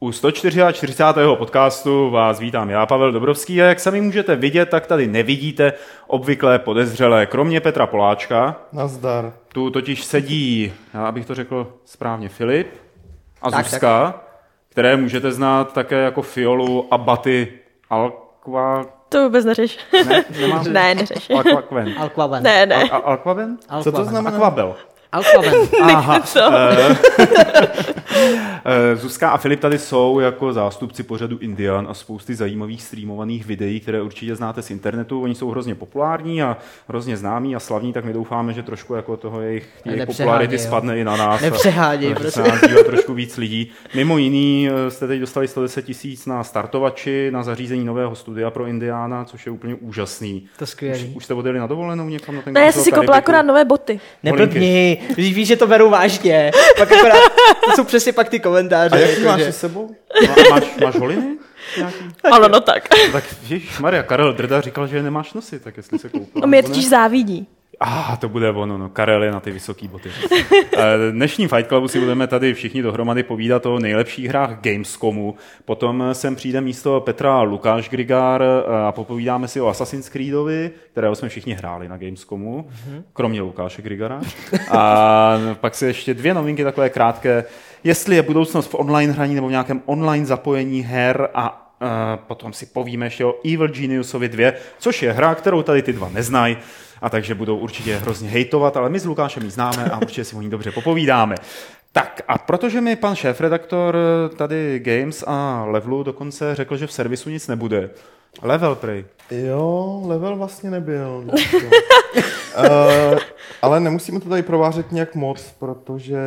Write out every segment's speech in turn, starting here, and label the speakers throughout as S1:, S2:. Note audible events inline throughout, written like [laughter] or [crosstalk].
S1: U 144. podcastu vás vítám já, Pavel Dobrovský, a jak sami můžete vidět, tak tady nevidíte obvyklé podezřelé, kromě Petra Poláčka.
S2: Nazdar.
S1: Tu totiž sedí, já abych to řekl správně, Filip a
S3: Tak,
S1: Zuzka, které můžete znát také jako Fiolu a Baty
S3: [laughs]
S1: Alqua...
S4: To vůbec neřeš.
S1: Ne, nemám...
S4: [laughs] ne, neřeš.
S1: Alquaven.
S3: Alquaven.
S4: Ne, ne.
S1: Al- Alquaven?
S2: Co to znamená?
S1: Aquabel.
S2: [laughs]
S3: Alquaven.
S1: Aha.
S4: co?
S1: eh, eh, Zuzka a Filip tady jsou jako zástupci pořadu Indian a spousty zajímavých streamovaných videí, které určitě znáte z internetu. Oni jsou hrozně populární a hrozně známí a slavní, tak my doufáme, že trošku jako toho jejich, jejich
S3: Nepřeháněj,
S1: popularity
S3: jo.
S1: spadne i na nás.
S3: Nepřeháněj,
S1: a,
S3: prosím.
S1: se nás dívá trošku víc lidí. Mimo jiný eh, jste teď dostali 110 tisíc na startovači, na zařízení nového studia pro Indiana, což je úplně úžasný.
S3: To je skvělý.
S1: Už, už jste odjeli na dovolenou někam na ten
S4: Ne, No, já jsem
S1: kousek
S4: si koupila
S1: Karibiku?
S4: akorát nové boty.
S3: Neblbni, když víš, že to beru vážně. Pak akorát, to jsou přesně pak ty komentáře.
S2: A jak
S3: jakože-
S2: máš se
S4: [laughs]
S2: sebou?
S1: Má- Máš, máš holiny? Nějaký?
S4: Ale no tak.
S1: Tak víš, Maria Karel Drda říkal, že je nemáš nosit, tak jestli se koupila.
S4: No mě
S1: nebo ne?
S4: totiž závidí.
S1: Ah, to bude ono, no. Karel je na ty vysoké boty. [laughs] Eh, Dnešním Fight Clubu si budeme tady všichni dohromady povídat o nejlepších hrách Gamescomu. Potom eh, sem přijde místo Petra Lukáš Grigár eh, a popovídáme si o Assassin's Creedovi, kterého jsme všichni hráli na Gamescomu, kromě Lukáše Grigara. A [laughs] pak si ještě dvě novinky takové krátké. Jestli je budoucnost v online hraní nebo v nějakém online zapojení her a Eh, potom si povíme ještě o Evil Geniusovi 2, což je hra, kterou tady ty dva neznají, a takže budou určitě hrozně hejtovat, ale my s Lukášem ji známe a určitě si o ní dobře popovídáme. Tak a protože mi pan šéf-redaktor eh, tady Games a Levelu dokonce řekl, že v servisu nic nebude. Level, prej.
S2: Jo, level vlastně nebyl. uh, ale nemusíme to tady provářet nějak moc, protože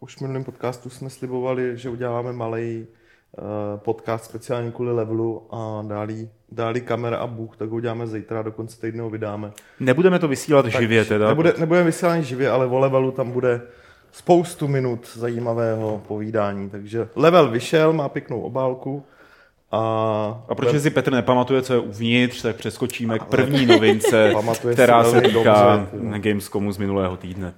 S2: už v minulém podcastu jsme slibovali, že uděláme malý uh, podcast speciálně kvůli levelu a dáli, dáli kamera a Bůh, tak ho uděláme zítra, do konce týdne ho vydáme.
S1: Nebudeme to vysílat tak živě teda.
S2: Nebude, nebudeme vysílání živě, ale o levelu tam bude spoustu minut zajímavého povídání, takže level vyšel, má pěknou obálku a,
S1: A protože si Petr nepamatuje, co je uvnitř, tak přeskočíme k první novince,
S2: Pamatuje si
S1: která se
S2: velmi
S1: týká
S2: dobře, jo.
S1: Gamescomu z minulého týdne.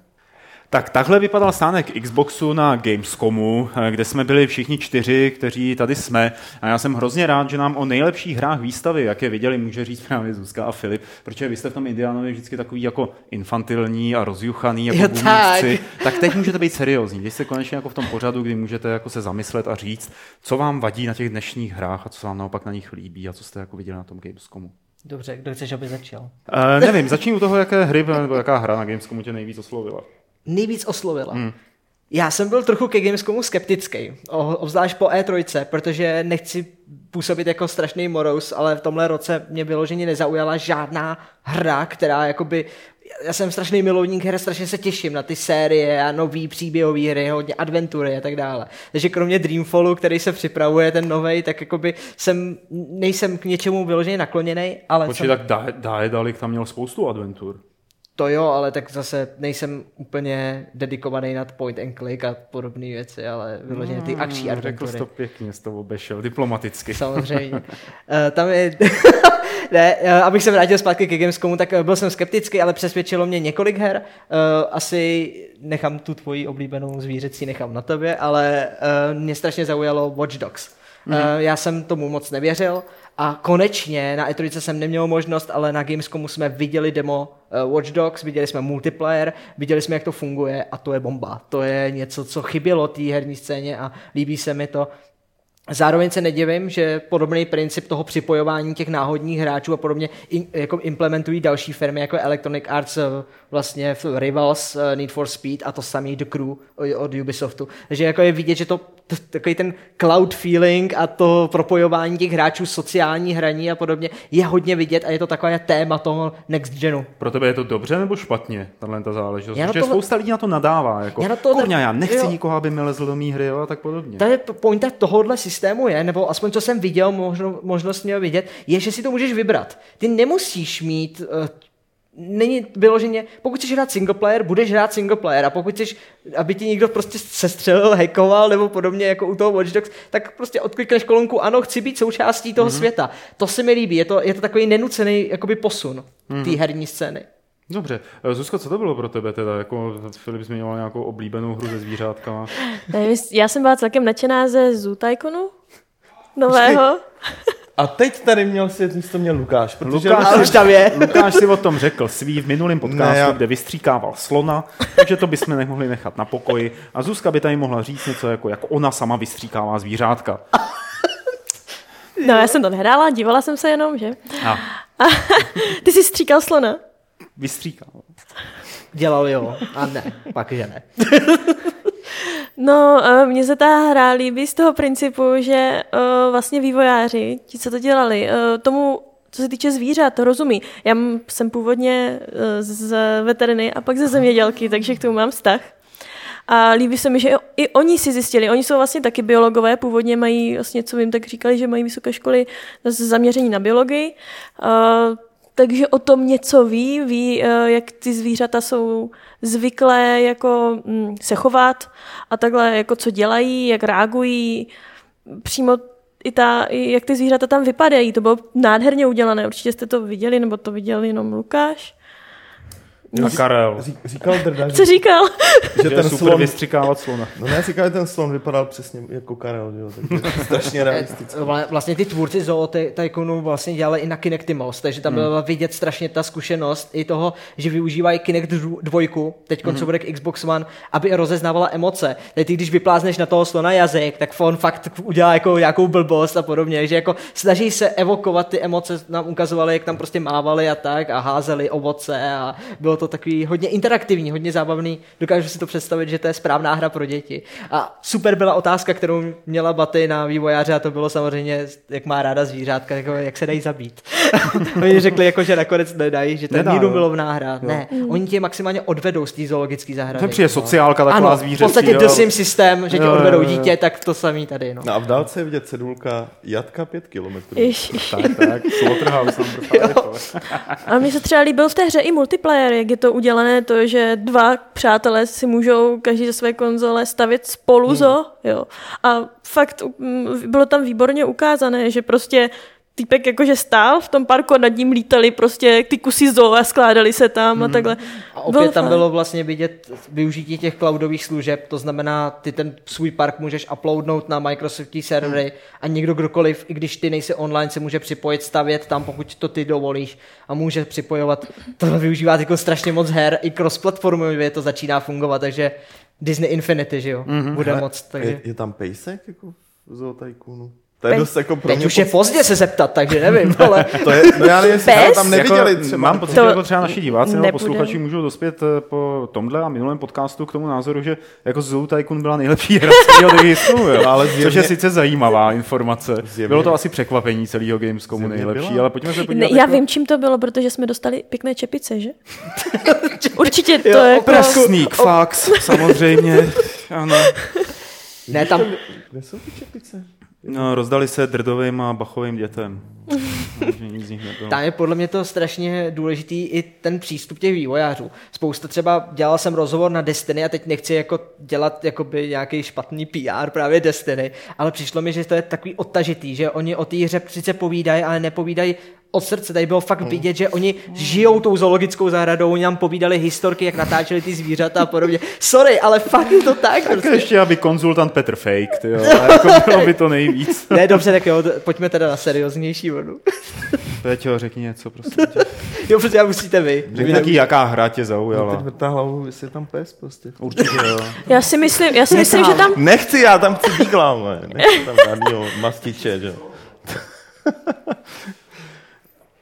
S1: Tak takhle vypadal stánek Xboxu na Gamescomu, eh, kde jsme byli všichni čtyři, kteří tady jsme. A já jsem hrozně rád, že nám o nejlepších hrách výstavy, jak je viděli, může říct právě Zuzka a Filip, protože vy jste v tom Indianovi vždycky takový jako infantilní a rozjuchaný, jako
S3: Jo,
S1: tak.
S3: tak.
S1: tak teď můžete být seriózní. Teď jste konečně jako v tom pořadu, kdy můžete jako se zamyslet a říct, co vám vadí na těch dnešních hrách a co vám naopak na nich líbí a co jste jako viděli na tom Gamescomu.
S3: Dobře, kdo chceš, aby začal?
S1: Uh, nevím, začni u toho, jaké hry nebo jaká hra na Gamescomu tě nejvíc oslovila.
S3: Nejvíc oslovila. Já jsem byl trochu ke Gamescomu skeptický, o- obzvlášť po E3, protože nechci působit jako strašný morous, ale v tomhle roce mě vyloženě nezaujala žádná hra, která jakoby... Já jsem strašný milovník her, strašně se těším na ty série a nový příběhové hry, hodně adventury a tak dále. Takže kromě Dreamfallu, který se připravuje, ten novej, tak jakoby jsem, nejsem k něčemu vyloženě nakloněný, ale...
S1: Počkej,
S3: jsem-
S1: tak Dae- Daedalic tam měl spoustu adventur.
S3: To jo, ale tak zase nejsem úplně dedikovaný na point and click a podobné věci, ale vyloženě ty akční
S1: Hmm, Řekl jsi
S3: adventury.
S1: to pěkně, s toho obešel, diplomaticky.
S3: Samozřejmě. Eh, Tam je... [laughs] ne, eh, abych se vrátil zpátky ke Gamescomu, tak eh, byl jsem skeptický, ale přesvědčilo mě několik her. Eh, Asi nechám tu tvoji oblíbenou zvířecí, nechám na tebe, ale eh, mě strašně zaujalo Watch Dogs. Mm-hmm. Já jsem tomu moc nevěřil a konečně na E3 jsem neměl možnost, ale na Gamescomu jsme viděli demo eh, Watch Dogs, viděli jsme multiplayer, viděli jsme, jak to funguje a to je bomba. To je něco, co chybělo té herní scéně a líbí se mi to. Zároveň se nedivím, že podobný princip toho připojování těch náhodních hráčů a podobně in, jako implementují další firmy jako Electronic Arts eh, vlastně v Rivals, eh, Need for Speed a to samý The Crew o- od Ubisoftu. Takže jako je vidět, že to t- takový ten cloud feeling a to propojování těch hráčů, sociální hraní a podobně je hodně vidět a je to takové téma toho next genu.
S1: Pro tebe je to dobře nebo špatně, tahle ta záležitost?
S3: Já na
S1: Protože
S3: tohle-
S1: spousta lidí na to nadává, jako,
S3: Já na tohle-
S1: kurňa, já nechci jo.
S3: jo.
S1: nikoho, aby mi lezl do mý hry jo, a tak podobně.
S3: Tady p- pointa tohohle systému je, nebo aspoň co jsem viděl, možno, možnost měl vidět, je, že si to můžeš vybrat. Ty nemusíš mít eh, není vyloženě, pokud chceš hrát singleplayer, budeš hrát singleplayer a pokud chceš, aby ti někdo prostě sestřelil, hackoval nebo podobně jako u toho Watch Dogs, tak prostě odklikneš kolonku, ano, chci být součástí toho mm-hmm. světa. To se mi líbí, je to, je to takový nenucený jakoby posun mm-hmm. té herní scény.
S1: Dobře. Eh, Zuzko, co to bylo pro tebe teda? Jako Filip zmiňoval nějakou oblíbenou hru se
S3: [laughs]
S1: zvířátkama.
S4: Nevím, já jsem byla celkem nadšená ze Zoo Tycoonu [laughs] nového.
S2: A teď tady měl si místo měl Lukáš, protože
S1: Lukáš-
S3: Ale už tam je.
S1: Lukáš si o tom řekl svý v minulém podcastu,
S2: Ne, já-
S1: kde vystříkával slona, takže to bychom nemohli nechat na pokoji. A Zuzka by tady mohla říct něco jako, jako ona sama vystříkává zvířátka.
S4: No, já jsem to nehrála, dívala jsem se jenom, že?
S1: A
S4: [laughs] Ty jsi stříkal slona.
S1: vystříkává.
S3: Dělal jo, a ne, pak že ne.
S4: No, eh, mně se ta hra líbí z toho principu, že eh, vlastně vývojáři, ti, co to dělali, eh, tomu, co se týče zvířat, to rozumí. Já m- jsem původně eh, z veteriny a pak ze zemědělky, takže k tomu mám vztah. A líbí se mi, že i- i oni si zjistili, oni jsou vlastně taky biologové, původně mají, vlastně, co vím, tak říkali, že mají vysoké školy z zaměření na biologii, Eh, takže o tom něco ví, ví, eh, jak ty zvířata jsou zvyklé jako mm, se chovat a takhle, jako co dělají, jak reagují, přímo i ta, i jak ty zvířata tam vypadají, to bylo nádherně udělané, určitě jste to viděli, nebo to viděl jenom Lukáš.
S1: A Karel,
S2: Ří, říkal Drda,
S4: Co
S2: že,
S4: říkal? [laughs]
S1: že
S2: že
S1: je
S2: ten
S1: super slon...
S2: slon...
S1: vystřikávat slona.
S2: No ne, říkal, že ten slon vypadal přesně jako Karel, že jo, tak to je
S1: [laughs]
S2: strašně realistický.
S3: Vla- Vlastně ty tvůrci Zoo Ty- Tycoonu vlastně dělali i na Kinectimals, takže tam byla vidět strašně ta zkušenost i toho, že využívají Kinect dru- dvojku, teď co bude k Xbox One, aby rozeznávala emoce. Tady ty, když vyplázneš na toho slona jazyk, tak on fakt udělá jako nějakou blbost a podobně, že jako snaží se evokovat ty emoce, nám ukazovali, jak tam prostě mávali a tak a házeli ovoce a bylo to takový hodně interaktivní, hodně zábavný. Dokážu si to představit, že to je správná hra pro děti. A super byla otázka, kterou měla Baty na vývojáře a to bylo samozřejmě, jak má ráda zvířátka, jako jak se dají zabít. [laughs] oni řekli, jako, že nakonec nedají, že to je
S1: Nedá, no.
S3: míru
S1: jo.
S3: milovná hra. Ne, oni tě maximálně odvedou z té zoologické zahrady.
S1: To přijde
S3: no.
S1: sociálka taková
S3: ano, v
S1: zvířecí.
S3: podstatě
S1: jo.
S3: The Sim systém, že tě
S1: Jo, jo,
S3: odvedou
S1: jo.
S3: dítě, tak to samý tady. No.
S2: No a v dálce je vidět cedulka jatka 5 kilometrů.
S4: Ježiš.
S1: Tak, tak, prostě- Slaughterhouse
S4: Jako
S1: number five.
S4: A mně se třeba líbil v té hře i multiplayer, jak je to udělané, to, že dva přátelé si můžou každý ze své konzole stavit spolu
S3: Hmm.
S4: zo, jo. A fakt mm, bylo tam výborně ukázané, že prostě týpek jakože stál v tom parku a nad ním lítali prostě ty kusy zo a skládali se tam a takhle.
S3: Hmm. A opět bylo tam
S4: fajn.
S3: bylo vlastně vidět využití těch cloudových služeb, to znamená, ty ten svůj park můžeš uploadnout na Microsoftí servery a někdo kdokoliv, i když ty nejsi online, se může připojit, stavět tam, pokud to ty dovolíš a může připojovat. Tohle využívá jako strašně moc her, i cross-platformově to začíná fungovat, takže Disney Infinity, že jo, bude
S2: Ale
S3: moc. Takže...
S2: je, je, tam pejsek jako v zootajkunu? To je
S4: Pej-
S2: dost jako pro
S3: Teď
S2: mě
S3: už je
S2: pod-
S3: pozdě se zeptat, takže nevím, ale
S2: To je, no já nevím, jestli
S4: Pes?
S2: to tam neviděli
S1: jako,
S2: třeba.
S1: Mám pocit,
S4: To
S1: že jako třeba naši diváci nebo
S4: nebude.
S1: posluchači můžou dospět eh, po tomhle a minulém podcastu k tomu názoru, že jako Zoo Tycoon byla nejlepší hra [laughs] celého Gamescomu, jo.
S2: Ale
S1: což
S2: zjevně-
S1: je sice zajímavá informace.
S2: Zjevně-
S1: Bylo to asi překvapení celého Gamescomu
S2: Zjevně
S1: nejlepší,
S2: byla.
S1: ale pojďme se
S4: Ne,
S1: podívat.
S4: já
S1: jako-
S4: vím, čím to bylo, protože jsme dostali pěkné
S3: [laughs]
S4: čepice, že? Určitě to
S3: Jo,
S4: je
S1: Press
S4: jako...
S1: sneak, fax,
S4: [laughs]
S1: samozřejmě. Ano.
S3: ne, tam
S2: Kde jsou ty čepice?
S1: No, rozdali se drdovým a bachovým
S4: [laughs]
S1: dětem. Takže nic z nich nebylo.
S3: Tam je podle mě to strašně důležitý i ten přístup těch vývojářů. Spousta třeba, dělal jsem rozhovor na Destiny a teď nechci jako dělat jakoby nějaký špatný PR právě Destiny, ale přišlo mi, že to je takový odtažitý, že oni o té hře sice povídají, ale nepovídají od srdce. Tady bylo fakt vidět, že oni žijou tou zoologickou zahradou, oni nám povídali historky, jak natáčeli ty zvířata a podobně. Sorry, ale fakt je to tak. prostě.
S1: Tak ještě, aby konzultant Petr Fake, [laughs] tyjo, ale jako bylo by to nejvíc.
S3: Ne, dobře, tak jo, d- pojďme teda na serióznější vodu.
S1: Peťo, řekni něco, prosím tě.
S3: [laughs] Jo, protože musíte vy.
S1: Řekni taky, jaká hra tě
S2: Teď
S1: zaujala.
S2: vrtá hlavu, jestli je tam pes prostě.
S1: Určitě jo.
S4: Já si myslím, já si myslím, že tam
S2: Nechci, já tam chci díkla, ale nechci tam žádnýho mastiče, že jo.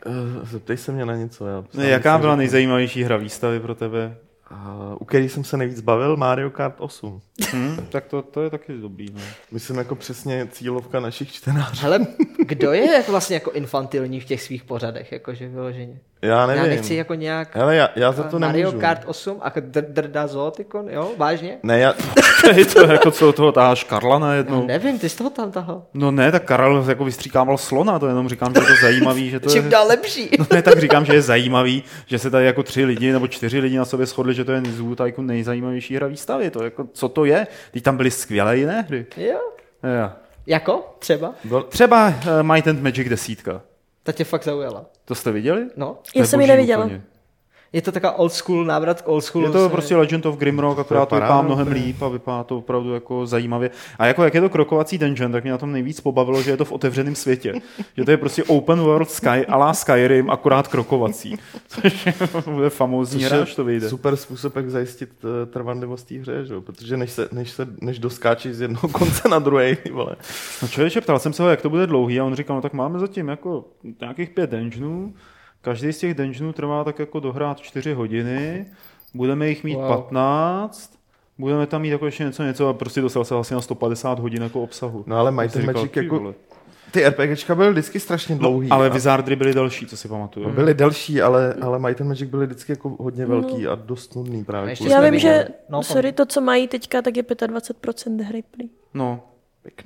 S2: Eh, Zeptej se mě na něco. Já
S1: Ne, No, jaká byla nejzajímavější hra výstavy pro tebe?
S2: A u který jsem se nejvíc bavil, Mario Kart 8.
S1: Hmm? Hm, tak to, to je taky dobrý. Ne?
S2: Myslím jako přesně cílovka našich čtenářů.
S3: Hele, [laughs] Kdo je jako vlastně jako infantilní v těch svých pořadech, jakože vyloženě?
S2: Já nevím.
S3: Já nechci jako nějak...
S2: Hele, já, já za to
S3: Mario
S2: nemůžu.
S3: Kart 8 a dr- drda Zootikon, jo? Vážně?
S2: Ne, [laughs] já,
S1: Hej, [laughs] to jako co toho táháš Karla najednou.
S3: Nevím, ty jsi toho tam tahal.
S1: No ne, tak Karel jako vystříkával slona, to jenom říkám, že je to zajímavý, že to je...
S3: Čím dál lepší.
S1: [laughs] No ne, tak říkám, že je zajímavý, že se tady jako tři lidi nebo čtyři lidi na sobě shodli, že to je Zoo Tycoon nejzajímavější hra výstavy. To jako, co to je? Teď tam byly skvělé jiné hry.
S3: jo.
S1: Jo.
S3: Jako? Třeba?
S1: Byl- Třeba uh, Might and Magic desítka.
S3: Ta tě fakt zaujala.
S1: To jste viděli?
S3: No.
S1: To je
S4: Já jsem ji
S1: boží
S4: neviděla.
S1: úplně.
S3: Je to taková old school, návrat k old schoolu.
S1: Je to
S3: se-
S1: prostě Legend of Grimrock, akorát to vypadá
S2: paráda,
S1: mnohem
S2: úplně.
S1: líp a vypadá to opravdu jako zajímavě. A jako jak je to krokovací dungeon, tak mě na tom nejvíc pobavilo, že je to v
S2: [laughs]
S1: otevřeném světě. Že to je prostě open world Sky a la Skyrim, akorát krokovací. [laughs] Což je, bude famózní
S2: Což
S1: hra,
S2: je
S1: až to vyjde.
S2: Super způsob, jak zajistit eh, trvanlivost té hře, že? jo? protože než, se, než, se, než doskáčeš z jednoho [laughs] konce na druhý, ty vole.
S1: No člověče, ptal jsem se ho, jak to bude dlouhý a on říkal, no tak máme zatím jako nějakých pět dungeonů, každý z těch dungeonů trvá tak jako dohrát čtyři hodiny, budeme jich mít
S3: Wow.
S1: wow. 15, budeme tam mít jako ještě něco, něco a prostě dostal se asi na 150 hodin jako obsahu.
S2: No ale Might
S1: Jsem
S2: and
S1: si
S2: Magic
S1: "Ty
S2: jako
S1: vole." No,
S2: Ty RPGčka byly vždycky strašně dlouhý. Mm.
S1: Ale
S2: a-
S1: Wizardry byly další, co si pamatuju.
S2: Byly delší, ale, ale Might and Magic byly vždycky jako hodně velký a dost nudný
S3: A
S2: právě.
S3: ještě
S2: kvůli
S4: Já
S3: jsme
S2: tomu.
S4: vím,
S3: viděli.
S4: že,
S3: No,
S4: no, sorry, to, co mají teďka, tak je 25% hry plný.
S1: No,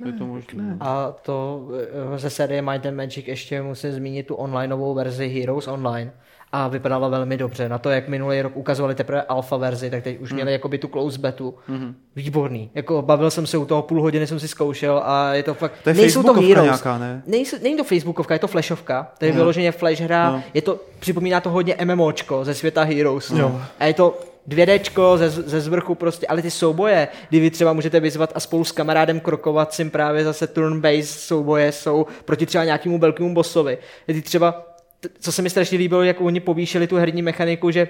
S1: je to možné.
S3: A to eh, ze série Might and Magic ještě musím zmínit tu onlineovou verzi Heroes Online. A vypadala velmi dobře. Na to, jak minulý rok ukazovali teprve alfa verzi, tak teď už měli jakoby tu close betu. Výborný. Jako bavil jsem se u toho, půl hodiny jsem si zkoušel a je to fakt...
S1: To je
S3: nejsou to
S1: Facebookovka
S3: Heroes.
S1: nějaká, ne?
S3: Nejsou, není to Facebookovka, je to flashovka. To je vyloženě flash hra.
S1: No.
S3: Je to, připomíná to hodně MMOčko ze světa Heroes. A je to 2Dčko ze, ze zvrchu prostě, ale ty souboje, kdy vy třeba můžete vyzvat a spolu s kamarádem krokovacím právě zase turn-based souboje jsou proti třeba nějakému velkému bossovi. Ty třeba, t- co se mi strašně líbilo, jak oni povýšili tu herní mechaniku, že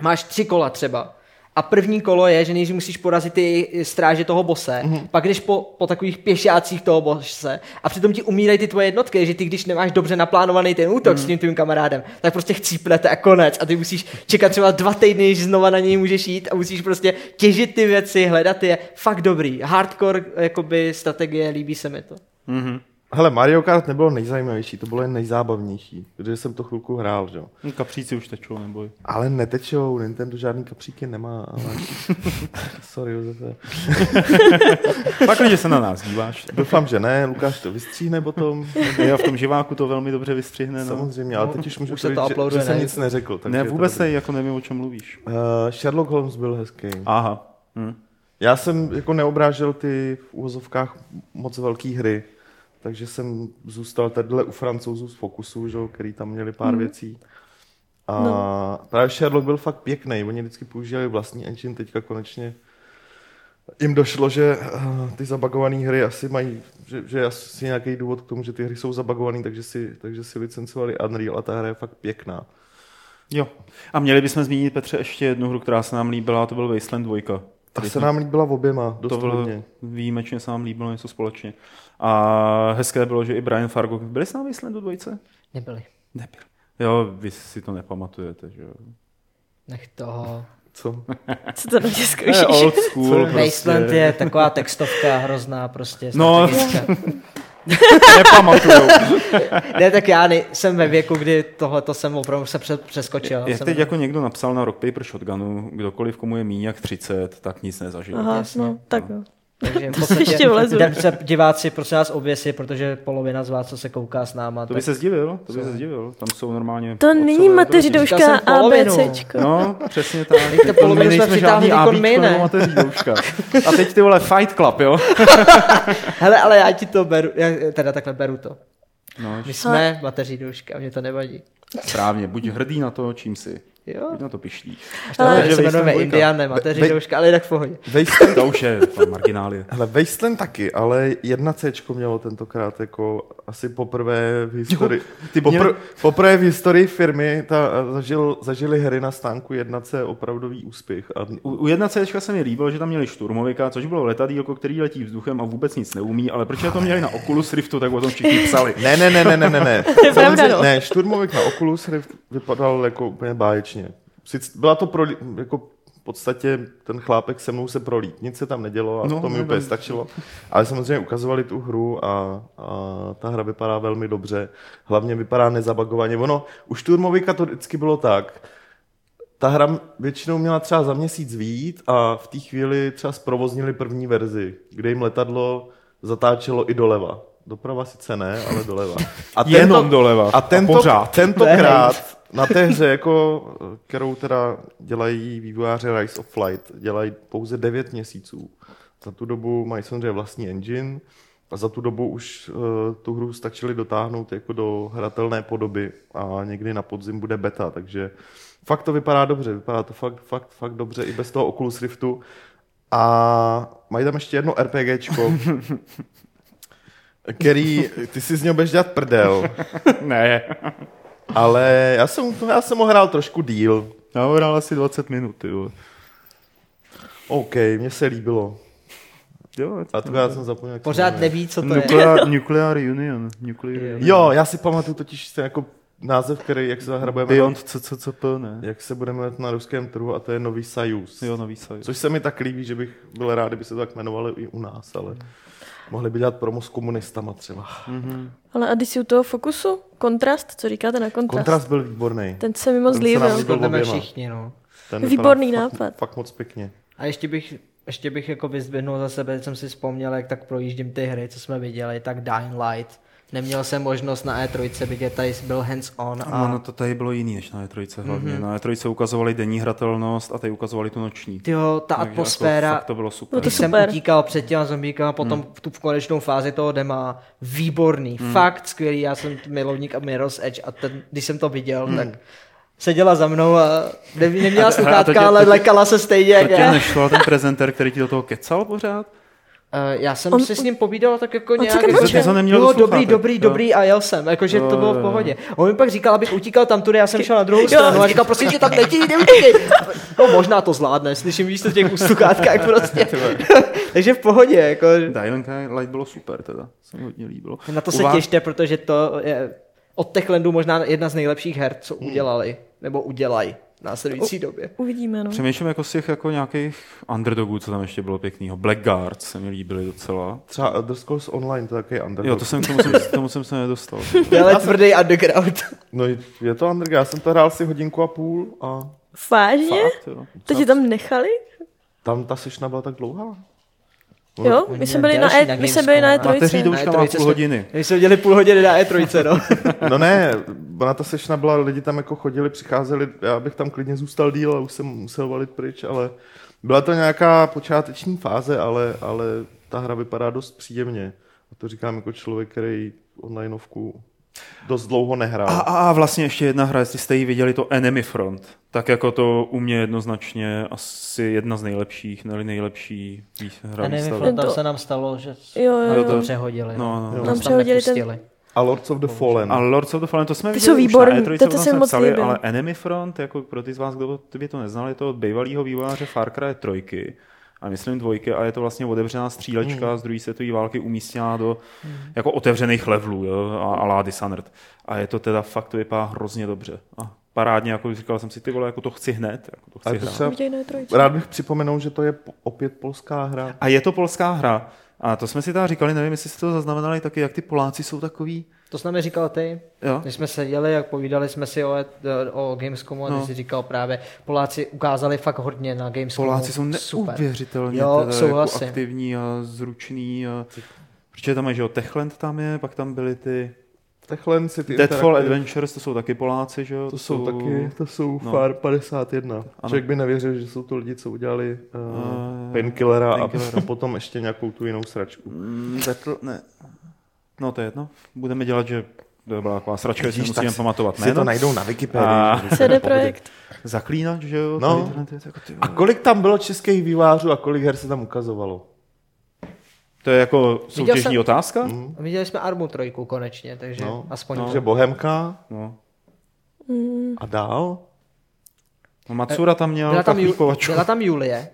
S3: máš tři kola třeba. A první kolo je, že nejdřív musíš porazit ty stráže toho bose,
S1: Mhm.
S3: mm-hmm. pak jdeš po, po takových pěšácích toho bose a přitom ti umírají ty tvoje jednotky, že ty když nemáš dobře naplánovaný ten útok
S1: Mhm.
S3: mm-hmm. s tím tvým kamarádem, tak prostě chcípnete a konec a ty musíš čekat třeba dva týdny, než znova na něj můžeš jít a musíš prostě těžit ty věci, hledat je. Fakt dobrý. Hardcore jakoby strategie, líbí se mi to.
S1: Mhm.
S2: Hele, Mario Kart nebylo nejzajímavější, to bylo jen nejzábavnější, protože jsem to chvilku hrál, že jo.
S1: No, Kapříci už tečou, neboj.
S2: Ale netečou, Nintendo žádný kapříky nemá, ale...
S1: [laughs]
S2: Sorry, Josefe.
S1: Takhle, že se na nás
S2: [laughs]
S1: díváš.
S2: Doufám, že ne, Lukáš to vystříhne potom,
S1: Já v tom živáku to velmi dobře vystřihne. No.
S2: samozřejmě, ale teď už můžu
S3: Už se to
S2: tvrdit, že-
S3: uploaduje
S2: že, jsem
S3: na
S2: nic neřekl. takže
S1: Ne,
S2: je to
S1: vůbec
S2: dobrý.
S1: se jako nevím, o čem mluvíš.
S2: Eh, Sherlock Holmes byl hezký.
S1: Aha. Hm.
S2: Já jsem jako neobrážel ty v úvozovkách moc velké hry, takže jsem zůstal tadyhle u francouzů z Fokusu, že, jo, který tam měli pár věcí. A no. právě Sherlock byl fakt pěkný, oni vždycky používali vlastní engine, teďka konečně jim došlo, že eh, ty zabagované hry asi mají, že, že je asi nějaký důvod k tomu, že ty hry jsou zabagované, takže si, takže si licencovali Unreal a ta hra je fakt pěkná.
S1: Jo. A měli bychom zmínit, Petře, ještě jednu hru, která se nám líbila, a to byl Wasteland 2.
S2: Ta se nám líbila oběma, dost
S1: to bylo
S2: hodně.
S1: výjimečně se nám líbilo něco společně. A hezké bylo, že i Brian Fargo, byli s námi Wastelandu 2?
S3: Nebyli.
S1: Nebyl. Jo, vy si to nepamatujete, že jo.
S3: Nech toho.
S1: [laughs]
S2: Co?
S4: Co to na mě
S1: To je
S4: zkoušíš?
S1: old school
S3: Wasteland
S1: prostě.
S3: je taková textovka hrozná prostě.
S1: [laughs] No.
S3: strategická.
S1: Nepamatujou.
S3: Ne, tak já nej- jsem ve věku, kdy tohle jsem opravdu se před, přeskočil.
S1: [laughs] Jak
S3: jsem,
S1: teď jako někdo napsal na Rock Paper Shotgunu, kdokoliv komu je míň jak 30, tak nic nezažil.
S4: Aha,
S3: jasně.
S4: no, tak jo.
S3: takže v
S4: [laughs] to se ještě vlezu.
S3: jdem se diváci prosím nás oběsi, protože polovina z vás, co se kouká s náma,
S1: To by
S3: tak...
S1: se zdivil, to by se zdivil. Tam jsou normálně...
S4: To
S1: otcové
S4: není
S1: rodiny.
S4: mateřidouška
S3: Říkal jsem polovinu.
S4: ABCčko.
S1: No, přesně tak.
S3: to polovinu
S1: My
S3: jsme
S1: nejsme
S3: přitáhli
S1: žádný
S3: výkon my,
S1: ABčko
S3: ne?
S1: nebo mateří douška. A teď ty vole Fight Club, jo?
S3: Hele, ale já ti to beru, já teda takhle beru to.
S1: No,
S3: My jsme mateří duška, mě to nevadí.
S1: správně, buď hrdý na to, čím jsi.
S3: Jo,
S1: Buď na to piští.
S4: Ale-
S3: ale
S1: Takže
S3: se jmenujeme
S1: Wasteland
S3: Indiane, mateří
S2: Ve-
S3: duška, ale jinak v pohodě.
S2: Wasteland
S1: To už je tam marginálie.
S2: Hele, Wasteland taky, ale jedna C mělo tentokrát jako asi poprvé v historii.
S1: ty
S2: ty
S1: měli-
S2: popr- poprvé v historii firmy ta, zažil, zažili hry na stánku 1C opravdový úspěch. A
S1: U, u 1C se mi líbilo, že tam měli šturmovika, což bylo letadílko, který letí vzduchem a vůbec nic neumí, ale proč to měli na Oculus Riftu, tak o tom všichni psali.
S2: ne, ne, ne, ne, ne, ne,
S4: [laughs]
S2: ne.
S4: je pravda,
S2: Samozřejmě-
S4: no.
S2: Ne, šturmovik na Oculus Rift vypadal jako úplně báječně. Sice byla to pro, li- jako podstatě ten chlápek se mnou se prolít. Nic se tam nedělo a
S1: No,
S2: no, to mi
S1: no,
S2: úplně
S1: no.
S2: stačilo. Ale samozřejmě ukazovali tu hru a, a ta hra vypadá velmi dobře. Hlavně vypadá nezabagovaně. Ono, u Šturmovika to vždycky bylo tak, ta hra m- většinou měla třeba za měsíc výjít a v té chvíli třeba zprovoznili první verzi, kde jim letadlo zatáčelo i doleva. Doprava sice ne, ale doleva. A
S1: Jenom doleva.
S2: A,
S1: A
S2: tento,
S1: pořád.
S2: tentokrát na té hře, jako, kterou teda dělají vývojáři Rise of Flight, dělají pouze 9 měsíců. Za tu dobu mají samozřejmě vlastní engine a za tu dobu už uh, tu hru stačili dotáhnout jako do hratelné podoby a někdy na podzim bude beta, takže fakt to vypadá dobře, vypadá to fakt, fakt, fakt dobře i bez toho Oculus Riftu. A mají tam ještě jedno RPGčko, který, ty si z něho budeš dělat prdel,
S1: ne.
S2: ale já jsem, to- já jsem ho hrál trošku díl.
S1: Já ho hrál asi 20 minut, jo.
S2: OK, mně se líbilo.
S1: jo
S2: A to já jsem zapomněl. jak se
S3: Pořád
S2: jmenuje.
S3: neví, co to je.
S1: nuclear, nuclear Union. Nuclear Union.
S2: Jo, já si pamatuju totiž ten jako název, který, jak se zahrabujeme,
S1: Beyond CCCP, ne?
S2: jak se budeme jmenovat na ruském trhu a to je Nový Sajus.
S1: Jo, nový sajt.
S2: Což se mi tak líbí, že bych byl rád, kdyby se to tak jmenovalo i u nás, ale mohli by dělat promo s komunistama třeba.
S4: No Ale a když si u toho fokusu, kontrast, co říkáte na kontrast?
S2: Kontrast byl výborný.
S4: Ten se mi moc
S2: Ten se nám
S4: líbil.
S2: líbil.
S3: Shodneme
S2: oběma.
S3: všichni, no.
S2: Ten
S4: Výborný
S2: vypadá
S4: nápad.
S2: Fakt, fakt moc pěkně.
S3: A ještě bych, ještě bych jako vyzvednul za sebe, jsem si vzpomněl, jak tak projíždím ty hry, co jsme viděli, tak Dying Light. Neměl jsem možnost na E3, byť je tady byl hands-on
S1: A...
S3: a
S1: Ono to tady bylo jiný než na
S3: Mhm.
S1: E3 hlavně. Mm-hmm. Na E3 ukazovali denní hratelnost a tady ukazovali tu noční.
S3: tyjo, ta
S1: Takže Jako,
S3: atmosféra, No
S1: fakt to bylo Hmm. super.
S4: Bylo to
S3: když jsem
S4: super.
S3: utíkal před těma zombíkama, potom v tu v konečnou fázi toho dema, výborný,
S1: Hmm.
S3: fakt skvělý, já jsem milovník a Mirror's Edge a ten, když jsem to viděl, tak seděla za mnou a ne, neměla
S1: to- Hmm. a to tě-
S3: sluchátka,
S1: to
S3: ale
S1: tě-
S3: lekala se stejně
S1: To
S3: jak
S1: tě
S3: já.
S1: nešlo ten prezentér, který ti do toho kecal pořád?
S3: Eh, já jsem
S4: On-
S3: si s ním povídal tak jako
S4: co
S3: nějak...
S4: tam
S1: mlčel? Ty jsi ho neměl
S3: bylo
S1: do sluchátek,
S3: dobrý, dobrý,
S1: jo?
S3: dobrý a jel jsem, jakože
S1: Jo,
S3: to bylo
S1: jo,
S3: v
S1: jo.
S3: pohodě. On mi pak říkal, abych utíkal tam tudy, já jsem šel na druhou
S4: Jo.
S3: stranu a říkal, prosím tě, tam netíj, neutíkej. No možná to zvládne, slyším víš to v
S1: [laughs]
S3: těch sluchátkách prostě. [laughs] Takže v pohodě, jako...
S1: Dying Light bylo super teda, se mi hodně líbilo.
S3: Na to
S1: U
S3: se
S1: vás-
S3: těšte, protože to je od Techlandu možná jedna z nejlepších her, co udělali, nebo udělají v následující době.
S4: Uvidíme, no.
S1: Přemýšlím jako z těch jako nějakých underdogů, co tam ještě bylo pěkného. Blackguard se mi líbily docela.
S2: Třeba Elder Scrolls Online, to je takový underdog.
S1: Jo, to jsem k tomu, jsem, k tomu jsem se
S3: [laughs]
S1: nedostal.
S3: To je Ale tvrdý underground.
S2: No je to underdog, já jsem to hrál si hodinku a půl a
S4: Vážně?
S1: Fakt, jo.
S4: To ti tam nechali?
S2: tam ta sešna byla tak dlouhá. No,
S4: Jo, my
S3: oni
S4: jsme byli na,
S3: další na
S4: e, my jsme byli na
S3: Gamescomu.
S1: Na teří to
S4: E3.
S1: už
S3: Na
S1: tam má
S3: E3
S1: půl
S3: jsme-
S1: hodiny.
S3: My jsme dělali půl hodiny
S1: [laughs]
S3: na E3, no.
S2: No ne, ona ta sešna byla, lidi tam jako chodili, přicházeli, já bych tam klidně zůstal díl a už jsem musel valit pryč, ale byla to nějaká počáteční fáze, ale, ale ta hra vypadá dost příjemně. A to říkám jako člověk, který onlineovku dost dlouho nehrál.
S1: A, a, a vlastně ještě jedna hra, jestli jste ji viděli, to Enemy Front. Tak jako to u mě jednoznačně asi jedna z nejlepších, ne nejlepší vý- hra
S3: A nevím,
S1: výstavy.
S3: Front, tam
S4: To-
S3: se nám stalo, že
S4: Jo, jo,
S3: jo,
S1: Jo,
S3: to
S1: to-
S3: přehodili.
S1: no, no.
S3: Nás
S1: Tam
S3: tam
S4: přehodili ten-
S3: nepustili.
S2: a Lords of the Fallen.
S1: A Lords of the Fallen, to jsme
S4: Ty
S1: viděli
S4: jsou
S1: už
S4: výborný,
S1: na E3,
S4: to- to
S1: co
S4: se
S1: jsme
S4: mi moc
S1: psali,
S4: líbilo.
S1: ale Enemy Front, jako pro ty z vás, kdo by to neznali, to od bývalého vývojáře Far Cry 3 a myslím dvojky, a je to vlastně otevřená střílečka
S4: Hmm.
S1: z druhé světové války umístěná do jako otevřených levelů, jo, a, a lá Dishonored. A je to teda fakt, to vypadá hrozně dobře. A parádně, jako říkal jsem si, ty vole, jako to chci hned, jako to chci
S2: Ale to
S1: hrát.
S2: třeba,
S4: Viděj na E
S1: [laughs]
S4: E3.
S2: rád bych připomenul, že to je po- opět polská hra.
S1: A je to polská hra. A to jsme si tam říkali, nevím, jestli jste to zaznamenali taky, jak ty Poláci jsou takový.
S3: To jsi nám je říkal ty?
S1: Jo?
S3: Když jsme seděli, jak povídali jsme si o, E o Gamescomu a ty
S1: No.
S3: jsi říkal právě, Poláci ukázali fakt hodně na Gamescomu.
S1: Poláci jsou
S3: Super.
S1: neuvěřitelně
S3: Jo,
S1: teda jako
S3: souhlasím.
S1: aktivní a zruční. A... Protože tam je, že jo, Techland tam je, pak tam byli ty
S2: Techland City
S1: Deadfall
S2: Interactive.
S1: Adventures, to jsou taky Poláci, že jo?
S2: To jsou taky, to jsou no.
S1: no.
S2: FAR 51. Ano. Člověk by nevěřil, že jsou to lidi, co udělali
S1: Eh,
S2: uh, painkillera a [laughs]
S1: Painkillera.
S2: potom ještě nějakou tu jinou sračku.
S1: Mm, Battle, ne. No to je jedno. Budeme dělat, že to byla taková sračka, že si
S2: Vidíš,
S1: musíme
S2: tak si-
S1: pamatovat
S2: Si to
S1: jméno.
S2: najdou na Wikipedii.
S1: A-
S2: že?
S4: CD Projekt.
S1: Zaklínač, že jo?
S2: No.
S1: Tady tyhle ty- jako ty
S2: A
S1: vole.
S2: kolik tam bylo českých vývářů a kolik her se tam ukazovalo?
S1: To je jako soutěžní
S3: jsem-
S1: otázka?
S2: Mhm.
S3: A Viděli jsme Armu trojku konečně, takže
S2: No,
S3: aspoň
S2: Takže Bohemka
S1: No.
S4: Hmm.
S2: a dál?
S1: No, Matsura tam měl
S3: Byla tam, Ju-
S1: kachlíkovačku.
S3: byla tam Julie.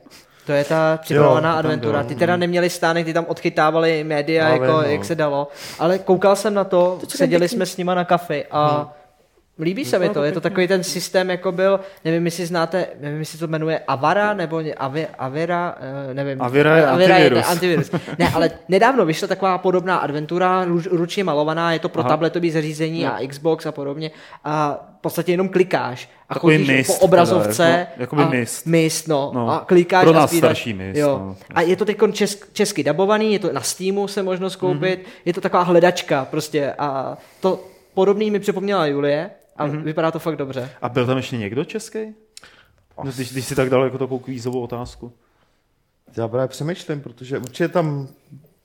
S3: To je ta připravovaná
S2: Jo, tam
S3: adventura.
S1: byla. Mm.
S3: Ty teda neměli stánek, ty tam odchytávali média,
S2: Já
S3: jako,
S2: vím, no.
S3: jak se dalo. Ale koukal jsem na to,
S4: To čekám
S3: seděli
S4: pěkný.
S1: Hmm.
S3: jsme s nima na kafi a Líbí se mi to, je to takový ten systém, jako byl, nevím, jestli znáte, nevím, jestli to jmenuje Avara, nebo ně- Avi, Avira, eh, nevím.
S1: Avira je
S3: Je ten
S1: antivirus.
S3: antivirus. Ne, ale nedávno vyšla taková podobná adventura, ruč- ručně malovaná, je to pro
S1: Aha.
S3: tabletový zařízení a Xbox a podobně a v podstatě jenom klikáš a
S1: Takový
S3: chodíš
S1: Myst
S3: po
S1: teda,
S3: jako obrazovce.
S1: no, jakoby
S3: a-
S1: Myst.
S3: Myst, no,
S1: No,
S3: A klikáš
S1: pro
S3: a
S1: nás
S3: střídáš-
S1: starší Myst,
S3: Jo.
S1: no.
S3: A je to teď česk, česky dabovaný, je to na Steamu se možnost koupit,
S1: Mhm.
S3: mm-hmm. je to taková hledačka prostě a to podobný mi připomněla Julie a
S1: Mhm.
S3: mm-hmm. vypadá to fakt dobře.
S1: A byl tam ještě někdo český? No, když, když si tak dal jako takovou kvízovou otázku.
S2: Já právě přemýšlím, protože určitě tam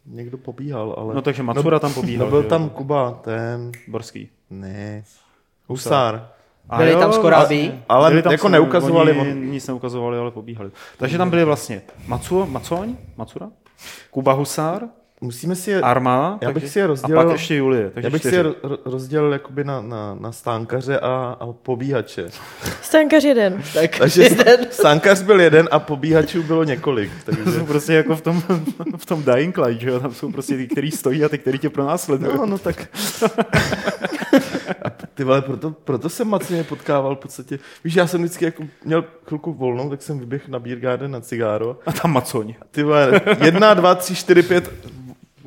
S2: někdo pobíhal, ale...
S1: No takže Macura tam pobíhal,
S2: No byl
S1: že jo?
S2: tam Kuba, ten...
S1: Borský.
S2: Ne. Husár.
S1: A
S3: Byli tam Skorábí.
S2: Ale
S1: byli tam
S2: jako
S1: sami,
S2: neukazovali,
S1: Oni
S2: on-
S1: Nic neukazovali, ale pobíhali. Takže tam byli vlastně Macu, Macoň, Macura, Kuba Husár,
S2: Musíme si je...
S1: Arma.
S2: Já bych
S1: takže-
S2: si je rozdělil-
S1: A pak ještě Julie. Takže
S2: Já bych si
S1: čtyři.
S2: je ro- ro- rozdělil jakoby na, na, na stánkaře a, a pobíhače.
S4: Stánkař jeden.
S3: Tak
S2: Takže stánkař byl jeden a pobíhačů bylo několik.
S1: To
S2: Takže...
S1: [laughs] jsou prostě jako v tom, [laughs] v tom Dying Light, že jo? Tam jsou prostě ty, který stojí a ty, který tě pronásledují.
S2: No, no tak. Ty vole, proto, proto jsem Macině potkával v podstatě. Víš, já jsem vždycky jako měl chvilku volnou, tak jsem vyběhl na Beer Garden na cigáro.
S1: A tam Macoň.
S2: Ty vole, jedna, dva, tři, čtyři, pět.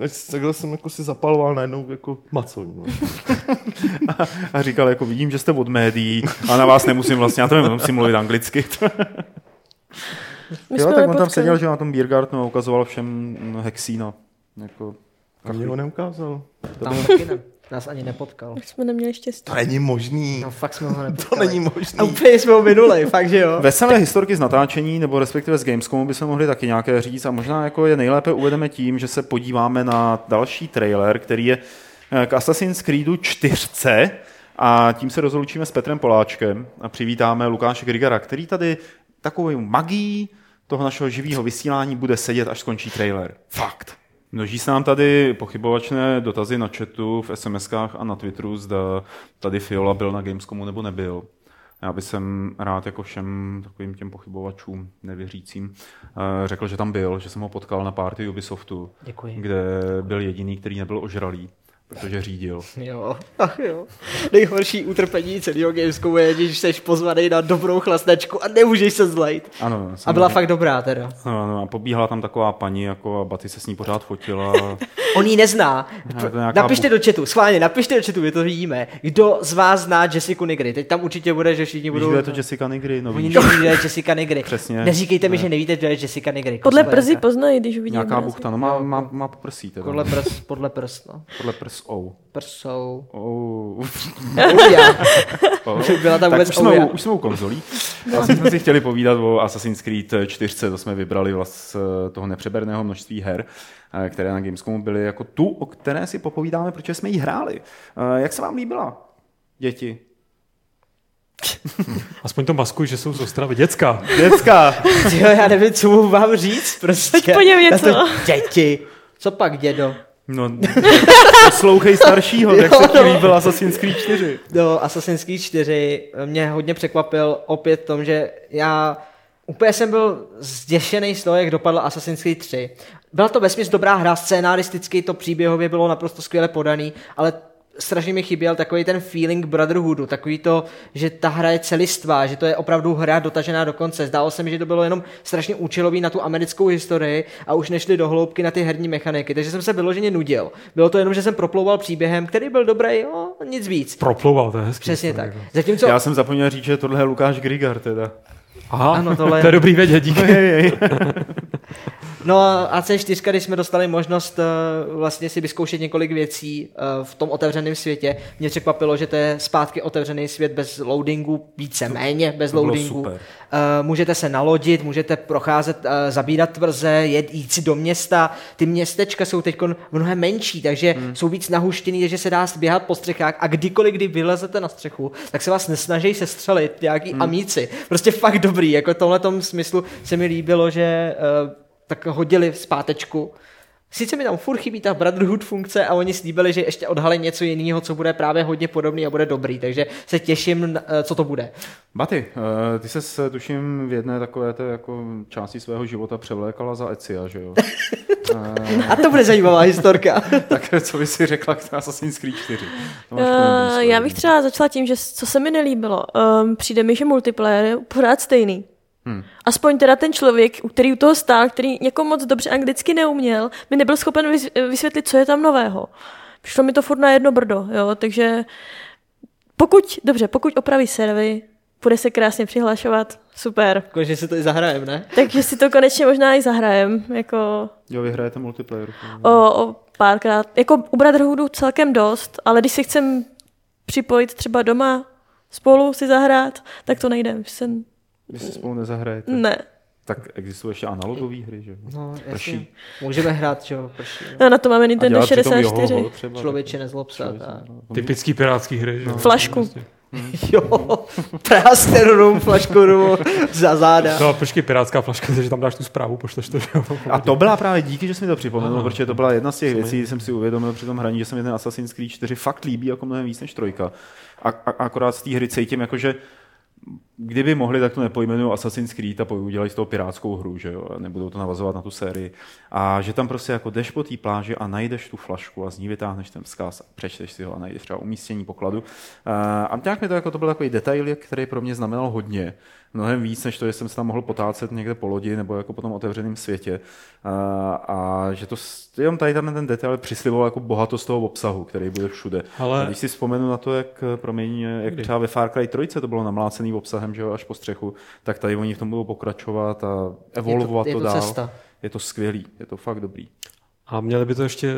S2: Až Takhle jsem jako si zapaloval najednou jako macoň. No.
S1: A říkal, jako vidím, že jste od médií a na vás nemusím vlastně, já to nemusím mluvit anglicky. jo,
S4: My jsme
S1: tak on tam
S4: nepotkali.
S1: seděl, že na tom Biergartnu a ukazoval všem mm, Hexína. Jako,
S2: A mě ho neukázal.
S3: tam
S2: [laughs]
S3: taky ne, nás ani nepotkal.
S4: My jsme neměli štěstí.
S2: To není možný.
S3: No fakt jsme ho
S2: To
S3: nepotkali.
S2: není
S3: A
S2: možný.
S3: úplně jsme ho minuli, fakt že jo.
S1: Veselé historky z natáčení, nebo respektive z Gamescomu by se mohli taky nějaké říct a možná jako je nejlépe uvedeme tím, že se podíváme na další trailer, který je eh, k Assassin's Creedu 4 a tím se rozloučíme s Petrem Poláčkem a přivítáme Lukáše Grigara, který tady takovou magií toho našeho živého vysílání bude sedět, až skončí trailer. Fakt. Množí se nám tady pochybovačné dotazy na chatu, v SMSkách a na Twitteru, zda tady Fiola byl na Gamescomu nebo nebyl. Já bych sem rád jako všem takovým těm pochybovačům, nevěřícím, eh, řekl, že tam byl, že jsem ho potkal na party Ubisoftu,
S3: Děkuji.
S1: kde byl jediný, který nebyl ožralý, protože řídil.
S3: Jo, ach jo. Nejhorší utrpení celého Gamescomu je, když jsi pozvaný na dobrou chlastačku a nemůžeš se zlejt.
S1: Ano,
S3: A
S1: samozřejmě.
S3: byla fakt dobrá teda.
S1: Ano, ano, a pobíhala tam taková paní, jako a Baty se s ní pořád
S3: [laughs]
S1: fotila.
S3: On ji nezná.
S1: to je nějaká
S3: Napište do chatu, schválně, napište do chatu, my to vidíme. Kdo z vás zná Jessica Nigry? Teď tam určitě bude, že všichni
S1: Víš,
S3: budou...
S1: kdo je to Jessica Nigry? No,
S3: Oni
S1: víš,
S3: neví, kdo je Jessica Nigry.
S1: Přesně.
S3: Neříkejte mi, že nevíte, kdo je Jessica Nigry.
S4: Podle
S3: Kozlenka.
S4: brzy poznají, když uvidíme.
S1: nějaká
S4: mrazí.
S1: buchta, no má, má, má prsí teda.
S3: Podle prs, podle prs, no.
S1: Podle prsou. [laughs]
S3: Prsou.
S1: Oh.
S3: Ouja.
S1: Oh.
S3: Byla tam vůbec
S1: tak už jsme,
S3: Ouija.
S1: u, už jsme u konzolí. Vlastně jsme si chtěli povídat o Assassin's Creed 4, to jsme vybrali z toho nepřeberného množství her, eh, které na Gamescomu byly jako tu, o které si popovídáme, protože jsme ji hráli. Eh, Jak se vám líbila, děti?
S5: Aspoň to maskuj, že jsou z Ostravy. Děcka.
S1: Děcka!
S3: [laughs] Jo, já nevím, co mu mám říct, prostě.
S4: Teď po něm
S3: Na
S4: něco.
S3: to děti. Co pak, dědo?
S1: No, [laughs] poslouchej staršího, jak se ti líbil Assassin's Creed 4.
S3: do Assassin's Creed 4 mě hodně překvapil opět v tom, že já úplně jsem byl zděšený z toho, jak dopadl Assassin's Creed 3. Byla to vesměs dobrá hra, scénaristicky to příběhově bylo naprosto skvěle podaný, ale strašně mi chyběl takový ten feeling Brotherhoodu, takový to, že ta hra je celistvá, že to je opravdu hra dotažená do konce. Zdálo se mi, že to bylo jenom strašně účelový na tu americkou historii a už nešli do hloubky na ty herní mechaniky, takže jsem se vyloženě nudil. Bylo to jenom, že jsem proplouval příběhem, který byl dobrý, jo, nic víc.
S5: Proplouval, to je hezký.
S3: Přesně
S5: To je
S3: tak.
S5: jako-
S3: Zatímco...
S1: Já jsem zapomněl říct, že tohle je Lukáš Grigar teda.
S5: Aha,
S3: Ano, tohle-
S5: to je dobrý vědět, díky.
S3: [laughs] No a AC4, když jsme dostali možnost eh, vlastně si vyzkoušet několik věcí eh, v tom otevřeném světě, mě překvapilo, že to je zpátky otevřený svět bez loadingu, víceméně bez
S1: to bylo
S3: loadingu.
S1: super.
S3: Eh, Můžete se nalodit, můžete procházet, eh, zabírat tvrze, jet, jít si do města. Ty městečka jsou teď mnohem menší, takže hmm. jsou víc nahuštěný, takže se dá běhat po střechách a kdykoliv, kdy vylezete na střechu, tak se vás nesnaží sestřelit nějaký hmm. amíci. Prostě fakt dobrý, jako v tomhle smyslu se mi líbilo, že eh, tak hodili zpátečku Sice mi tam furt chybí ta Brotherhood funkce a oni slíbili, že ještě odhalí něco jiného, co bude právě hodně podobný a bude dobrý, takže se těším, na- eh, co to bude.
S1: Baty, eh, ty se tuším v jedné takové té jako části svého života převlékala za Ecia, že jo?
S3: A to bude zajímavá historka.
S1: tak co by si řekla k Assassin's Creed 4? To máš plnou
S4: Uh,
S1: výstavu.
S4: já bych třeba začala tím, že s- co se mi nelíbilo. Um, přijde mi, že multiplayer je pořád stejný.
S1: Hm.
S4: Hmm. Aspoň teda ten člověk, u- který u toho stál, který jako moc dobře anglicky neuměl, mi nebyl schopen vys- eh, vysvětlit, co je tam nového. Přišlo mi to furt na jedno brdo, jo, takže pokud, dobře, pokud opraví servy, bude se krásně přihlašovat, super.
S3: Konečně si Jako, to i zahrajeme, ne?
S4: Takže si to konečně možná i zahrajem, jako
S1: Jo, vyhrajete multiplayer.
S4: o, o párkrát. Jako u Brotherhoodu celkem dost, ale když si chcem připojit třeba doma spolu si zahrát, tak to nejde. už Jsem...
S1: Vy si spolu nezahrajete.
S4: Ne.
S1: Tak existují ještě analogové hry, že jo?
S3: No, jasně.
S1: Prší.
S3: Můžeme hrát, že jo, prší. no.
S4: No, na to máme
S1: A
S4: Nintendo
S1: dělat přitom joho,
S4: 64.
S1: ho, třeba.
S3: Člověče, nezlob se. a-
S5: Typický pirátský hry, že? jo? Prostě.
S4: Flašku.
S3: Jo, práster rum, flašku rumu za záda.
S5: No, počkej, pirátská flaška, takže tam dáš tu zprávu, pošleš to, že jo?
S1: A to byla právě díky, že jsi mi to připomenul, protože to byla jedna z těch věcí, kdy jsem si uvědomil při tom hraní, že se mi ten Assassin's Creed 4 fakt líbí jako mnohem víc než trojka. A, a akorát z té hry cítím, jako, jakože kdyby mohli, tak to nepojmenují Assassin's Creed a poj- udělají z toho pirátskou hru, že jo? a nebudou to navazovat na tu sérii. A že tam prostě jako jdeš po té pláži a najdeš tu flašku a z ní vytáhneš ten vzkaz a přečteš si ho a najdeš třeba umístění pokladu. A, a tak mi to jako to byl takový detail, který pro mě znamenal hodně. Mnohem víc, než to, že jsem se tam mohl potácet někde po lodi nebo jako po tom otevřeném světě. A, a že to s- jenom tady tam ten detail přisliboval jako bohatost toho obsahu, který bude všude.
S5: Ale-
S1: Ale... Když si vzpomenu na to, jak, eh, promiň, eh, jak třeba ve Far Cry 3 to bylo namlácený obsahem, že jo, až po střechu, tak tady oni v tom budou pokračovat a evolvovat
S3: je to
S1: to dál.
S3: cesta.
S1: Je to skvělý, je to fakt dobrý.
S5: A měli by to ještě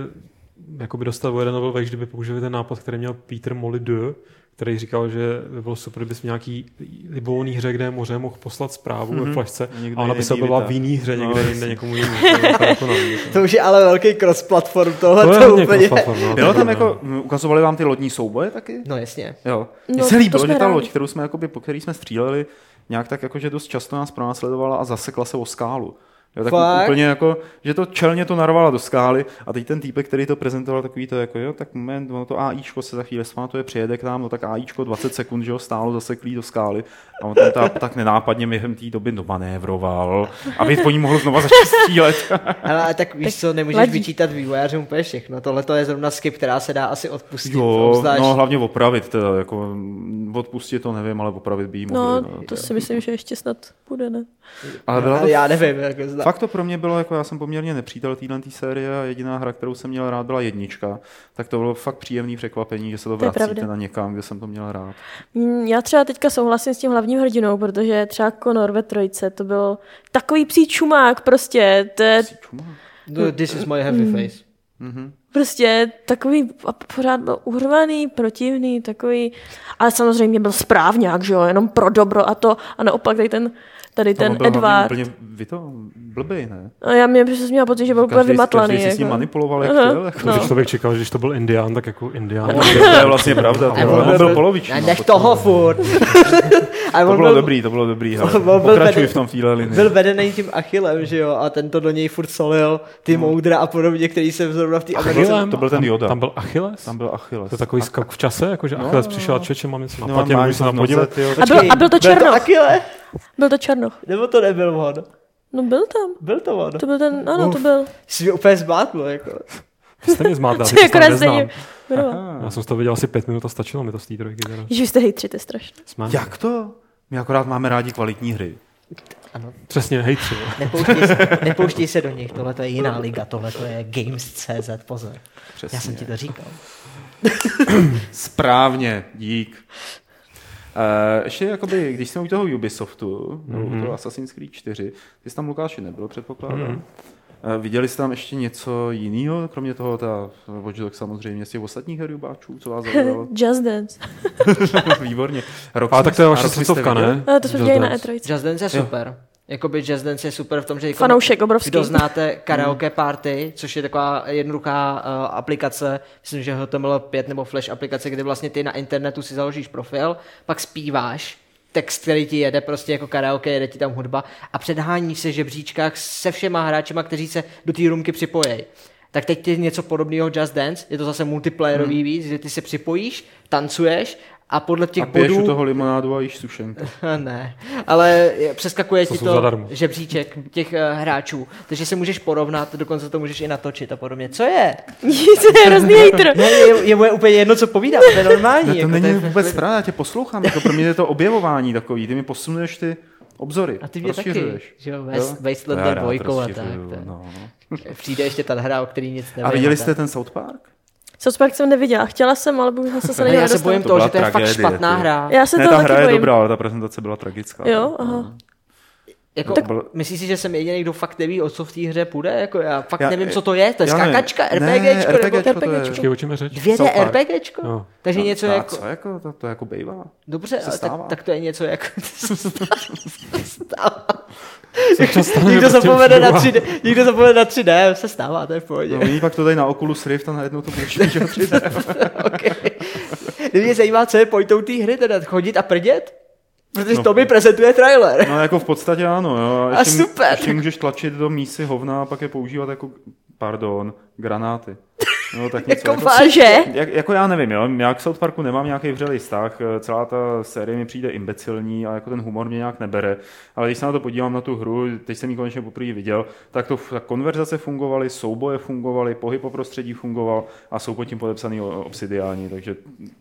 S5: jakoby dostat o jeden level vejš, kdyby použili ten nápad, který měl Peter Molyneux, který říkal, že by bylo super, kdyby v nějaký libovolný hře, kde je moře, mohl poslat zprávu
S1: Mhm.
S5: mm-hmm. ve flašce
S1: A někdo
S5: a ona by
S1: jiný
S5: se objevila
S1: vytáhl.
S5: v jiný hře
S1: No,
S5: někde
S1: jasně.
S5: jinde někomu jinému. To je jako na mě,
S1: [laughs]
S5: to.
S3: To už je ale velký cross-platform, tohle
S5: To
S3: to,
S5: je hodně
S3: úplně.
S5: cross-platform, no, to
S1: Bylo
S5: je
S1: tam
S5: pravda.
S1: jako, m, ukazovali vám ty lodní souboje taky?
S3: No jasně.
S1: Jo. Mně
S4: No,
S1: se
S4: to
S1: líbilo,
S4: jsme
S1: že ta
S4: rádi.
S1: loď, kterou jsme, jakoby, po který jsme stříleli, nějak tak jakože dost často nás pronásledovala a zasekla se o skálu. Jo, tak
S3: Fakt?
S1: úplně jako, že to čelně to narvala do skály a teď ten týpek, který to prezentoval, takový to jako, jo, tak moment, ono to AIčko se za chvíli smatuje, přijede k nám, no tak AIčko 20 sekund, že ho stálo zaseklý do skály a on tam ta, tak nenápadně během té doby domanévroval, aby po ní mohl znova začít [laughs] střílet.
S3: Hele, ale tak víš co, nemůžeš
S4: ladí.
S3: vyčítat vývojářům úplně všechno. Tohle to je zrovna skip, která se dá asi odpustit.
S1: Jo,
S3: obzvlášť-
S1: no hlavně opravit teda, jako mm, odpustit to nevím, ale opravit by jí mohli.
S4: No,
S1: no.
S4: to si myslím, že ještě snad bude, ne?
S1: ale byla to
S3: já nevím, jak zda.
S1: Fakt to pro mě bylo, jako já jsem poměrně nepřítel téhle tý série a jediná hra, kterou jsem měl rád, byla jednička. Tak to bylo fakt příjemný překvapení, že se to
S4: To je
S1: vracíte
S4: pravda.
S1: na někam, kde jsem to měl rád.
S4: Mm, Já třeba teďka souhlasím s tím hlavním hrdinou, protože třeba Conor ve trojce, to byl takový psí čumák prostě, to je
S1: Jsi čumák.
S3: No, This is my happy face.
S4: prostě takový a pořád byl urvaný, protivný, takový, ale samozřejmě byl správňák, že jo, jenom pro dobro a to a naopak tady ten, tady
S1: Tam
S4: ten
S1: byl hlavně
S4: Edward.
S1: Úplně, vy to blbý, ne?
S4: A já mě přesně měla pocit, že byl úplně
S1: Každý,
S4: vymatlaný.
S1: každý si s ním
S4: jako.
S1: manipuloval, jak
S4: Aha,
S1: chtěl. Jako. [laughs]
S4: no.
S5: Když člověk čekal, že když to byl Indián, tak jako Indián.
S1: To je vlastně pravda.
S3: A
S1: To, on byl poloviční.
S3: Ne,
S1: no,
S3: nech
S1: potom.
S3: toho furt.
S1: [laughs]
S3: A
S1: To bylo
S3: on byl-
S1: dobrý, to bylo dobrý. hele.
S3: On byl
S1: Pokračuj
S3: veden-
S1: v tom v téhle linii.
S3: Byl vedený tím Achillem, že jo, a ten to do něj furt solil, ty
S4: Hmm.
S3: moudra a podobně, který se zrovna v té Americe...
S1: to byl ten Yoda.
S5: Tam byl Achilles?
S1: Tam byl Achilles.
S5: To je takový skok v čase, jakože Achilles přišel a čeče, mám něco na
S1: No,
S5: patě,
S1: máš
S5: můžu se
S1: to
S5: na
S1: v noze,
S5: podívat.
S1: tyjo.
S4: A byl, a byl to
S3: Byl to
S4: Černoch.
S3: Achille?
S4: Byl to Černoch.
S3: Nebo to nebyl on?
S4: No byl tam.
S3: Byl to on?
S4: To byl ten, ano, to byl.
S3: Jsi mě úplně zmátl, jako.
S5: Vy jste mě
S4: [laughs]
S5: zmátla,
S4: To je
S5: ty to
S4: akorát
S5: neznám.
S4: stejně. jmenoval.
S5: Já jsem to viděl asi pět minut a stačilo mi to z té trojky. teda.
S4: Ježiš, vy jste hejtři, strašně.
S5: Jsme-
S1: Jak to? My akorát máme rádi kvalitní hry.
S5: Přesně, hejtři.
S3: Nepouštěj se, nepouštěj se do nich, tohle to je jiná liga, tohle to je Games.cz, pozor.
S1: Přesně.
S3: Já jsem ti to říkal.
S1: Správně, dík. Uh, ještě jakoby, když jsme u toho Ubisoftu, nebo u toho Assassin's Creed 4, ty jsi tam Lukáši nebyl, předpokládám. Eh, viděli jste tam ještě něco jiného, kromě toho ta Watch Dogs samozřejmě z těch ostatních her Jubáčů, co vás [laughs] zaujalo?
S4: Just Dance.
S1: Výborně. Rock
S5: A tak to je vaše
S1: Rock jste
S5: srdcovka,
S1: viděli?
S5: ne?
S4: Ale to jsme
S5: Just
S4: viděli na E
S5: Dance.
S4: E3.
S3: Just Dance je super. Jakoby Just Dance je super v tom, že... jako-
S4: Fanoušek obrovský.
S3: Kdo znáte Karaoke Party, což je taková jednoduchá uh, aplikace, myslím, že HTML5 nebo Flash aplikace, kde vlastně ty na internetu si založíš profil, pak zpíváš text, který ti jede prostě jako karaoke, jede ti tam hudba a předhání se žebříčkách se všema hráčema, kteří se do té rumky připojejí. Tak teď je něco podobného Just Dance, je to zase multiplayerový hmm. víc, že ty se připojíš, tancuješ a podle těch
S1: a piješ
S3: bodů... Jako
S1: u toho limonádu a jíš
S3: [laughs]
S1: sušenku.
S3: ne, ale je- přeskakuje
S5: To
S3: ti
S5: jsou
S3: to
S5: zadarmo.
S3: žebříček těch eh, hráčů, takže se můžeš porovnat, dokonce to můžeš i natočit a podobně. Co je?
S4: to je hrozný hejtr.
S3: Ne, je, je moje úplně jedno, co povídám, to je normální.
S1: Ne, to
S3: jako
S1: není
S3: je-
S1: vůbec pravda, já tě poslouchám, jako pro mě je to objevování takový, ty mi posunuješ ty obzory,
S3: A ty mě taky,
S1: rozšiřuješ.
S3: že jo,
S1: Jo?
S3: West,
S1: To já
S3: Wasteland
S1: rád
S3: Bojko a tak.
S1: rozšiřuju,
S3: to je-
S1: no, no.
S3: Přijde ještě ta hra, o který nic nevím.
S1: A viděli
S3: tak.
S1: jste ten South Park?
S4: South Park jsem neviděla. Chtěla jsem, ale
S1: [laughs]
S4: bohužel jsem se na
S3: Ale
S4: něj
S3: já se
S4: nedostala.
S3: bojím
S1: To
S3: toho,
S1: byla
S3: že to je fakt
S1: tragédie,
S3: špatná
S1: ty.
S3: hra.
S4: Já se
S1: ne,
S4: toho
S1: ta
S4: taky
S1: hra je
S4: bojím.
S1: dobrá, ale ta prezentace byla tragická.
S4: Jo, aha.
S3: Jako,
S1: Tak-
S3: Myslíš si, že jsem jediný, kdo fakt neví, o co v té hře půjde? Jako, já fakt
S1: Já-
S3: nevím, co to je. To je
S1: já nevím.
S3: skákačka,
S1: Ne,
S3: RPGčko, nebo
S1: RPGčko to je.
S3: RPGčko?
S5: Počkej, o čem je řeč?
S3: 2D
S1: South Park.
S3: RPGčko?
S5: No.
S3: Takže
S1: No,
S3: něco
S1: a
S3: jako...
S1: Co jako, to, to jako bývá.
S3: Dobře,
S1: se
S3: ale tak,
S1: stává?
S3: tak to je něco jako...
S1: [laughs]
S5: Se to stane,
S3: Někdo
S5: prostě
S3: zapomene, na
S5: přijdu a-
S3: 3D, někdo zapomene na 3D, se stává, to je v pohodě.
S1: No, oni pak to dají na Oculus Rift a najednou to budeš mít, že [laughs] jo, 3D.
S3: okay. [laughs] Mě zajímá, co je pointou té hry, teda chodit a prdět? Protože
S1: No.
S3: to mi prezentuje trailer.
S1: No jako v podstatě ano, jo.
S3: A
S1: ještě-
S3: super.
S1: Ještě můžeš tlačit do mísy hovna a pak je používat jako, pardon, granáty. No, tak něco,
S3: Jako
S1: jako,
S4: Cože?
S1: jak, jako já nevím, jo, já k South Parku nemám nějaký vřelý vztah, eh, celá ta série mi přijde imbecilní a jako ten humor mě nějak nebere, ale když se na to podívám na tu hru, teď jsem ji konečně poprvé viděl, tak to tak konverzace fungovaly, souboje fungovaly, pohyb po prostředí fungoval a jsou pod tím podepsaný o- obsidiáni, takže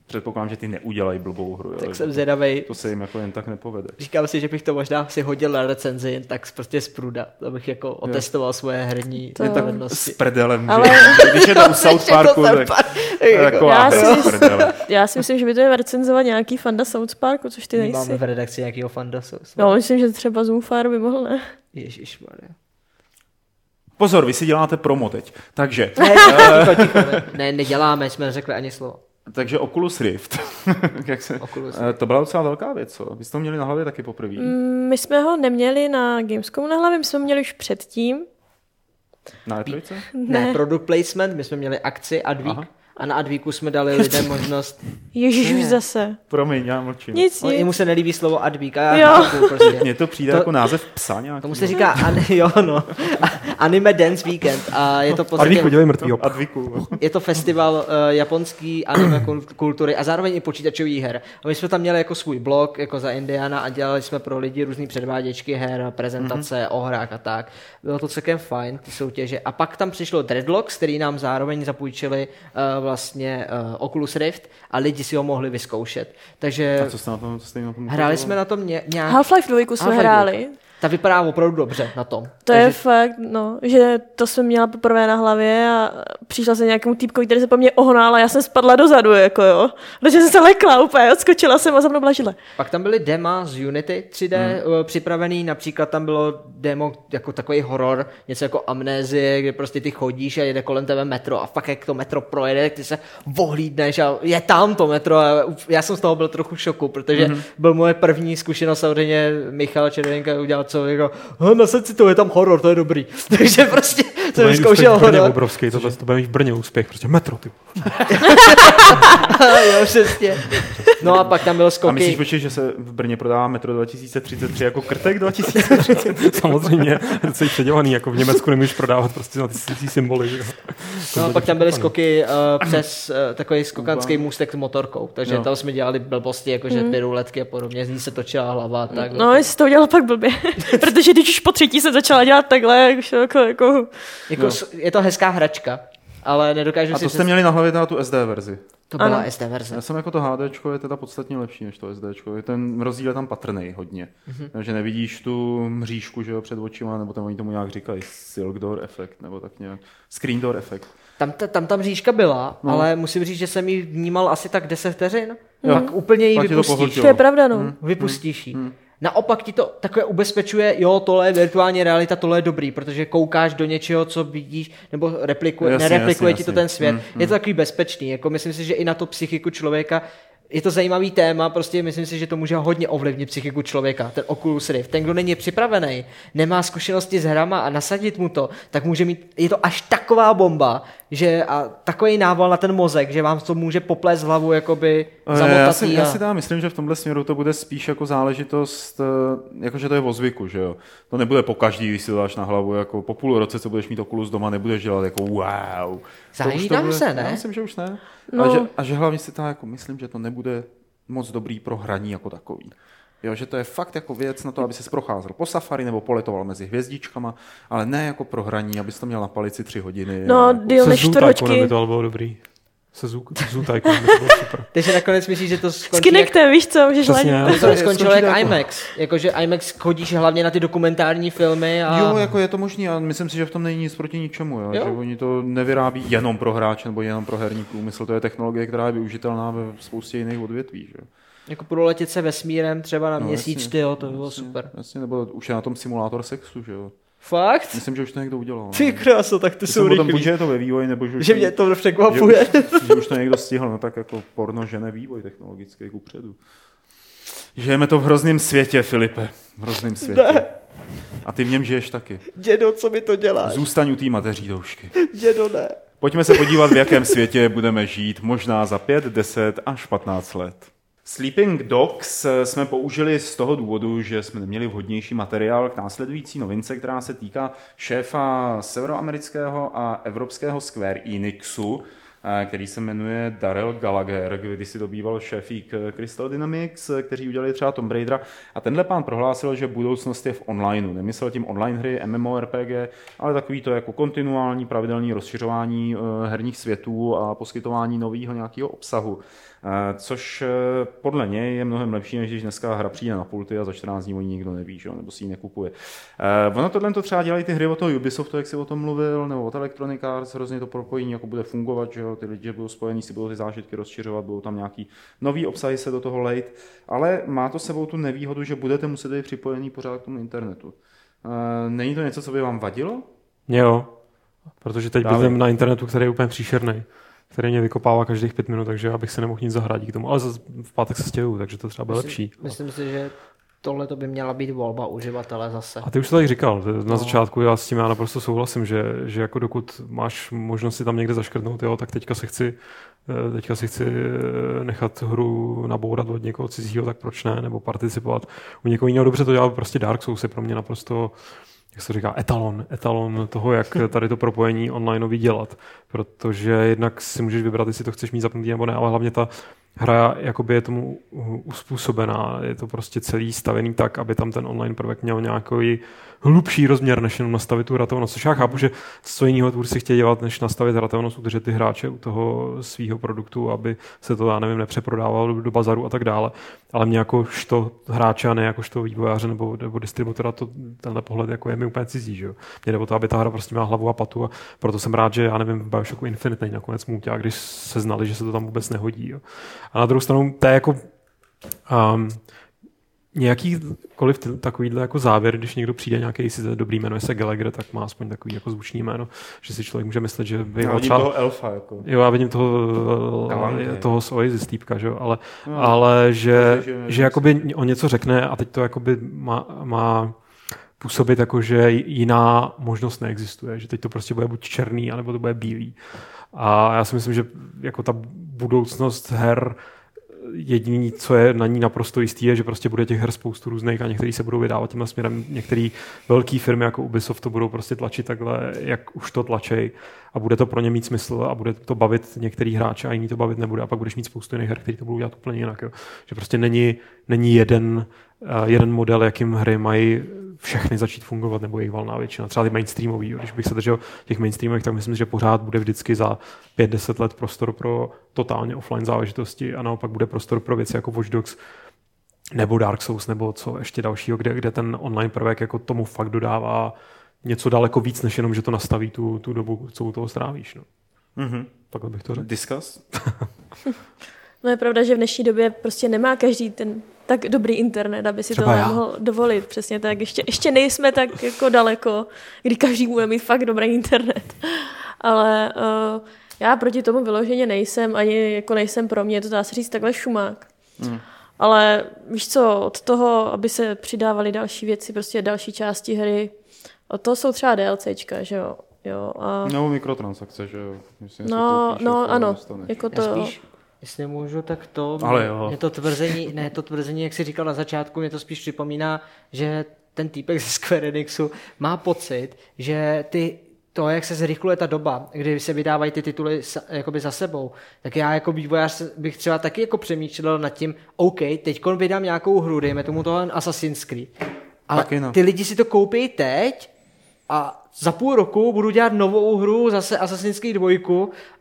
S1: předpokládám, že ty neudělají blbou hru. jo,
S3: Tak
S1: takže
S3: jsem zvědavej.
S1: to se jim jako jen tak nepovede.
S3: Říkám si, že bych to možná si hodil na recenzi jen tak z- prostě z pruda, abych jako otestoval svoje herní
S1: Je tak
S3: dovednosti.
S1: s prdelem,
S4: Ale-
S1: Ale... [laughs] když je to u South Parku, tak, jako,
S4: Já
S1: já
S4: si-
S1: si... prdele.
S4: Já si myslím, že by to je recenzovat nějaký fanda South Parku, což ty
S3: My máme
S4: nejsi.
S3: v redakci nějakého fanda. jsou- jsou-
S4: No, myslím, že třeba Zoomfar by mohl, ne?
S3: Ježišmarja.
S1: Pozor, vy si děláte promo teď. Takže,
S3: Ne, ticho, ticho, ne, ne, neděláme, jsme řekli ani slovo.
S1: takže Oculus Rift. [laughs] Jak se,
S3: Oculus
S1: Eh, To byla docela velká věc, co? Vy jste to měli na hlavě taky poprvé.
S4: Mm, My jsme ho neměli na Gamescomu na hlavě, my jsme ho měli už předtím.
S1: Na E E3?
S3: Ne. ne, product placement, my jsme měli akci Advík
S1: Aha.
S3: a na Advíku jsme dali lidem možnost,
S4: Ježíš, už zase.
S1: Promiň, já mlčím.
S4: Nic,
S3: on, jemu
S4: nic.
S3: se nelíbí slovo Advík a já
S4: Jo.
S1: [laughs]
S3: chápu prostě.
S1: Mně to přijde
S3: To-
S1: to... jako název psa nějaký.
S3: Tomu se říká, an, [laughs] jo no, anime dance weekend a je to v
S5: A když
S3: podstatě...
S5: podělej mrtvýho.
S1: Adviku.
S3: Je to festival uh, japonský anime kul- kultury a zároveň i počítačových her. A my jsme tam měli jako svůj blog, jako za Indiana a dělali jsme pro lidi různé předváděčky her, a prezentace
S1: Mhm.
S3: mm-hmm. o hrách a tak. Bylo to celkem fajn, ty soutěže. A pak tam přišlo Dreadlocks, který nám zároveň zapůjčili uh, vlastně uh, Oculus Rift a lidi si ho mohli vyzkoušet.
S1: A
S3: Takže
S1: co jste na tom, co jste na tom
S3: eh, hráli jsme na tom ně, nějak...
S4: Half-Life 2 jsme
S3: Half-Life
S4: hráli.
S3: Ta vypadá opravdu dobře na tom.
S4: To je fakt, no, že to jsem měla poprvé na hlavě a přišla jsem nějakému týpkovi, který se po mně ohnal a já jsem spadla dozadu, jako jo. Protože jsem se lekla úplně, odskočila jsem a za mnou byla židle.
S3: Pak tam byly dema z Unity 3D hmm. připravený, například tam bylo demo jako takový horor, něco jako amnézie, kde prostě ty chodíš a jede kolem tebe metro a fakt jak to metro projede, tak ty se vohlídneš a je tam to metro a u- já jsem z toho byl trochu v šoku, protože hmm. byl moje první zkušenost samozřejmě Michal Červenka udělal co jako, "He, na srdci to je tam horor, to je dobrý. [laughs] Takže prostě
S5: To
S3: jsem
S5: bude mít úspěch
S3: zkoušel
S5: v Brně
S3: horor.
S5: obrovský, tohle to bude mít v Brně úspěch, prostě metro, ty.
S3: [laughs] jo, přesně. No a pak tam byl skoky.
S1: A myslíš, počkej, že se v Brně prodává Metro 2033 jako
S3: [laughs]
S1: krtek 2033?
S5: [laughs] Samozřejmě, to je předělaný, jako v Německu nemůžeš prodávat prostě na ty sící symboly. Že? jo.
S3: No a
S5: To
S3: pak tam byly
S5: bude šípaný.
S3: skoky uh, přes uh, takový skokanský můstek s motorkou, takže
S1: Jo.
S3: tam jsme dělali blbosti, jakože ty ruletky a podobně, z ní se točila hlava a tak.
S4: Hmm. No, já jsem to udělala
S3: [laughs]
S4: pak blbě, protože když už po třetí jsem začala dělat takhle, už jako, jako
S3: jako, s- Je to hezká hračka, ale
S1: A
S3: nedokážu si
S1: to jste
S3: představit-
S1: měli na hlavě teda tu SD verzi.
S3: To byla
S4: Ano.
S3: SD verze.
S1: Já jsem jako to HDčko je teda podstatně lepší než to SDčko. Je Ten rozdíl je tam patrný hodně. Mm-hmm.
S3: Mhm.
S1: Takže nevidíš tu mřížku že jo, před očima, nebo tam oni tomu nějak říkají silk door efekt, nebo tak nějak screen door efekt.
S3: Tam, ta- tam tam říška byla,
S1: No.
S3: ale musím říct, že jsem ji vnímal asi tak 10 vteřin, pak úplně ji
S1: Pak ti to
S3: vypustíš.
S1: pohltilo.
S4: to je pravda,
S3: Mhm.
S4: no.
S1: Hmm,
S3: vypustíš ji. Naopak ti to takové ubezpečuje, jo, tohle je virtuální realita, tohle je dobrý, protože koukáš do něčeho, co vidíš, nebo replikuje,
S1: Jasně,
S3: nereplikuje
S1: jasně,
S3: ti to
S1: jasně. Hmm,
S3: ten svět. Je to takový bezpečný, jako myslím si, že i na to psychiku člověka je to zajímavý téma, prostě myslím si, že to může hodně ovlivnit psychiku člověka, ten Oculus Rift. Ten, kdo není připravený, nemá zkušenosti s hrama a nasadit mu to, tak může mít, je to až taková bomba, že a takový nával na ten mozek, že vám to může poplést hlavu jakoby zamotatý.
S1: Eh, Já si,
S3: a...
S1: já si tam myslím, že v tomhle směru to bude spíš jako záležitost, eh, jakože to je o zvyku, že jo. To nebude po každý, když si to dáš na hlavu, jako po půl roce, co budeš mít okulus doma, nebudeš dělat jako wow. To už to
S3: Zajídám
S1: bude-
S3: se, ne?
S1: Já myslím, že už ne. No.
S4: No.
S1: A, že, a že hlavně si tam jako myslím, že to nebude moc dobrý pro hraní jako takový. Jo, že to je fakt jako věc na to, aby se procházel po safari nebo poletoval mezi hvězdičkama, ale ne jako pro hraní, abys to měl na palici tři hodiny.
S4: No,
S1: a jako...
S4: díl než čtvrt
S5: by
S4: hoďky.
S5: to ale bylo dobrý. Se Zoo, Zoo Tycoon by to bylo super.
S3: Takže nakonec myslíš, že to
S4: S
S3: skončí jak,
S4: Kinectem, víš co, můžeš
S5: Přesně.
S4: ladit.
S3: že to
S1: Skončí
S3: skončilo jak
S1: jako-
S3: IMAX. Jakože IMAX chodíš hlavně na ty dokumentární filmy a...
S1: Jo, jako je to možný a myslím si, že v tom není nic proti ničemu, jo?
S3: Jo.
S1: že oni to nevyrábí jenom pro hráče nebo jenom pro herní průmysl, to je technologie, která je využitelná ve spoustě jiných odvětví. Že?
S3: Jako proletět se vesmírem třeba na no, měsíc,
S1: jasně,
S3: ty jo, to by bylo
S1: jasně,
S3: super.
S1: Jasně, nebo už je na tom simulátor sexu, že jo?
S3: Fakt?
S1: Myslím, že už to někdo udělal.
S3: Ty kráso, tak ty
S1: Myslím,
S3: jsou
S1: potom buď, No. že
S3: rychlí.
S1: je to ve vývoji, nebo že, už
S3: Že
S1: to-
S3: mě to
S1: že, už,
S3: překvapuje.
S1: že už to někdo stihl, no tak jako porno žene vývoj technologický kupředu. Žijeme to v hrozném světě, Filipe. V hrozném světě. A ty v něm žiješ taky.
S3: [laughs] Dědo, co mi to děláš?
S1: Zůstaň u té mateří doušky.
S3: Dědo, ne.
S1: Pojďme se podívat, v jakém světě budeme žít možná za 5, 10 až 15 let. Sleeping Dogs eh, jsme použili z toho důvodu, že jsme neměli vhodnější materiál k následující novince, která se týká šéfa severoamerického a evropského Square Enixu, eh, který se jmenuje Darrell Gallagher, kdy si dobýval šéfík eh, Crystal Dynamics, eh, kteří udělali třeba Tomb Raidera. A tenhle pán prohlásil, že budoucnost je v onlineu. Nemyslel tím online hry, MMORPG, ale takový to jako kontinuální pravidelný rozšiřování eh, herních světů a poskytování nového nějakého obsahu. Eh, Což eh, podle něj je mnohem lepší, než když dneska hra přijde na pulty a za 14 dní o ní nikdo neví, že? jo, nebo si ji nekupuje. Eh, Ono tohle to třeba dělají ty hry od toho Ubisoftu, jak jsi o tom mluvil, nebo od Electronic Arts, hrozně to propojení, jako bude fungovat, že jo, ty lidi budou spojení, si budou ty zážitky rozšiřovat, budou tam nějaký nový obsahy se do toho lejt, ale má to s sebou tu nevýhodu, že budete muset být připojený pořád k tomu internetu. Eh, Není to něco, co by vám vadilo?
S5: Jo, protože teď
S1: Dávej.
S5: bydlím na internetu, který je úplně příšerný, který mě vykopává každých pět minut, takže abych se nemohl nic zahrát k tomu. Ale zas v pátek se stěhuju, takže to třeba bude lepší.
S3: Myslím si, že tohle to by měla být volba uživatele zase.
S5: A ty už to tady říkal to je na začátku, já s tím já naprosto souhlasím, že, že jako dokud máš možnost si tam někde zaškrtnout, jo, tak teďka se chci eh, teďka si chci eh, nechat hru nabourat od někoho cizího, tak proč ne, nebo participovat u někoho jiného. Dobře to dělá prostě Dark Souls je pro mě naprosto jak se říká, etalon, etalon toho, jak tady to propojení online dělat. Protože jednak si můžeš vybrat, jestli to chceš mít zapnutý nebo ne, ale hlavně ta hra jakoby je tomu uh, uspůsobená. Je to prostě celý stavený tak, aby tam ten online prvek měl nějaký hlubší rozměr, než jenom nastavit tu hratelnost. Což já chápu, že co jiného tvůrci chtějí dělat, než nastavit hratelnost, udržet ty hráče u toho svého produktu, aby se to, já nevím, nepřeprodávalo do, do bazaru a tak dále. Ale mě jakožto hráče a ne jakožto vývojáře nebo, nebo distributora to tenhle pohled jako je mi úplně cizí. Že? jo. Mě jde o to, aby ta hra prostě měla hlavu a patu a proto jsem rád, že já nevím, v Bioshocku Infinite není nakonec muťák, když se znali, že se to tam vůbec nehodí. Jo. A na druhou stranu, to je jako um, nějakýkoliv ty- takovýhle jako závěr, když někdo přijde nějaký, si dobrý jméno, se Gallagher, tak má aspoň takový jako zvučný jméno, že si člověk může myslet, že by
S1: Já
S5: ho
S1: třeba...
S5: třeba
S1: toho elfa, jako.
S5: Jo, já vidím toho, eh,
S1: Galante.
S5: toho z Oasis týpka, že? jo, ale,
S1: No,
S5: no, ale že,
S1: takže, že-
S5: že jakoby on něco řekne a teď to jakoby má, má působit jako, že jiná možnost neexistuje, že teď to prostě bude buď černý, anebo to bude bílý. A já si myslím, že jako ta budoucnost her jediný, co je na ní naprosto jistý, je, že prostě bude těch her spoustu různých a některý se budou vydávat tímhle směrem. Některé velké firmy jako Ubisoft to budou prostě tlačit takhle, jak už to tlačej a bude to pro ně mít smysl a bude to bavit některý hráče a jiný to bavit nebude a pak budeš mít spoustu jiných her, který to budou dělat úplně jinak. Jo. Že prostě není, není jeden, eh, jeden model, jakým hry mají všechny začít fungovat, nebo jejich valná většina. Třeba ty mainstreamový, jo. když bych se držel těch mainstreamových, tak myslím, že pořád bude vždycky za 5-10 let prostor pro totálně offline záležitosti a naopak bude prostor pro věci jako Watch Dogs, nebo Dark Souls, nebo co ještě dalšího, kde, kde ten online prvek jako tomu fakt dodává něco daleko víc, než jenom, že to nastaví tu, tu dobu, co u toho strávíš. No.
S1: Mhm.
S5: Takhle bych to řekl.
S1: Discuss?
S4: No je pravda, že v dnešní době prostě nemá každý ten tak dobrý internet, aby si
S5: Třeba
S4: Třeba tohle
S5: já.
S4: mohl dovolit. Přesně tak. Ještě, ještě nejsme tak jako daleko, kdy každý bude mít fakt dobrý internet. [laughs] Ale uh, já proti tomu vyloženě nejsem, ani jako nejsem pro mě, to dá se říct takhle šumák.
S1: Mm.
S4: Ale víš co, od toho, aby se přidávaly další věci, prostě další části hry, od toho jsou třeba DLCčka, že jo. Jo, a...
S1: Nebo mikrotransakce, že jo. Myslím,
S4: No,
S1: že to píše,
S4: no,
S1: kolik
S4: ano,
S1: dostaneš.
S4: jako
S3: Já
S4: to...
S3: spíš, jestli můžu, tak to,
S1: Ale jo.
S3: mě to tvrzení, ne, to tvrzení, jak jsi říkal na začátku, mě to spíš připomíná, že ten týpek ze Square Enixu má pocit, že ty to, jak se zrychluje ta doba, kdy se vydávají ty tituly sa- jakoby za sebou, tak já jako vývojář se- bych třeba taky jako přemýšlel nad tím, OK, teď vydám nějakou hru, dejme tomu toho Assassin's Creed. Ale
S1: Taky no.
S3: ty lidi si to koupí teď a za půl roku budu dělat novou hru, zase Assassin's Creed 2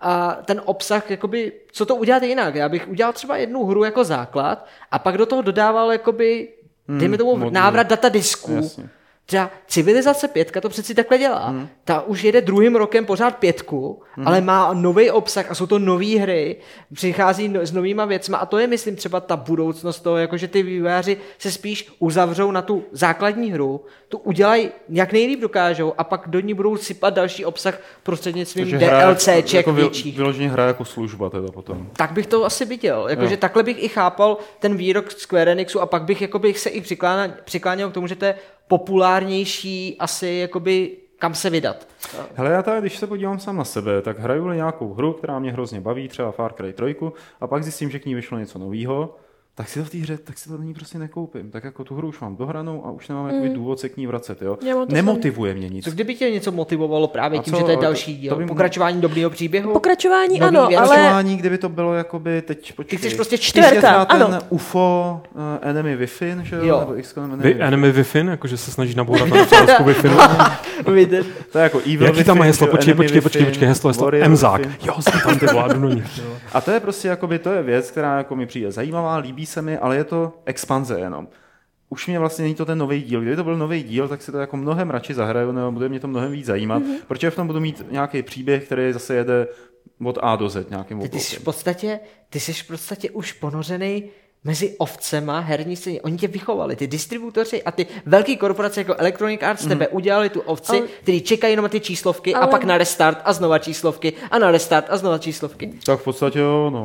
S3: a ten obsah, jakoby, co to udělat jinak? Já bych udělal třeba jednu hru jako základ a pak do toho dodával, jakoby, dejme tomu
S1: modul.
S3: návrat data disků.
S1: Jasně. Mhm.
S3: Třeba Civilizace 5 to přeci takhle dělá. Ta už jede druhým rokem pořád pětku, ale má nový obsah a jsou to nové hry, přichází no, s novýma věcma a to je, myslím, třeba ta budoucnost toho, jakože ty vývojáři se spíš uzavřou na tu základní hru, tu udělají jak nejlíp dokážou a pak do ní budou sypat další obsah prostřednictvím
S1: hra jako-
S3: DLCček
S1: jako vyl-
S3: větších.
S1: Vyloženě hra jako služba teda potom.
S3: Tak bych to asi viděl. Jakože
S1: Jo.
S3: takhle bych i chápal ten výrok Square Enixu a pak bych jakoby, se i přiklána- přikláněl k tomu, že to je populárnější asi jakoby kam se vydat.
S1: Hele, já tady, když se podívám sám na sebe, tak hraju nějakou hru, která mě hrozně baví, třeba Far Cry 3, a pak zjistím, že k ní vyšlo něco nového, tak si to v té hře, tak si to do ní prostě nekoupím. Tak jako tu hru už mám dohranou a už nemám mm. důvod se k ní vracet, jo.
S4: Hmm. Já mám to
S1: Nemotivuje mě nic.
S3: Co kdyby tě něco motivovalo právě
S1: A
S3: tím,
S1: co,
S3: že to je
S1: ale to-
S3: další díl?
S1: to by mě-
S3: Pokračování dobrýho příběhu? [laughs]
S4: Pokračování
S3: Nový
S4: ano,
S3: věc.
S4: ale
S1: Pokračování, kdyby to bylo jakoby teď počkej.
S3: Ty chceš prostě
S1: Teď
S3: čtyřka.
S1: je třeba
S4: Čtvrtá,
S1: ten
S4: ano.
S1: UFO, uh, Enemy Within, že jo?
S3: Jo.
S1: Nebo XCOM Enemy
S5: Vy,
S1: Within.
S5: enemy Wi-Fi, jakože se snaží nabourat na přátelskou Wi-Fi.
S1: [laughs]
S5: no?
S3: Vidíte?
S1: To je jako Evil
S5: Jaký
S1: Within,
S5: tam má heslo?
S1: že jo,
S5: Počkej,
S1: Enemy
S5: počkej, počkej,
S1: Within,
S5: počkej, heslo, heslo.
S1: Warrior
S5: Mzák.
S1: Within.
S5: Jo, jsem tam ty vládu do nich. jo.
S1: A to je prostě jakoby, to je věc, která jako mi přijde zajímavá, líbí se mi, ale je to expanze jenom. Už mě vlastně není to ten nový díl. Kdyby to byl nový díl, tak si to jako mnohem radši zahraju, nebo bude mě to mnohem víc zajímat,
S4: Mhm.
S1: mm-hmm. protože v tom budu mít nějaký příběh, který zase jede od A do Z nějakým
S3: Ty, ty, jsi
S1: obloukem.
S3: v podstatě, ty jsi v podstatě už ponořený mezi ovcema herní scény. Oni tě vychovali, ty distributoři a ty velké korporace jako Electronic Arts mm.
S1: Mhm.
S3: tebe udělali tu ovci, ale...
S4: Ale-
S3: který čekají jenom na ty číslovky ale... a
S4: Ale-
S3: pak na restart a znova číslovky a na restart a znova číslovky.
S1: Tak v podstatě jo,
S4: [laughs]
S1: no.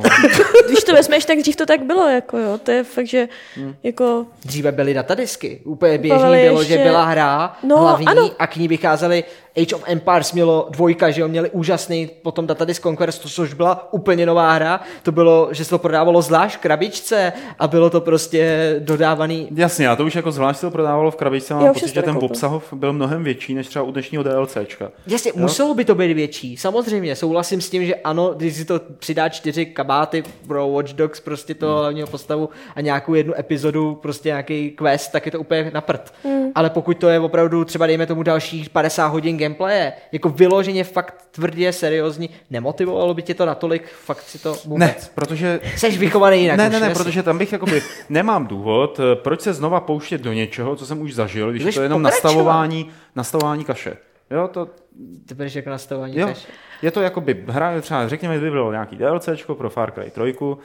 S4: když to vezmeš, tak dřív to tak bylo, jako jo, to je fakt, že
S1: Hmm.
S4: jako
S3: Dříve byly datadisky. Úplně běžný
S4: byly
S3: bylo, že
S4: ještě-
S3: byla hra no,
S4: No,
S3: hlavní ano.
S4: ano.
S3: a k ní vycházely Age of Empires mělo dvojka, že jo, měli úžasný potom datadisk Conquest, což byla úplně nová hra. To bylo, že se to prodávalo zvlášť v krabičce a bylo to prostě dodávaný
S1: Jasně, a to už jako zvlášť se to prodávalo v krabičce,
S4: Já
S1: mám
S4: už
S1: pocit,
S4: jsem to
S1: že ten
S4: nekoupil.
S1: obsah byl mnohem větší než třeba u dnešního DLCčka.
S3: Jasně, jo? muselo by to být větší, samozřejmě, souhlasím s tím, že ano, když si to přidá čtyři kabáty pro Watch Dogs, prostě
S1: Hmm.
S3: toho hlavního postavu a nějakou jednu epizodu, prostě nějaký quest, tak je to úplně na prd.
S1: Hmm.
S3: Ale pokud to je opravdu třeba, dejme tomu dalších 50 hodin gameplaye, jako vyloženě fakt tvrdě, seriózní, nemotivovalo by tě to natolik, fakt si to
S1: Ne,
S3: vůbec...
S1: protože
S3: Seš vychovaný jinak
S1: Ne,
S3: už,
S1: ne, ne,
S3: jasně.
S1: protože tam bych
S3: [laughs]
S1: jakoby, nemám důvod, eh, proč se znova pouštět do něčeho, co jsem už zažil, když je
S3: Budeš
S1: to jenom
S3: pokračovat.
S1: nastavování, nastavování kaše. Jo, to,
S3: Ty budeš jako nastavování,
S1: jo.
S3: takže-
S1: Je to jakoby hra, třeba řekněme, kdyby bylo nějaký DLCčko pro Far Cry 3, uh,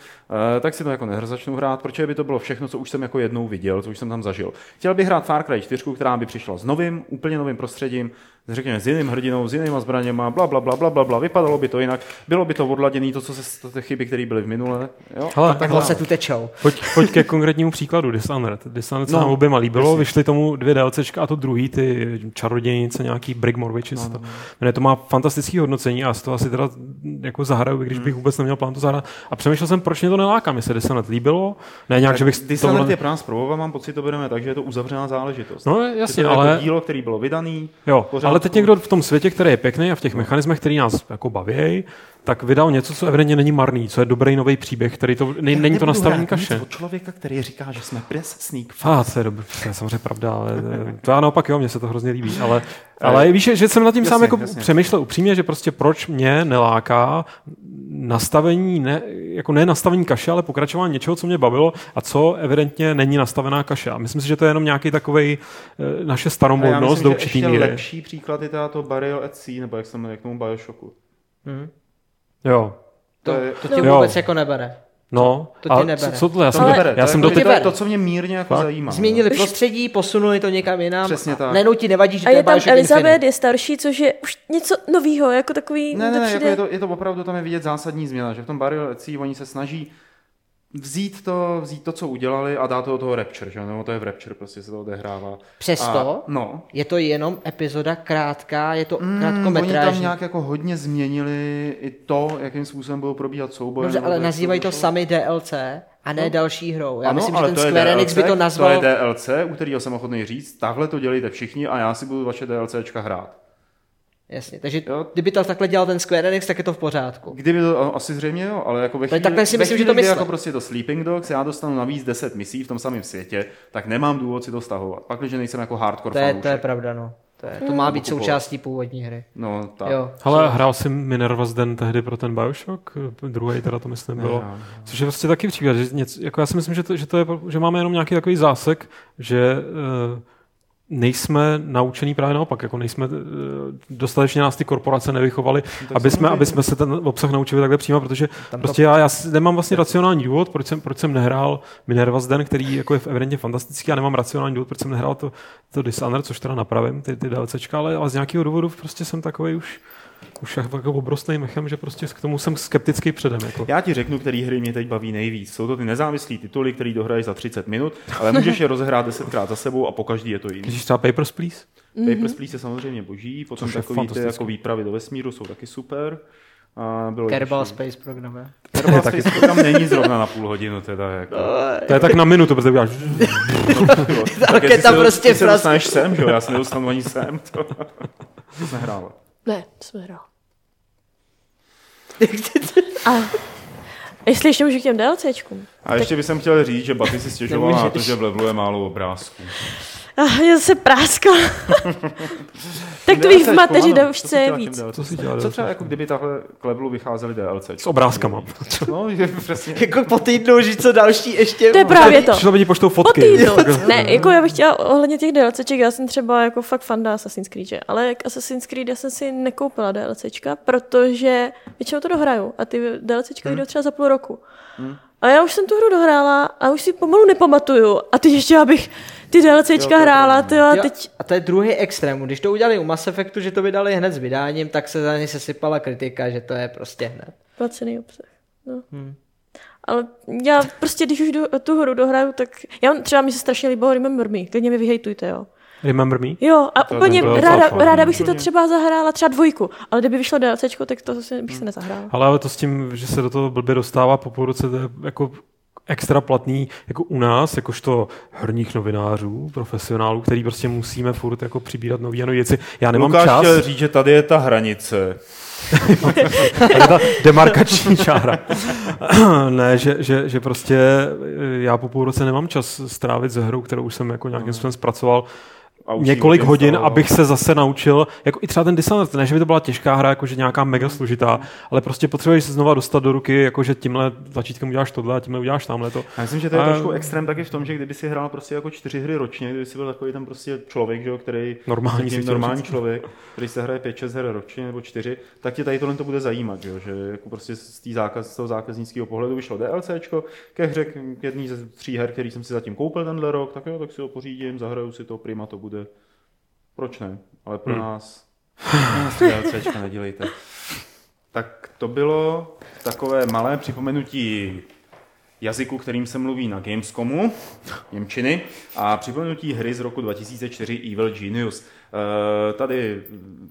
S1: tak si to jako nehr začnu hrát, protože by to bylo všechno, co už jsem jako jednou viděl, co už jsem tam zažil. Chtěl bych hrát Far Cry 4, která by přišla s novým, úplně novým prostředím, řekněme, s jiným hrdinou, s jinýma zbraněma, bla, bla, bla, bla, bla, bla, vypadalo by to jinak, bylo by to odladěné, to, co se, ty chyby, které byly v minule. Jo?
S5: Hele,
S1: a tak no.
S3: Moc
S1: dále.
S3: se tu tečou.
S5: Pojď, pojď ke konkrétnímu příkladu, Dishonored. Dishonored se
S1: No,
S5: nám oběma líbilo,
S1: jasně.
S5: vyšly tomu dvě DLCčka a to druhý, ty čarodějnice, nějaký Brigmore Witches. No, no. To. Ne, to má fantastické hodnocení a z toho asi teda jako zahraju, i když bych vůbec neměl plán to zahrát. A přemýšlel jsem, proč mě to neláká, mi se Dishonored líbilo, ne nějak, že bych
S1: Dishonored
S5: tohle-
S1: je pro nás proba, mám pocit, to bereme tak, že je to uzavřená záležitost.
S5: No
S1: je
S5: jasně,
S1: to
S5: ale...
S1: jako dílo, který bylo vydaný.
S5: Jo,
S1: pořádku.
S5: ale teď někdo v tom světě, který je pěkný a v těch mechanismech, který nás jako baví, tak vydal něco, co evidentně není marný, co je dobrý nový příběh, který to, ne,
S1: Já
S5: není to
S1: nebudu
S5: nastavení
S1: hrát nic
S5: kaše.
S1: Od člověka, který říká, že jsme press sneak.
S5: A to je dobrý, to je samozřejmě pravda, ale eh, to já naopak jo, mně se to hrozně líbí,
S1: [laughs]
S5: ale, ale víš, že jsem nad tím sám
S1: Jasně,
S5: jako
S1: jasně.
S5: přemýšlel upřímně, že prostě proč mě neláká nastavení, ne, jako ne nastavení kaše, ale pokračování něčeho, co mě bavilo a co evidentně není nastavená kaše. A myslím si, že to je jenom nějaký takovej eh, naše
S1: A já
S5: staromodnost
S1: myslím,
S5: do
S1: že
S5: určitý
S1: ještě
S5: míry.
S1: lepší příklad je teda to Burial at Sea, nebo jak se jmenuje, k tomu Bioshocku.
S5: Jo,
S3: To,
S1: To je-
S3: to tě
S5: Jo.
S3: vůbec jako nebere.
S5: No,
S3: To tě
S5: ale
S3: nebere.
S5: co, co tohle? Já
S1: To
S5: jsem,
S1: mě
S5: to,
S1: bere,
S5: já
S1: to,
S5: jsem
S1: jako by
S5: do té...
S1: to, je
S3: bere.
S1: to, co mě mírně jako
S5: Fakt?
S1: zajímá.
S3: Změnili prostředí, posunuli to někam jinam.
S1: Přesně
S3: a
S1: tak.
S3: Najednou ti nevadí, že
S4: a
S3: to
S4: je tam
S3: Bioshock Infinite.
S4: Elizabeth, je starší, což je už něco novýho, jako takový
S1: Ne, ne, ne,
S4: to
S1: jako
S4: přijde-
S1: je, to, je to opravdu, tam je vidět zásadní změna, že v tom Burial at Sea oni se snaží vzít to, vzít to, co udělali a dát to do toho Rapture, že? Nebo to je v Rapture, prostě se to odehrává.
S3: Přesto
S1: A, no,
S3: je to jenom epizoda krátká, je to
S1: Hmm, Mm. oni tam
S3: krátkometrážní.
S1: nějak jako hodně změnili i to, jakým způsobem budou probíhat souboj.
S3: Dobře,
S1: nebo
S3: ale
S1: to,
S3: nazývají to
S1: bylo.
S3: sami DLC a ne další hrou. Já
S1: No. ano,
S3: myslím, že
S1: ale
S3: ten
S1: to je
S3: Square Enix
S1: DLC,
S3: by to nazval...
S1: To je DLC, u kterého jsem ochotný říct, takhle to dělejte všichni a já si budu vaše DLCčka hrát.
S3: Jasně, takže
S1: Jo.
S3: kdyby to takhle dělal ten Square Enix, tak je to v pořádku.
S1: Kdyby to, ano, asi zřejmě jo, ale jako ve
S3: Tak
S1: chvíli,
S3: takhle si
S1: ve
S3: myslím, že
S1: chvíli,
S3: to
S1: kdy
S3: myslí.
S1: jako prostě to Sleeping Dogs, já dostanu navíc 10 misí v tom samém světě, tak nemám důvod si to stahovat. Pak, když nejsem jako hardcore
S3: To je, to
S1: fanoušek. Hmm.
S3: je pravda, no. To, je, to má být
S1: Kupovat.
S3: součástí původní hry.
S1: No, tak.
S3: Jo.
S5: Ale hrál jsem Minerva's Den tehdy pro ten Bioshock, druhý teda to myslím bylo.
S1: Nehrál,
S5: Což je vlastně taky příklad, že něco, jako já si myslím, že, to, že, to je, že máme jenom nějaký takový zásek, že eh, nejsme naučený právě naopak, jako nejsme, eh, dostatečně nás ty korporace nevychovaly, aby jsme, aby jsme se ten obsah naučili takhle přímo, protože
S3: Tam to-
S5: prostě já, já s- nemám vlastně racionální důvod, proč jsem, proč jsem nehrál Minerva's Den, který jako je v evidentně fantastický, a nemám racionální důvod, proč jsem nehrál to, to Dishonored, což teda napravím, ty, ty DLCčka, ale, ale z nějakého důvodu prostě jsem takový už už jako obrostlý mechem, že prostě k tomu jsem skeptický předem. Jako.
S1: Já ti řeknu, který hry mě teď baví nejvíc. Jsou to ty nezávislý tituly, který dohraješ za 30 minut, ale můžeš je [laughs] rozehrát desetkrát za sebou a po každý je to jiný.
S5: Když třeba Papers, Please?
S4: Mhm.
S1: Mm-hmm. Papers, Please je samozřejmě boží, potom
S5: Což je
S1: takový ty
S5: fantastické.
S1: jako výpravy do vesmíru jsou taky super. A bylo
S3: Kerbal
S1: těžší.
S3: Space
S1: [laughs]
S3: Program. jo.
S1: Kerbal Space to tam není zrovna na půl hodinu teda.
S4: [laughs]
S1: Jako.
S5: To je tak na minutu, protože uděláš...
S1: Jo.
S3: raketa
S1: jestli se-
S3: prostě
S1: jestli se
S3: vraz-
S1: dostaneš sem, že jo? Já se nedostanu ani sem. To, to jsi nehrála.
S4: Ne, to jsem hrál. [laughs] A jestli ještě můžu k těm DLCčkům.
S1: A ještě bych chtěl říct, že Baty si stěžovala na to,
S3: Nemůžeš.
S1: že v levelu je málo obrázků.
S4: Ah, já se práskla.
S1: [laughs]
S4: tak to bych v
S1: DLCčku,
S4: mateři
S1: ano,
S4: devšce
S1: co si chtěla
S4: je
S1: k těm
S4: víc.
S1: DLCčku?
S5: Co si dělá
S1: Co
S5: DLCčku?
S1: třeba, jako kdyby tahle k levelu vycházely DLC?
S5: S obrázkama.
S1: No, je přesně.
S3: Jako po týdnu říct, co další ještě.
S4: To je právě to.
S5: Přišlo by ti poštou
S4: Po
S1: [laughs]
S5: fotky.
S4: týdnu. Ne, jako já bych chtěla ohledně těch DLCček, já jsem třeba jako fakt fanda Assassin's Creed, že? ale k Assassin's Creed já jsem si nekoupila DLCčka, protože většinou to dohraju a ty DLCčka hmm. jdou třeba za půl roku.
S1: Hmm.
S4: A já už jsem tu hru dohrála a už si pomalu nepamatuju. A teď ještě abych ty
S1: Jo, to
S4: DLCčka
S1: je
S4: hrála,
S1: problém.
S4: ty a
S3: Jo,
S4: teď...
S3: A to je druhý extrém. Když to udělali u Mass Effectu, že to vydali hned s vydáním, tak se za ně sesypala kritika, že to je prostě hned.
S4: Placený obsah. No.
S1: Hmm.
S4: Ale já prostě, když už do, tu hru dohraju, tak... Já mám- třeba mi se strašně líbilo Remember Me, klidně mi vyhejtujte, jo.
S5: Remember me?
S4: Jo, a
S1: To
S4: to
S1: je
S4: úplně
S5: dobrá
S4: ráda,
S5: základ,
S4: ráda bych si to třeba zahrála třeba dvojku, ale kdyby vyšlo DLCčko, tak to zase bych se nezahrála.
S5: Ale, ale to s tím, že se do toho blbě dostává po půl roce, to je jako extra platný jako u nás, jakožto herních novinářů, profesionálů, který prostě musíme furt jako přibírat nový a nový věci. Já nemám
S1: Lukáš
S5: čas, [laughs]
S1: chtěl říct, že tady je ta hranice.
S5: ale ta demarkační čára. [clears throat] ne, že, že, že, prostě eh, já po půl roce nemám čas strávit s hrou, kterou už jsem jako nějakým způsobem zpracoval
S1: A už
S5: několik
S1: ji
S5: hodin,
S1: odinstaloval.
S5: abych se zase naučil, jako i třeba ten Dishonored, ne, že by to byla těžká hra, jakože nějaká mega složitá, ale prostě potřebuješ se znova dostat do ruky, jakože tímhle tlačítkem uděláš tohle a tímhle uděláš tamhle to.
S1: Já myslím, že to je
S5: A-
S1: trošku extrém taky v tom, že kdyby si hrál prostě jako čtyři hry ročně, kdyby si byl takový ten prostě člověk, že jo, který
S5: Normální
S1: zatím
S5: si chtěl
S1: normální
S5: říct.
S1: člověk, který se hraje 5-6 her ročně nebo čtyři, tak tě tady tohle to bude zajímat, že, jo, že jako prostě z, tý zákaz, z toho zákaznického pohledu vyšlo DLCčko ke hře k jedný ze tří her, který jsem si zatím koupil tenhle rok, tak jo, tak si ho pořídím, zahraju si to, prima to bude. Proč ne? Ale pro hmm. nás, pro nás to DLCčka nedělejte. Tak to bylo takové malé připomenutí jazyku, kterým se mluví na Gamescomu, Němčiny, a připomenutí hry z roku 2004 Evil Genius. Eh, Tady mm,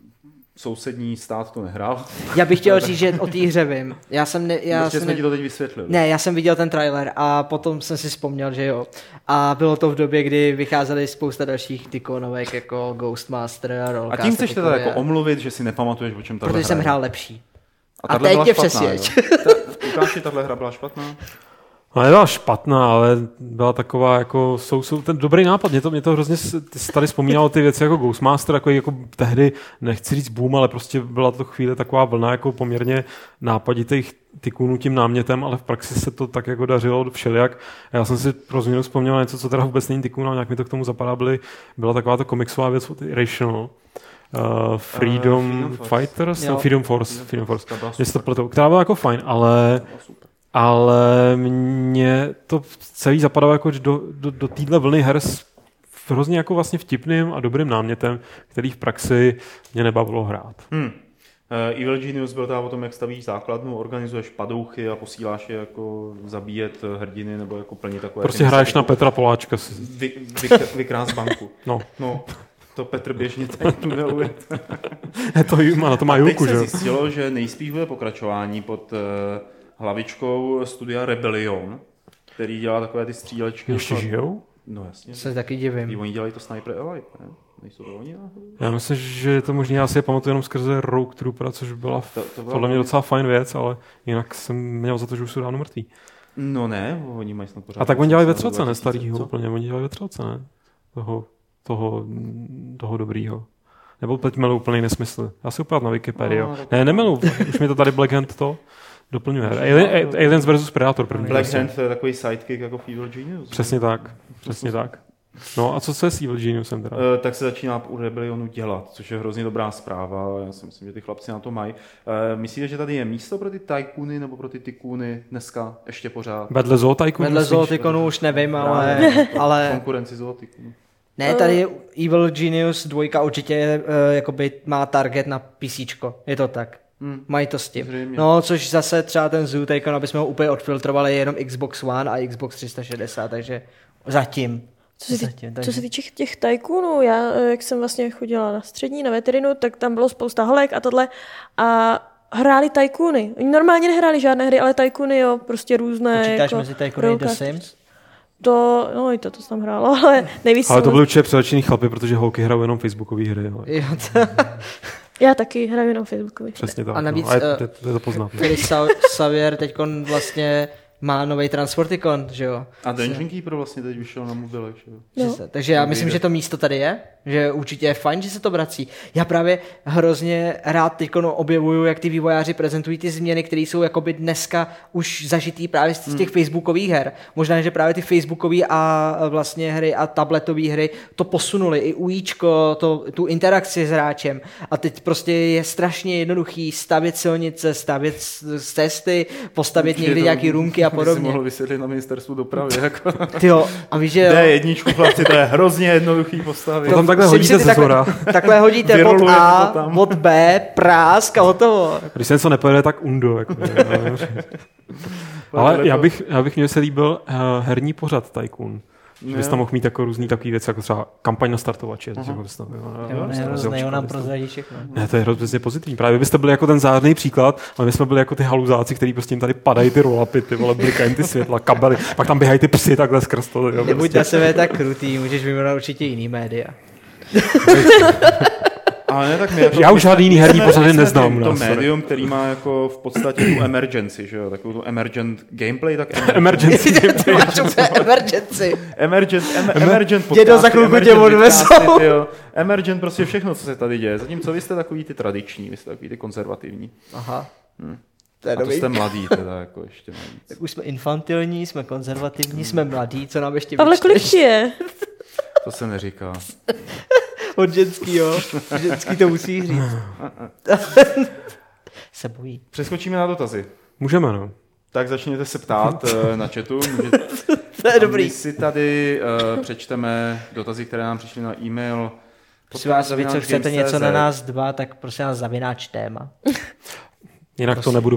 S1: sousední stát to nehrál,
S3: Já bych chtěl říct, že o té hře vím. Já jsem, ne, já
S1: prostě
S3: jsem
S1: jsme ti
S3: ne,
S1: to teď vysvětlili.
S3: ne, já jsem viděl ten trailer a potom jsem si vzpomněl, že jo. A bylo to v době, kdy vycházely spousta dalších tykonovek jako Ghostmaster a
S1: A
S3: Rollcast.
S1: tím chceš teda
S3: takový,
S1: jako
S3: a-
S1: omluvit, že si nepamatuješ, o čem tahle
S3: Protože
S1: hra
S3: jsem
S1: je.
S3: hrál lepší. A
S1: tahle
S3: teď
S1: byla
S3: tě
S1: špatná,
S3: přesvědč.
S1: jo. Ta- Lukáši, tahle hra byla špatná?
S5: Ale nebyla špatná, ale byla taková jako, jsou, jsou ten dobrý nápad, mě to, mě to hrozně, s- ty jsi tady vzpomínalo ty věci jako Ghostmaster, jako, jako tehdy, nechci říct boom, ale prostě byla to chvíle taková vlna jako poměrně nápaditých tykunů tím námětem, ale v praxi se to tak jako dařilo všelijak. A Já jsem si pro změnu vzpomněl na něco, co teda vůbec není tykun, ale nějak mi to k tomu zapadá, byly, byla taková ta komiksová věc od Irrational. Uh,
S1: Freedom
S5: Freedom, Freedom
S1: Force.
S5: Fighters?
S3: Jo.
S5: No, Freedom Force. Freedom Force.
S1: Ta byla
S5: Mě
S1: super.
S5: se to pletou, která byla jako fajn, ale
S1: Byla super.
S5: ale mě to celý zapadalo jako do, do, do téhle vlny her s hrozně jako vlastně vtipným a dobrým námětem, který v praxi mě nebavilo hrát.
S1: Hm. Eh, Evil Genius byl teda o tom, jak stavíš základnu, organizuješ padouchy a posíláš je jako zabíjet eh, hrdiny nebo jako plnit takové...
S5: Prostě
S1: ty
S5: hraješ
S1: misky.
S5: na Petra Poláčka. s-
S1: [laughs] Vy, vy, vykrást banku.
S5: No,
S1: No, to Petr běžně tady [laughs] tuneluje.
S5: to jí má, na to má
S1: Teď
S5: Julku, že?
S1: se
S5: jo?
S1: zjistilo, že nejspíš bude pokračování pod eh, hlavičkou studia Rebellion, který dělá takové ty střílečky.
S5: Ještě žijou?
S1: No jasně.
S3: se taky
S1: I
S3: divím.
S1: oni dělají to Sniper Elite, ne? Nejsou to oni? náhodou?
S5: Já myslím, že to možná já si je pamatuju jenom skrze Rogue Troopera, což byla
S1: To- to byla-
S5: podle mě docela fajn věc, ale jinak jsem měl za to, že už jsou dávno mrtví.
S1: No ne, oni mají snad pořád.
S5: A tak oni dělají
S1: 80
S5: vetřelce, ne
S1: 2000,
S5: starýho
S1: co?
S5: úplně, oni dělají vetřelce, ne? Toho, toho, toho dobrýho. Nebo teď melu úplný nesmysl. Já si upad na Wikipedii.
S1: No,
S5: No,
S1: tak-
S5: ne, nemelu, už mi to tady Black Hand to doplňuje. Alien,
S1: to-
S5: Aliens versus Predator první.
S1: Black
S5: vlastně.
S1: Hand to je takový sidekick jako v Evil Genius.
S5: Přesně tak, přesně tak. No a co se s Evil Geniusem teda?
S1: Eh, tak se začíná u Rebellionu dělat, což je hrozně dobrá zpráva. Já si myslím, že ty chlapci na to mají. Eh, myslíte, že tady je místo pro ty tajkuny nebo pro ty tykuny dneska ještě pořád?
S5: Vedle Zoo Tycoon?
S3: Vedle
S5: myslíš?
S3: Zootikonu už nevím, ale,
S1: Právě. [laughs]
S3: ale
S1: Konkurenci zootykunů.
S4: Eh.
S3: ne, tady je Evil Genius 2 určitě je, eh, jakoby má target na PC. Je to tak.
S1: Hmm.
S3: Mají to s tím.
S1: Zřejmě.
S3: No, což zase třeba ten Zoo Tycoon, aby jsme ho úplně odfiltrovali, je jenom Xbox One a Xbox 360, takže zatím.
S4: Co se, tý,
S3: Zatím, takže-
S4: co se týče těch tajkunů, já, eh, jak jsem vlastně chodila na střední, na veterinu, tak tam bylo spousta holek a tohle. A hráli tajkuny. Oni normálně nehráli žádné hry, ale tajkuny, jo, prostě různé.
S3: Počítáš
S4: jako
S3: mezi Tycoony The
S4: Rogue
S3: Sims?
S4: To, no i to, to se tam hrálo, [laughs] ale nejvíc
S5: Ale
S4: jsem-
S5: to byly určitě především chlapy, protože holky hrajou jenom facebookové hry. Ale.
S3: Jo,
S4: [laughs]
S3: to...
S4: Já taky hraju jenom Facebookový.
S5: Přesně tak.
S3: A navíc,
S5: no. a je,
S3: eh,
S5: je, je to poznat.
S3: [laughs] Felix Sa- Xavier teď vlastně má nový Transporticon, že jo?
S1: A Dungeon Keeper vlastně teď vyšel na mobilech, že jo?
S4: No.
S3: Přesně. Takže já myslím, že to místo tady je, že určitě je fajn, že se to vrací. Já právě hrozně rád teď objevuju, jak ty vývojáři prezentují ty změny, které jsou jakoby dneska už zažitý právě z
S1: Hmm.
S3: těch facebookových her. Možná, že právě ty facebookové a eh, vlastně hry a tabletové hry to posunuli, i ujíčko, to, tu interakci s hráčem. A teď prostě je strašně jednoduchý stavět silnice, stavět s- s cesty, postavit
S1: Určitě
S3: někdy
S1: to
S3: nějaký růmky
S1: [laughs] by
S3: a
S1: Si
S3: podobně.
S1: mohl vysvětlit na ministerstvu dopravy.
S3: [laughs]
S1: Jako.
S3: Tyjo, a víš, že jo,
S1: D1, chlapci, to je hrozně jednoduchý postavit.
S5: To tam takhle
S3: si
S5: hodíte
S3: ty
S5: ze
S3: takhle-
S5: zhora.
S3: Takhle hodíte bod
S1: Vyroluje
S3: A,
S1: to tam.
S3: bod B, prásk a hotovo. Jako,
S5: Když se něco nepojede, tak undo. Jako, ale já bych, já bych mě se líbil uh, herní pořad Tycoon. Že bys tam mohl mít jako různý takový věci, jako třeba kampaň na startovače. Uh-huh. Jako bys tam, jo, jo,
S3: prostě
S5: bys tam rozjel všechno, bys tam-
S3: všechno.
S5: ne, to je hrozně pozitivní. Právě byste byli jako ten zářný příklad, ale my jsme byli jako ty haluzáci, který prostě jim tady padají ty rolapy, ty vole, blikají ty světla, kabely, pak tam běhají ty psy takhle skrz to. Jo, prostě.
S3: Nebuď na sebe tak krutý, můžeš vybrat určitě jiný média.
S1: Ale ne, tak my jako,
S5: Já už žádný jiný herní
S1: jsme-
S5: pořady
S1: my jsme
S5: neznám,
S1: To,
S5: no,
S1: to
S5: sorry.
S1: médium, který má jako v podstatě tu emergency, že jo? Takovou tu emergent gameplay,
S5: [laughs]
S1: tak emergent,
S5: Emergency.
S3: [laughs] to máš úplně emergency.
S1: emergent, em, emergent podcasty,
S3: Dědo, za chvilku tě
S1: emergent
S3: odvezou.
S1: podcasty, ty jo. Emergent prostě všechno, co se tady děje. Zatímco vy jste takový ty tradiční, vy jste takový ty konzervativní.
S3: Aha. To
S1: A
S3: je
S1: to
S3: dobrý.
S1: jste mladý teda jako ještě navíc.
S3: Tak Hm. už jsme infantilní, jsme konzervativní, jsme mladí, co nám ještě
S4: Pavle,
S3: vyčteš
S4: kolik ti je?
S1: To se neříká.
S3: od ženskýho? Ženský to musí říct. [laughs] Se bojí.
S1: Přeskočíme na dotazy.
S5: Můžeme, no.
S1: Tak začněte se ptát eh, na
S3: [laughs]
S1: chatu. Můžete,
S3: To je
S1: A My
S3: dobrý.
S1: si tady uh, přečteme dotazy, které nám přišly na e-mail.
S3: Prosím vás, vy co
S1: Podcast
S3: chcete
S1: zavináč
S3: něco na
S1: games.cz.
S3: nás dva, tak prosím nás zavináč téma.
S5: Jinak to nebudu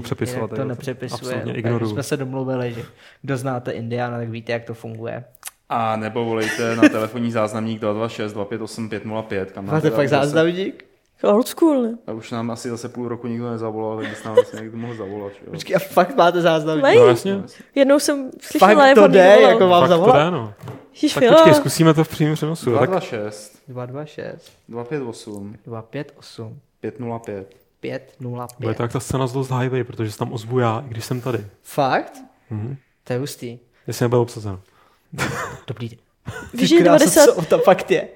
S3: Jinak
S5: přepisovat.
S3: Prostě to
S5: jo,
S3: nepřepisuje.
S5: Absolutně
S3: Takže
S5: ignoruju.
S3: jsme se domluvili, že kdo znáte Indiana, tak víte, jak to funguje.
S1: A nebo volejte na telefonní záznamník 226 258 505. Kam nám
S3: Máte
S1: No, teda
S3: pak
S1: už zase-
S3: záznamník?
S4: Old school, ne?
S1: A už nám asi zase půl roku nikdo nezavolal, tak bys nám asi někdo mohl zavolat. že jo?
S3: Počkej, a fakt máte záznamník?
S4: Lej.
S5: No jasně.
S4: Jednou jsem slyšela,
S3: Fakt
S4: jak
S3: to
S4: on mi
S3: jde,
S4: volal.
S3: jako vám
S5: Fakt to
S3: zavolat?
S5: dá, no.
S4: Ježiš,
S5: Tak
S4: jo.
S5: počkej, zkusíme to v přímém přenosu. Tak
S1: 226
S3: 226
S1: 258
S3: 258
S1: 505.
S3: 505.
S5: bude to jak ta scéna z Lost Highway, protože se tam ozvu já, i když jsem tady.
S3: Fakt?
S5: Mhm.
S3: To je hustý.
S5: Jestli nebude obsazeno.
S3: Dobrý den.
S4: [laughs] Víš, že 90,
S3: co to fakt je?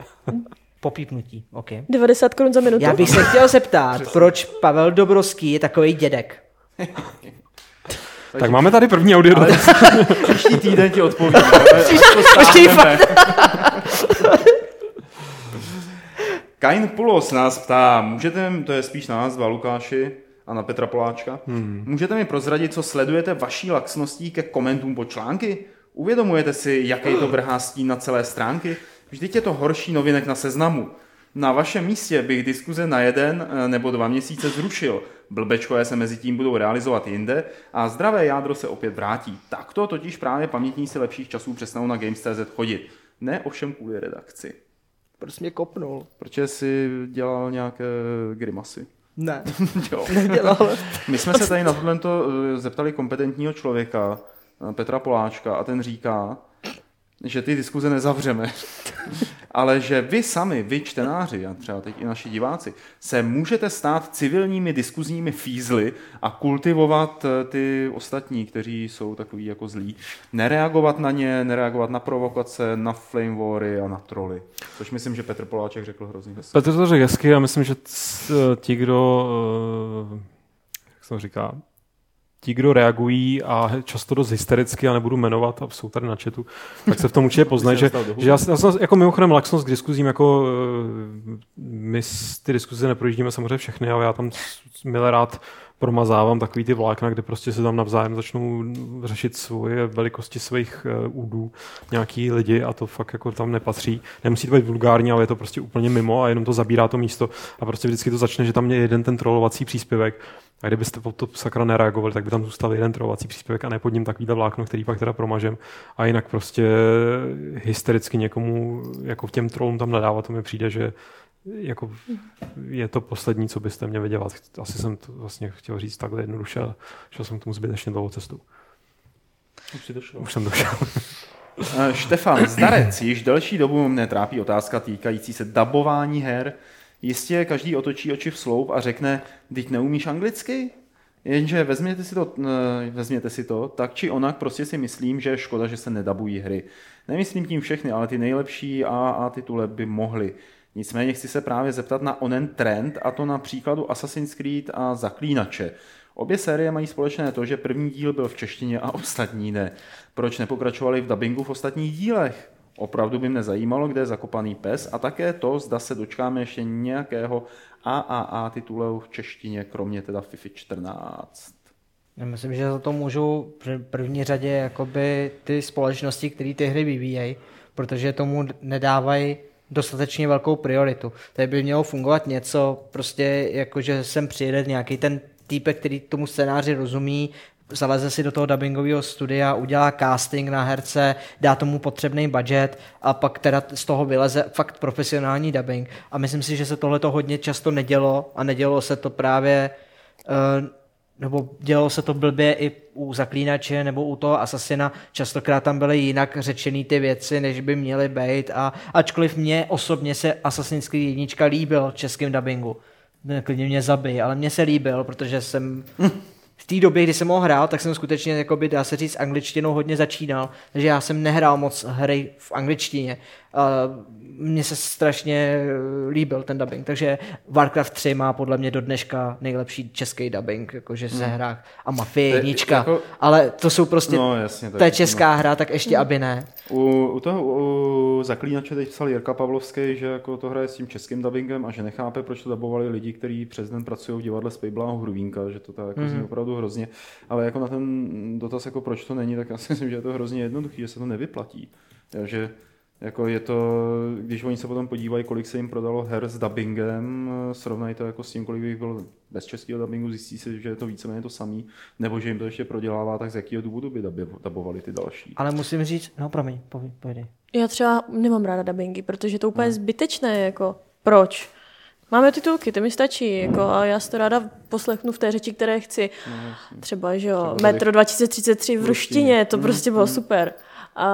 S3: Popípnutí, OK.
S4: 90 korun za minutu.
S3: Já bych se chtěl zeptat, proč Pavel Dobrovský je takový
S4: [laughs]
S3: dědek?
S5: Tak máme tady první audio
S1: Ale
S5: dotaz.
S1: příští týden ti odpovím. ale až to
S3: Počkej,
S1: stáhneme. Kain Pulos nás ptá, můžete, to je spíš na nás dva, Lukáši a na Petra Poláčka, hmm. můžete mi prozradit, co sledujete vaší laxností ke komentům pod články? Uvědomujete si, jaký to vrhá stín na celé stránky? Vždyť je to horší novinek na seznamu. Na vašem místě bych diskuze na jeden eh, nebo dva měsíce zrušil. Blbečkové se mezi tím budou realizovat jinde a zdravé jádro se opět vrátí. Takto totiž právě pamětníci lepších časů přestanou na Games.cz chodit. Ne ovšem kvůli redakci.
S3: Proč mě kopnul?
S1: Protože si dělal nějaké grimasy.
S3: Ne, [laughs]
S1: jo.
S3: nedělal.
S1: My jsme se tady na tohle to zeptali kompetentního člověka, eh, Petra Poláčka, a ten říká, že ty diskuze nezavřeme, [laughs] ale že vy sami, vy čtenáři, a třeba teď i naši diváci, se můžete stát civilními diskuzními fízly a kultivovat eh, ty ostatní, kteří jsou takový jako zlí. Nereagovat na ně, nereagovat na provokace, na flame wary a na troly. Což myslím, že Petr Poláček řekl hrozně hezky.
S5: Petr to řekl hezky, já myslím, že c- ti, kdo, eh, jak se to říká, ti, kdo reagují a he- často dost hystericky, já nebudu jmenovat, a jsou tady na chatu, tak se
S1: [laughs]
S5: v tom určitě poznají, že,
S1: dostal do huby.
S5: že já, s- já jsem jako mimochodem laxnost k diskuzím, jako eh, my s- ty diskuze neprojíždíme samozřejmě všechny, ale já tam s- s- milé rád promazávám takový ty vlákna, kde prostě se tam navzájem začnou řešit svoje velikosti svých eh, údů nějaký lidi a to fakt jako tam nepatří. Nemusí to být vulgární, ale je to prostě úplně mimo a jenom to zabírá to místo a prostě vždycky to začne, že tam je jeden ten trolovací příspěvek a kdybyste po to sakra nereagovali, tak by tam zůstal jeden trolovací příspěvek a ne pod ním takovýhle vlákno, který pak teda promažem. A jinak prostě hystericky někomu, jako těm trolům tam nadávat, to mi přijde, že jako je to poslední, co byste měli dělat. Asi jsem to vlastně chtěl říct takhle jednoduše, ale šel jsem k tomu zbytečně dlouhou cestou.
S1: Už si došel.
S5: Už jsem došel.
S1: Eh, Štefan Zdarec, již delší dobu mne trápí otázka týkající se dabování her. Jistě každý otočí oči v sloup a řekne, teď neumíš anglicky? Jenže vezměte si, to, eh, vezměte si to, tak či onak prostě si myslím, že je škoda, že se nedabují hry. Nemyslím tím všechny, ale ty nejlepší AA titule by mohly. Nicméně chci se právě zeptat na onen trend, a to na příkladu Assassin's Creed a Zaklínače. Obě série mají společné to, že první díl byl v češtině a ostatní ne. Proč nepokračovali v dabingu v ostatních dílech? Opravdu by mne zajímalo, kde je zakopaný pes a také to, zda se dočkáme ještě nějakého AAA titulu v češtině, kromě teda FIFA 14.
S3: Já myslím, že za to můžou v první řadě jakoby ty společnosti, které ty hry vyvíjejí, protože tomu d- nedávají dostatečně velkou prioritu. Tady by mělo fungovat něco, prostě jako, že sem přijede nějaký ten týpek, který tomu scénáři rozumí, zaleze si do toho dubbingového studia, udělá casting na herce, dá tomu potřebný budget a pak teda t- z toho vyleze fakt profesionální dubbing. A myslím si, že se tohle to hodně často nedělo a nedělo se to právě eh, nebo dělalo se to blbě i u Zaklínače nebo u toho Asasina, častokrát tam byly jinak řečený ty věci, než by měly být a ačkoliv mě osobně se Assassin's Creed jednička líbil v českém dubbingu, Ne, klidně mě zabij, ale mně se líbil, protože jsem v té době, kdy jsem ho hrál, tak jsem skutečně, jakoby, dá se říct, angličtinou hodně začínal, takže já jsem nehrál moc hry v angličtině. A mně se strašně eh, líbil ten dubbing, takže Warcraft 3 má podle mě do dneška nejlepší český dubbing, jakože se hrách a Mafie
S1: To je
S3: jednička,
S1: jako-
S3: ale to jsou prostě,
S1: No, jasně, to je
S3: to je
S1: všechno.
S3: česká hra, tak ještě aby ne.
S1: U, u toho u Zaklínače teď psal Jirka Pavlovský, že jako to hraje s tím českým dubbingem a že nechápe, proč to dubovali lidi, kteří přes den pracují v divadle z Pejbla a Hrubínka, že to tak jako mm. zní opravdu hrozně. Ale jako na ten dotaz, jako proč to není, tak já si myslím, že je to hrozně jednoduchý, že se to nevyplatí. Jo, Že jako je to, když oni se potom podívají, kolik se jim prodalo her s dubbingem, srovnají to jako s tím, kolik by jich bylo bez českého dubbingu, zjistí se, že je to víceméně to samý, nebo že jim to ještě prodělává, tak z jakého důvodu by dubi- dubovali ty další.
S3: Ale musím říct, no promiň, poví, povídej.
S4: Já třeba nemám ráda dubbingy, protože to úplně zbytečné, jako proč? Máme titulky, ty mi stačí, jako a já si to ráda poslechnu v té řeči, které chci. Třeba, že jo,
S1: Třeba
S4: Metro 2033 v ruštině, to prostě bylo
S1: mm.
S4: super. A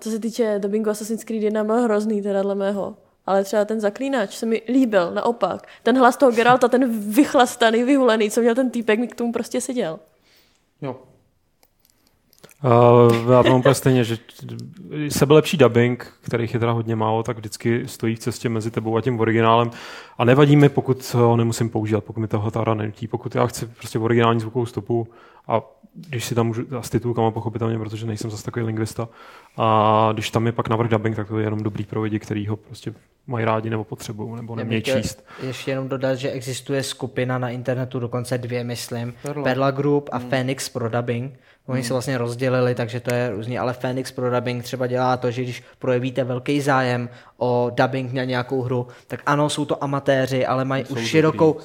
S4: co se týče dubbingu Assassin's Creed 1, byl hrozný teda dle mého. Ale třeba ten zaklínač se mi líbil, naopak. Ten hlas toho Geralta, ten vychlastaný, vyhulený, co měl ten týpek, mi k tomu prostě seděl.
S1: Jo,
S5: Uh, já to mám úplně stejně, že sebelepší dubbing, kterých je teda hodně málo, tak vždycky stojí v cestě mezi tebou a tím originálem. A nevadí mi, pokud ho nemusím používat, pokud mi toho ta hra nenutí. Pokud já chci prostě originální zvukovou stopu a když si tam můžu, a s titulkama pochopitelně, protože nejsem zase takový lingvista, a když tam je pak navrh dubbing, tak to je jenom dobrý pro lidi, který ho prostě mají rádi nebo potřebují, nebo
S3: Já bych
S5: nemějí
S3: chtěl
S5: číst.
S3: Ještě jenom dodat, že existuje skupina na internetu, dokonce dvě, myslím.
S2: Perla.
S3: Perla, Group a Phoenix pro dubbing. Oni se vlastně rozdělili, takže to je různý, ale Phoenix pro dubbing třeba dělá to, že když projevíte velký zájem o dubbing na nějakou hru, tak ano, jsou to amatéři, ale mají už širokou,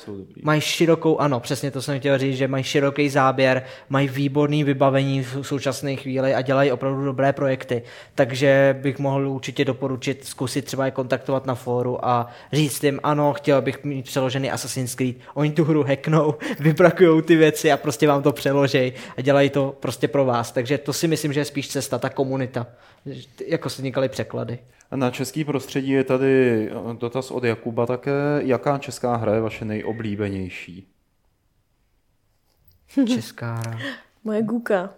S3: mají širokou, ano, přesně to jsem chtěl říct, že mají široký záběr, mají výborný vybavení v současné chvíli a dělají opravdu dobré projekty. Takže bych mohl určitě doporučit zkusit třeba je kontaktovat na fóru a říct jim, ano, chtěl bych mít přeložený Assassin's Creed. Oni tu hru hacknou, [laughs] vybrakujou ty věci a prostě vám to přeložej a dělají to prostě pro vás. Takže to si myslím, že je spíš cesta, ta komunita, že- jako se vznikaly překlady.
S1: Na český prostředí je tady eh, dotaz od Jakuba také. Jaká česká hra je vaše nejoblíbenější?
S3: Česká hra.
S4: Moje Guka.
S5: To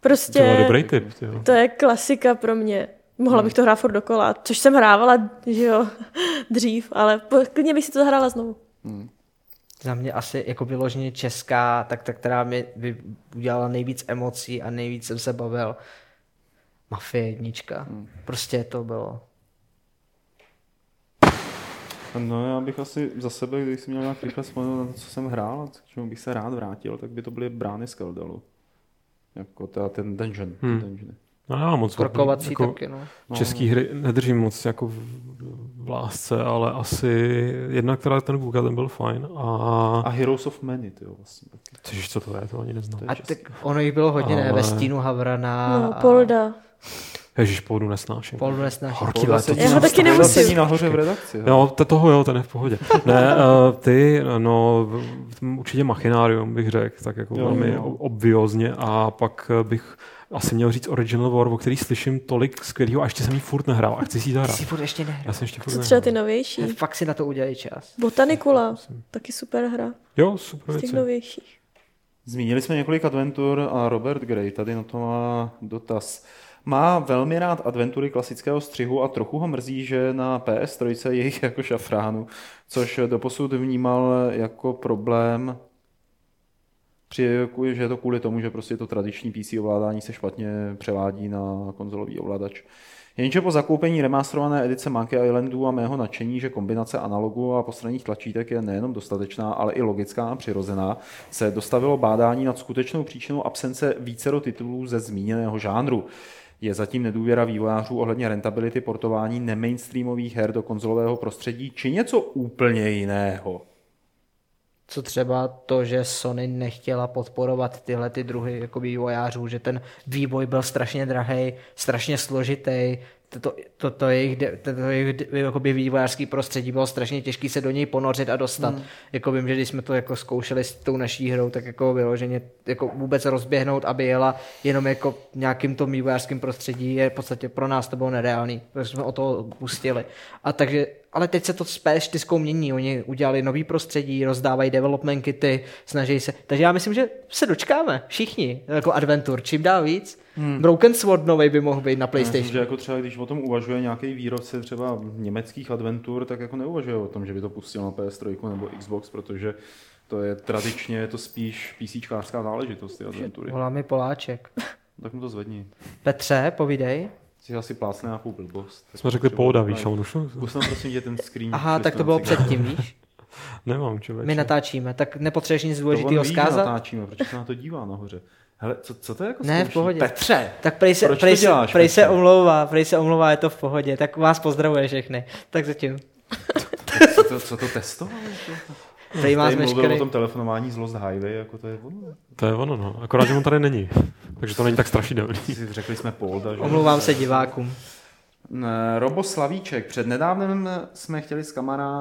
S4: Prostě
S5: je dobrý tip. Tyjo.
S4: to je klasika pro mě. Mohla bych to hrát furt dokola, což jsem hrávala, že jo, [laughs] dřív, ale po- klidně bych si to zahrála znovu.
S3: Za mě asi jako vyloženě česká, tak ta, která mi vy- udělala nejvíc emocí a nejvíc jsem se bavil. Mafie jednička. Prostě to bylo.
S1: No já bych asi za sebe, když jsem měl nějak rychle vzpomenout na to, co jsem hrál, a k čemu bych se rád vrátil, tak by to byly brány z Keldalu. Jako ta, ten dungeon. Hmm. dungeon.
S5: No, já moc
S3: Krokovací
S5: jako,
S3: taky, no.
S5: Český hry nedržím moc jako v, v lásce, ale asi jedna, která ten Google, ten byl fajn. A,
S1: A Heroes of Many, ty jo, vlastně. taky.
S5: Což, co to je, to ani neznám.
S1: To je
S3: A
S1: český.
S3: tak ono jich bylo hodně, ne?
S5: Ale-
S3: Ve stínu Havrana.
S4: No,
S3: a-
S4: Polda.
S5: Ježíš, půdu nesnáším.
S3: Poldu nesnáším.
S5: Horký
S1: Polda
S5: léto.
S1: sedí
S4: Já ho
S1: na-
S4: taky
S1: Polda
S4: nemusím.
S1: sedí nahoře v redakci. hele.
S5: Jo, t- toho jo, ten je v pohodě. Ne, eh, ty, no, v- v- m- určitě machinárium bych řekl, tak jako
S1: Jo,
S5: velmi
S1: jo.
S5: obviozně a pak eh, bych asi měl říct Original War, o který slyším tolik skvělého a ještě jsem jí furt nehrál a chci si ji
S3: Ty
S5: zahrát.
S3: si furt ještě nehrál.
S5: Já jsem ještě furt
S4: Co třeba
S5: nehrál.
S4: ty novější?
S3: Fakt si na to udělej čas.
S4: Botanikula, taky super hra
S5: Jo, super
S4: z těch
S5: věci.
S4: novějších.
S1: Zmínili jsme několik adventur a Robert Gray tady na to má dotaz. Má velmi rád adventury klasického střihu a trochu ho mrzí, že na PS3 je jich jako šafránu, což doposud vnímal jako problém, při, že je to kvůli tomu, že prostě to tradiční PC ovládání se špatně převádí na konzolový ovladač. Jenže po zakoupení remasterované edice Monkey Islandu a mého nadšení, že kombinace analogu a postranních tlačítek je nejenom dostatečná, ale i logická a přirozená, se dostavilo bádání nad skutečnou příčinou absence vícero titulů ze zmíněného žánru. Je zatím nedůvěra vývojářů ohledně rentability portování nemainstreamových her do konzolového prostředí či něco úplně jiného?
S3: Co třeba to, že Sony nechtěla podporovat tyhle ty druhy jako vývojářů, že ten vývoj byl strašně drahý, strašně složitý, to, to, to jejich, de- to, to jejich de- jakoby vývojářský prostředí bylo strašně těžký se do něj ponořit a dostat. Hmm. Jako vím, že když jsme to jako zkoušeli s tou naší hrou, tak jako vyloženě jako vůbec rozběhnout, aby jela jenom jako nějakým tom vývojářským prostředí je v podstatě pro nás to bylo nereálný, protože jsme o toho pustili. A takže ale teď se to s PS4 mění, oni udělali nový prostředí, rozdávají development kity, snaží se. Takže já myslím, že se dočkáme, všichni, jako adventur, čím dál víc. Hmm. Broken Sword nový by mohl být na PlayStation.
S1: Myslím, že jako třeba, když o tom uvažuje nějaký výrobce třeba německých adventur, tak jako neuvažuje o tom, že by to pustil na PS3 nebo Xbox, protože to je tradičně je to spíš PCčkářská záležitost, ty adventury.
S3: Volá mi Poláček.
S1: Tak mu to zvedni.
S3: [laughs] Petře, povídej.
S1: Jsi asi plácne nějakou blbost.
S5: Jsme řekli Polda, víš, ale už
S1: Kus nám prosím tě ten screen.
S3: Aha,
S1: šli
S3: tak
S1: jsme
S3: to
S1: na
S3: bylo
S1: cigáro.
S3: předtím,
S1: [laughs]
S3: víš?
S5: nemám člověče.
S3: My natáčíme, tak nepotřebuješ nic
S1: To on
S3: důležitého
S1: ví, že
S3: zkázat?
S1: natáčíme, proč se na to dívá nahoře. Hele, co, co to je jako
S3: Ne, v
S1: zkouší?
S3: pohodě.
S1: Petře!
S3: Tak prej se,
S1: Proč to
S3: prej, se,
S1: děláš,
S3: prej se
S1: Petře?
S3: omlouvá, prej se omlouvá, je to v pohodě. Tak vás pozdravuje všechny. Tak zatím.
S1: Co to, co to testoval?
S3: Prej vás
S1: Tady mluvil o
S3: veškerý.
S1: tom telefonování z Lost Highway, jako to je ono.
S5: To je ono, no. Akorát, že on tady není. Takže to není tak strašidelný.
S1: Ty si Řekli jsme Polda, že?
S3: Omlouvám se divákům.
S1: Ne, Eh, Robo Slavíček, přednedávnem jsme chtěli s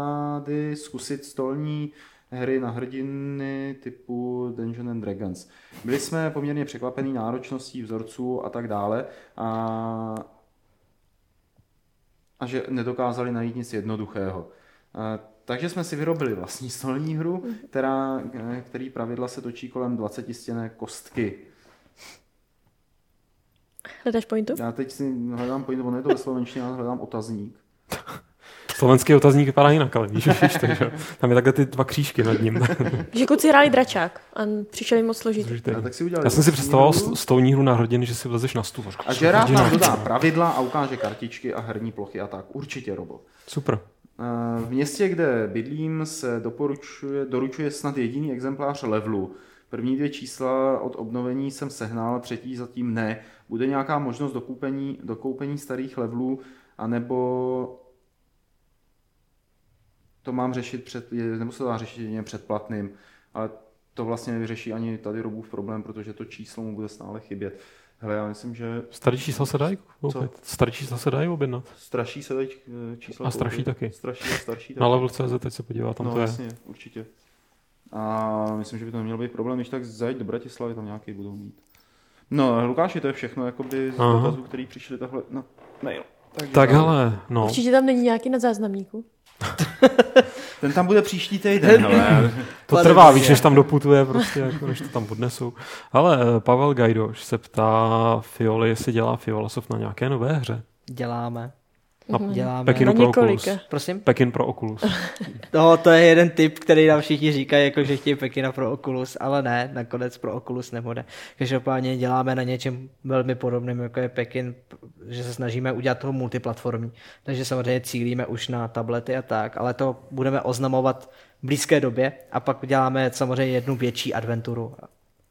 S1: kamarády zkusit stolní hry na hrdiny typu Dungeons and Dragons. Byli jsme poměrně překvapení náročností vzorců a tak dále a, a že nedokázali najít nic jednoduchého. E, Takže jsme si vyrobili vlastní stolní hru, která, e, který pravidla se točí kolem 20 stěné kostky.
S4: Hledáš pointu?
S1: Já teď si hledám pojít, ono je to ve slovenštině, já hledám otazník.
S5: Slovenský otazník vypadá jinak, ale víš, víš takže tam je takhle ty dva křížky
S6: [laughs]
S5: nad ním.
S4: Že kluci hráli dračák a přišel jim moc složitý.
S5: Složitý.
S6: A tak si udělali
S5: Já jsem si představoval
S6: hru
S5: s- stouní hru na hodiny, že si vlezeš na stůl.
S6: A Gerard nám dodá pravidla a ukáže kartičky a herní plochy a tak. Určitě, Robo.
S5: Super.
S6: Eh, V městě, kde bydlím, se doporučuje, doručuje snad jediný exemplář levelu. První dvě čísla od obnovení jsem sehnal, třetí zatím ne. Bude nějaká možnost dokoupení, dokoupení starých levelů, anebo to mám řešit před, je- nebo se to dá řešit jedině předplatným, ale to vlastně nevyřeší ani tady Robův problém, protože to číslo mu bude stále chybět. Hele, já myslím, že
S5: Starý čísla se dají koupit. Starý čísla se dají objednat.
S6: straší se teď eh, čísla.
S5: A straší
S6: koupit.
S5: taky.
S6: Straší a starší taky.
S5: Na level.cz teď se podívá, tam
S6: no,
S5: to je.
S6: jasně, určitě. A myslím, že by to neměl být problém, když tak zajít do Bratislavy, tam nějaký budou mít. No, Lukáši, to je všechno jakoby z
S5: Aha.
S6: dotazů, který přišli takhle na mail. no Takže
S5: Tak hele, no.
S4: Určitě tam není nějaký na záznamníku.
S6: Ten tam bude příští týden, [laughs] hele.
S5: To
S3: Pane
S5: trvá
S3: bože.
S5: víc, než tam doputuje, prostě, jako, než to tam odnesou. Ale eh, Pavel Gajdoš se ptá Fioli, jestli dělá Fiolasov na nějaké nové hře.
S3: Děláme.
S5: Na
S4: Mhm.
S3: Děláme.
S5: Pekinu
S4: Na
S5: pro Oculus.
S4: několika.
S3: Prosím?
S5: Pekin pro Oculus.
S3: No, to je jeden tip, který nám všichni říkají, jako že chtějí Pekina pro Oculus, ale ne, nakonec pro Oculus nebude. Každopádně děláme na něčem velmi podobném, jako je Pekin, p- že se snažíme udělat toho multiplatformní. Takže samozřejmě cílíme už na tablety a tak, ale to budeme oznamovat v blízké době a pak uděláme samozřejmě jednu větší adventuru.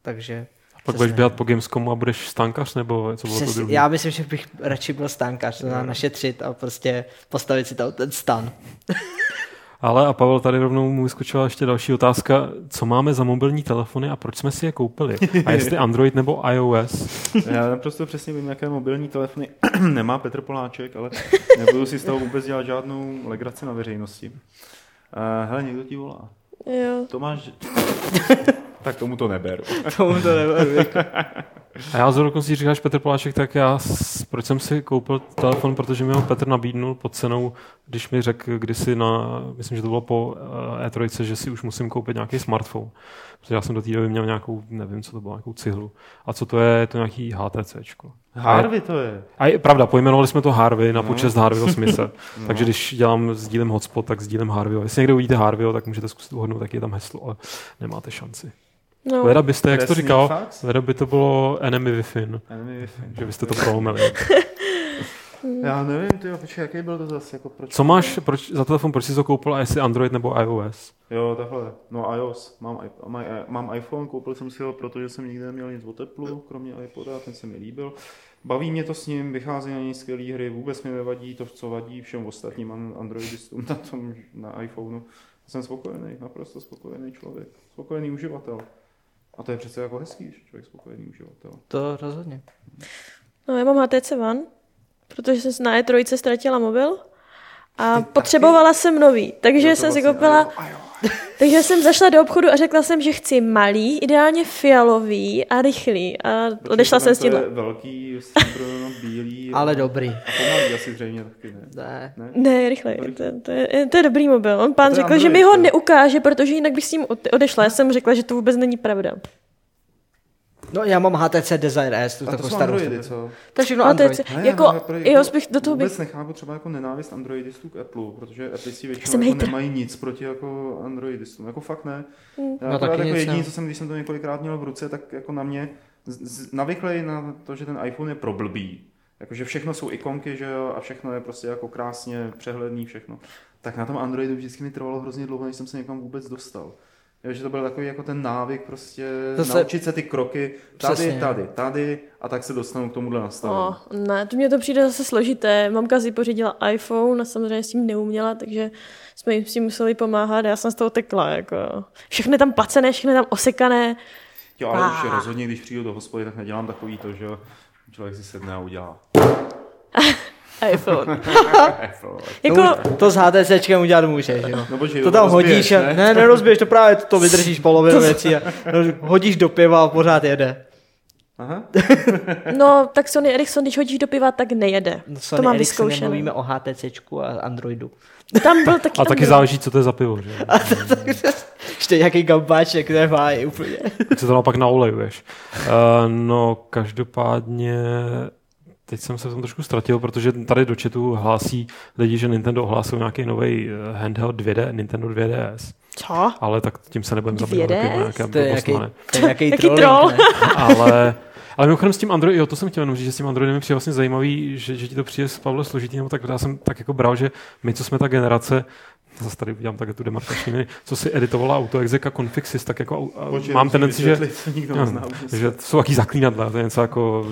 S3: Takže
S5: Pak
S3: se
S5: budeš
S3: snažíme.
S5: běhat po Gamescomu a budeš stankař, nebo co bylo to
S3: Přes,
S5: druhý?
S3: já myslím, že bych radši byl stánkař, to znamená našetřit a prostě postavit si tam ten stan. [laughs]
S5: Ale a Pavel tady rovnou mu vyskočila ještě další otázka, co máme za mobilní telefony a proč jsme si je koupili? A jestli Android nebo iOS?
S1: Já naprosto přesně vím, jaké
S6: [clears throat]
S1: mobilní telefony nemá Petr Poláček, ale nebudu si z toho vůbec dělat žádnou legraci na veřejnosti. Eh, Hele, někdo ti volá.
S4: Jo.
S6: [laughs]
S1: Tomáš... tak tomu to neberu.
S3: Tomu to nebudu.
S5: A já zrovna si říkáš Petr Poláček, tak já, s- proč jsem si koupil telefon, protože mi ho Petr nabídnul pod cenou, když mi řekl kdysi na, myslím, že to bylo po eh, E3, že si už musím koupit nějaký smartphone. Protože já jsem do té doby měl nějakou, nevím, co to bylo, nějakou cihlu. A co to je, je to nějaký HTCčko.
S1: Harvey to je.
S5: A je pravda, pojmenovali jsme to Harvey na počest Harveyho Smitha. Takže když dělám, sdílím hotspot, tak sdílím Harveyho. Jestli někde uvidíte Harveyho, tak můžete zkusit uhodnout, tak je tam heslo, ale nemáte šanci.
S4: No.
S5: Leda byste, jak jsi to
S1: Přesný
S5: říkal,
S1: fax?
S5: Leda by to bylo enemy Wi-Fi,
S1: Enemy Wi-Fi.
S5: že byste to prolomili.
S1: Já nevím, ty počkej, jaký byl to zase, jako proč?
S5: Co máš proč, za telefon, proč jsi to koupil a jestli Android nebo iOS?
S1: Jo, takhle. No iOS. Mám, i- mám, i- mám iPhone, koupil jsem si ho, protože jsem nikdy neměl nic o teplu, kromě iPoda, ten se mi líbil. Baví mě to s ním, vychází na něj skvělé hry, vůbec mi nevadí to, co vadí všem ostatním an- androidistům na tom, na iPhoneu. Jsem spokojený, naprosto spokojený člověk, spokojený uživatel. A to je přece jako hezký, že člověk spokojený uživatel.
S3: To rozhodně.
S4: no, já mám HTC One, protože jsem na E3 ztratila mobil a potřebovala jsem nový, takže jsem
S1: vlastně-
S4: si koupila... Takže jsem zašla do obchodu a řekla jsem, že chci malý, ideálně fialový a rychlý. A odešla jsem s tím.
S1: To je velký, stříbrno, bílý.
S3: Ale dobrý.
S1: A pomalý asi zřejmě taky ne.
S3: Ne.
S4: Ne, rychle. To, to, je, to je dobrý mobil. On
S1: To
S4: pán
S1: je
S4: řekl, že
S1: Android,
S4: mi ho
S1: to je.
S4: neukáže, protože jinak bych s ním ode- odešla. Já jsem řekla, že to vůbec není pravda.
S3: No já mám HTC Desire S, tu
S1: A to
S3: takovou
S1: jsou
S3: starou.
S1: androidy, co?
S3: To je všechno
S4: Ale to je,
S3: Android.
S1: Ne,
S4: jako,
S1: ale pro-
S4: jo, spíš do toho bych...
S1: Vůbec nechápu třeba jako nenávist androidistů k Apple, protože Apple si
S4: jsem
S1: většinou jako
S4: hejter.
S1: nemají nic proti jako androidistům. Jako fakt ne.
S4: Hmm.
S1: Já
S3: No
S1: no,
S3: taky
S1: jako
S3: nic,
S1: jediný,
S3: no.
S1: co jsem, když jsem to několikrát měl v ruce, tak jako na mě z- z- navyklej na to, že ten iPhone je problbý. Jakože všechno jsou ikonky, že jo, a všechno je prostě jako krásně přehledný, všechno. Tak na tom Androidu vždycky mi trvalo hrozně dlouho, než jsem se někam vůbec dostal. Jo, že to byl takový jako ten návyk prostě
S3: To
S1: to
S3: se-
S1: naučit se ty kroky tady,
S3: Přesně.
S1: tady, tady a tak se dostanu k tomuhle nastavení.
S4: No, ne, to mně to přijde zase složité. Mamka si pořídila iPhone a samozřejmě s tím neuměla, takže jsme jim s tím museli pomáhat a já jsem z toho tekla. Jako. Všechno je tam placené, všechno je tam
S1: [laughs]
S4: osekané.
S1: Jo, ale
S4: Ah.
S1: už rozhodně, když přijdu do hospody, tak nedělám takový to, že jo, člověk si sedne a udělá.
S4: iPhone.
S1: Apple.
S4: jako,
S3: To, to s HTCčkem udělat můžeš, jo.
S1: No počkej,
S3: to
S1: to
S3: tam
S1: rozbiješ,
S3: hodíš a...
S1: ne?
S3: Ne, nerozbiješ, to právě to, to vydržíš polovinu věcí a no, hodíš do piva a pořád jede.
S1: Aha.
S4: no, tak Sony Ericsson, když hodíš do piva, tak nejede.
S3: No,
S4: to
S3: Sony
S4: mám
S3: Ericsson
S4: vyzkoušené.
S3: nemluvíme o HTCčku a Androidu.
S4: Tam byl taky,
S5: [laughs] A
S4: tam
S5: taky
S4: byl.
S5: záleží, co to je za pivo, že? jo?
S3: Ještě nějaký gambáček, to je fajn úplně.
S5: Eh, Tak se to naopak naolejuješ. Uh, no, každopádně Teď jsem se v tom trošku ztratil, protože tady do chatu hlásí lidi, že Nintendo ohlásil nějaký nový handheld 2D, Nintendo 2DS.
S4: Co?
S5: Ale tak tím se nebudeme zabývat.
S4: 2DS?
S5: takovým nějakým
S3: To je
S5: blbostma,
S3: nějaký,
S5: ne?
S3: to je nějaký
S4: Jaký
S3: trolling,
S4: troll.
S3: ne?
S5: ale, ale mimochodem s tím Android, jo, to jsem chtěl jenom říct, že s tím Androidem mi přijde vlastně zajímavý, že, že ti to přijde s Pavle složitý, nebo tak já jsem tak jako bral, že my, co jsme ta generace, zase tady udělám takhle tu demarkační linii, co si editovala auto exeka Confixis, tak jako au- au- mám tendenci, že
S1: Nikdo
S5: jo,
S1: nezná,
S5: že to jsou taky zaklínadla, to je
S1: [laughs]
S5: něco jako...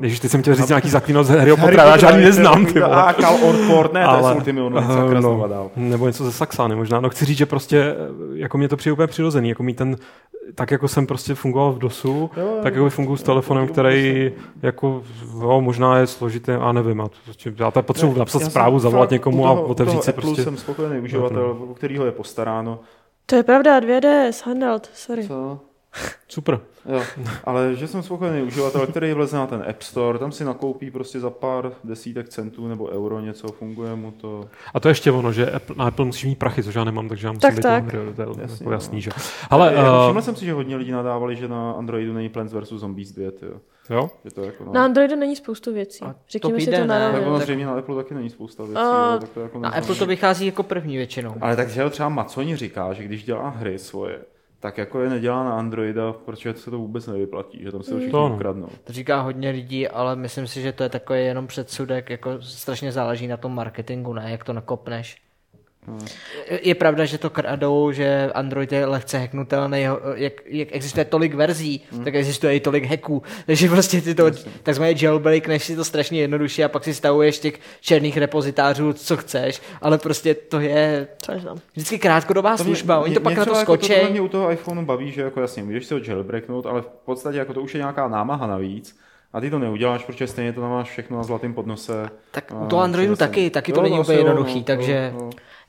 S5: Ježiš, teď jsem chtěl říct nějaký zaklínadlo z Harryho
S1: Harry
S5: Pottera, já
S1: Potter, to
S5: žádný
S1: je-
S5: neznám,
S1: to [laughs]
S5: ty
S1: je-
S5: vole.
S1: A Cal Orport, ne, to
S5: Ale-
S1: je multimilionový,
S5: Eh,
S1: sakra,
S5: no.
S1: znova dál.
S5: Nebo něco ze Saxány možná. No chci říct, že prostě eh, jako mě to přijde úplně přirozený, jako mít ten tak jako jsem prostě fungoval v DOSu,
S1: jo,
S5: tak jako funguji s telefonem, který jako, jo, možná je složitý, a nevím, a to, prostě- já tady potřebuji napsat
S1: Já jsem
S5: zprávu,
S1: fakt
S5: zavolat
S1: u
S5: někomu a
S1: toho- u
S5: otevřít
S1: toho
S5: si
S1: Appleu
S5: prostě.
S1: jsem spokojený uživatel, u kterého je postaráno.
S4: To je pravda, 2DS, handheld, sorry.
S1: Co?
S5: Super.
S1: Jo. Ale že jsem spokojený uživatel, který vleze na ten App Store, tam si nakoupí prostě za pár desítek centů nebo euro něco, funguje mu to.
S5: A to je ještě ono, že Apple, na Apple musíš mít prachy, což já nemám, takže já musím
S4: Tak,
S5: být
S4: tak.
S5: na hry, to je
S1: Jasně, no.
S5: jako jasný, že.
S1: Ale
S5: Ale,
S1: jako
S5: uh,
S1: všiml jsem si, že hodně lidí nadávali, že na Androidu není Plants vs. Zombies 2, tyjo.
S5: jo?
S1: Je to jako no.
S4: Na Androidu není spoustu věcí.
S3: A
S4: Řekněme
S3: to
S4: si
S3: jde,
S4: to
S3: ne?
S4: na
S1: Tak
S4: rovinu.
S1: ono
S3: tak- Eh,
S1: zřejmě na Apple taky není spousta věcí,
S4: A-
S1: jo, tak to jako
S3: Na
S1: neznám.
S3: Apple to vychází jako první většinou.
S1: Ale takže třeba Maconi říká, že když dělá hry svoje, tak jako je nedělá na Androida, protože se to vůbec nevyplatí, že tam se to všichni
S5: To ano.
S1: ukradnou.
S3: To říká hodně lidí, ale myslím si, že to je takový jenom předsudek, jako strašně záleží na tom marketingu, ne, jak to nakopneš. Je pravda, že to kradou, že Android je lehce hacknutelný, ho- jak, jak existuje tolik verzí, tak existuje i tolik hacků, [laughs] takže prostě ty to takzvaně jailbreakneš si to strašně jednoduše a pak si stavuješ těch černých repozitářů, co chceš, ale prostě to je
S4: Co neznám.
S3: vždycky krátkodobá
S1: mě-
S3: služba, oni
S1: mě-
S3: to pak
S1: mě
S3: na to
S1: třeba jako
S3: skočí.
S1: tohle mě u toho iPhoneu baví, že jako jasně, můžeš si ho jailbreaknout, ale v podstatě jako to už je nějaká námaha navíc. A ty to neuděláš, protože stejně to tam máš všechno na zlatém podnose.
S3: Tak u
S1: A
S3: toho Androidu
S1: přesně.
S3: taky, taky to není
S1: asi
S3: úplně
S1: jo, no,
S3: jednoduchý, takže-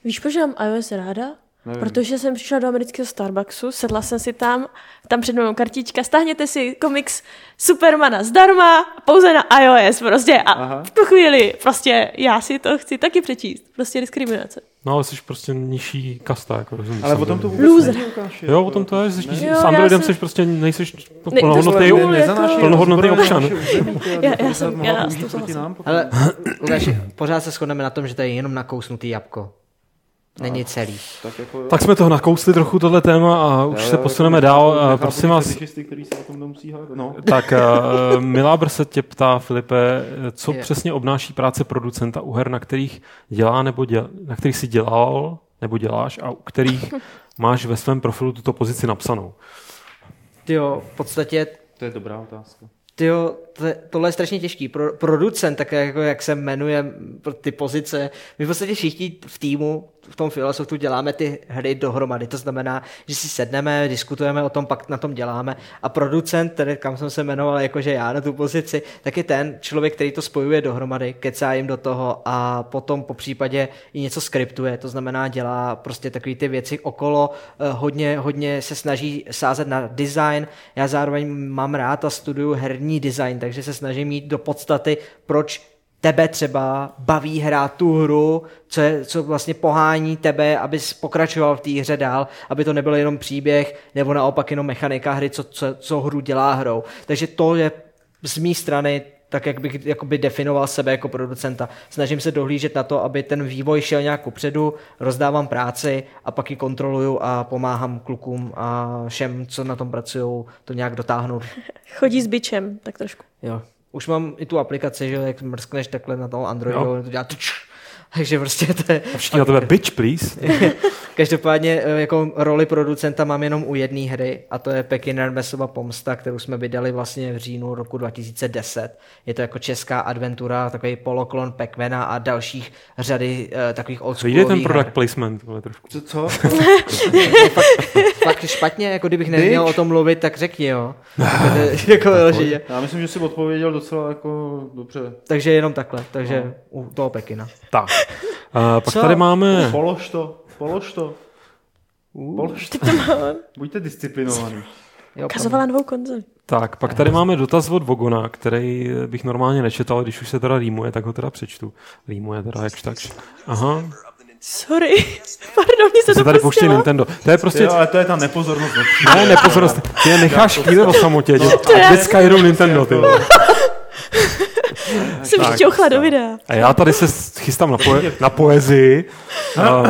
S4: Víš, proč mám iOS ráda?
S1: Nevím.
S4: Protože jsem přišla do amerického Starbucksu, sedla jsem si tam, tam před mnou kartička, stáhněte si komiks Supermana zdarma, pouze na iOS prostě a
S1: Aha.
S4: v tu chvíli prostě já si to chci taky přečíst, prostě diskriminace.
S5: No ale jsi prostě nižší kasta, jako rozumíš.
S1: Ale potom to
S5: samozřejmě.
S1: vůbec
S4: Loser.
S1: není, Lukáši,
S5: Jo,
S1: jako-
S5: potom to je, že
S1: Ne.
S5: jsi,
S4: Jo,
S5: s
S4: já
S5: Androidem
S4: jsem-
S5: jsi prostě, nejsi
S4: Ne,
S5: plnohodnotný
S4: to je-
S5: úplně.
S4: ne,
S1: Nezanáší
S5: plnohodnotný občan.
S4: Já- já jsem- já s tím
S1: proti
S4: souhlasím.
S1: nám. potom.
S3: Ale [clears throat] Lukáš, pořád se shodneme na tom, že to je jenom nakousnutý jabko. Není celý.
S1: Tak jako jo.
S5: Tak jsme to nakousli trochu tohle téma a už
S1: Já-
S5: se
S1: já-
S5: posuneme
S1: jako
S5: dál.
S1: nechápu
S5: Eh, Prosím
S1: ty
S5: vás,
S1: fetišisty, který se o tom nemusí hádat. No.
S5: tak eh, Milá Br se tě ptá, Filipe, eh, co
S3: Je.
S5: přesně obnáší práce producenta u her, na kterých dělá nebo děl, na kterých si dělal nebo děláš a u
S4: [laughs]
S5: kterých máš ve svém profilu tuto pozici napsanou.
S3: Jo, v podstatě
S1: To je dobrá otázka.
S3: Tyjo, to, je- tohle je strašně těžký. Pro, producent, tak jako jak se jmenuje pro ty pozice, my v podstatě všichni v týmu, v tom filosoftu děláme ty hry dohromady. To znamená, že si sedneme, diskutujeme o tom, pak na tom děláme. A producent, tedy kam jsem se jmenoval, jakože já na tu pozici, tak je ten člověk, který to spojuje dohromady, kecá jim do toho a potom po případě i něco skriptuje. To znamená, dělá prostě takové ty věci okolo, eh, hodně, hodně se snaží sázet na design. Já zároveň mám rád a studuju herní design, takže se snažím jít do podstaty, proč tebe třeba baví hrát tu hru, co, je, co vlastně pohání tebe, abys pokračoval v té hře dál, aby to nebyl jenom příběh, nebo naopak jenom mechanika hry, co, co, co hru dělá hrou. Takže to je z mé strany tak, jak bych jakoby definoval sebe jako producenta. Snažím se dohlížet na to, aby ten vývoj šel nějak kupředu, rozdávám práci a pak ji kontroluju a pomáhám klukům a všem, co na tom pracují, to nějak dotáhnout
S4: Chodí s bičem, tak trošku.
S3: Jo. Už mám i tu aplikaci, že jo, jak mrskneš takhle na toho Androidu,
S5: Jo.
S3: ono to dělá tč, takže prostě to je...
S5: Všichni na tebe, bitch, please.
S3: Každopádně eh, jako roli producenta mám jenom u jedné hry a to je Pekin Hermesova pomsta, kterou jsme vydali vlastně v říjnu roku 2010. Je to jako česká adventura, takový poloklon Pekmena a dalších řady eh, takových
S5: Co jde ten
S3: oldschoolových
S5: product
S3: her.
S5: placement? Vole, trošku.
S1: Co? co?
S3: [laughs] Fakt špatně, jako kdybych neměl o tom mluvit, tak řekni
S5: [laughs]
S3: jo. [laughs] Jako- jako vyloženě.
S1: Já myslím, že jsi odpověděl docela jako dobře.
S3: Takže jenom takhle, takže
S5: No.
S3: u toho Pekina.
S5: Tak. Uh, pak
S3: Co?
S5: tady máme...
S1: Polož to, polož to. Polož to. Buďte disciplinovaní.
S3: Jo,
S4: Kazovala novou konzoli.
S5: Tak, pak tady máme dotaz od Vogona, který eh, bych normálně nečetal, když už se teda rýmuje, tak ho teda přečtu. Rýmuje teda jakž takž. Aha,
S4: Sorry, [laughs] pardon, mě se
S5: se
S4: to
S5: tady pouští
S4: pustilo.
S5: Nintendo. To je prostě,
S1: Jo, ale to je ta nepozornost.
S5: ne, nepozornost, ty je necháš chvíli o samotě, no,
S1: to
S5: děcka jedou Nintendo, ty vole.
S4: Jsem
S5: Tak,
S4: přičouchla do videa.
S5: A já tady se s- chystám na, poe- na poezii. A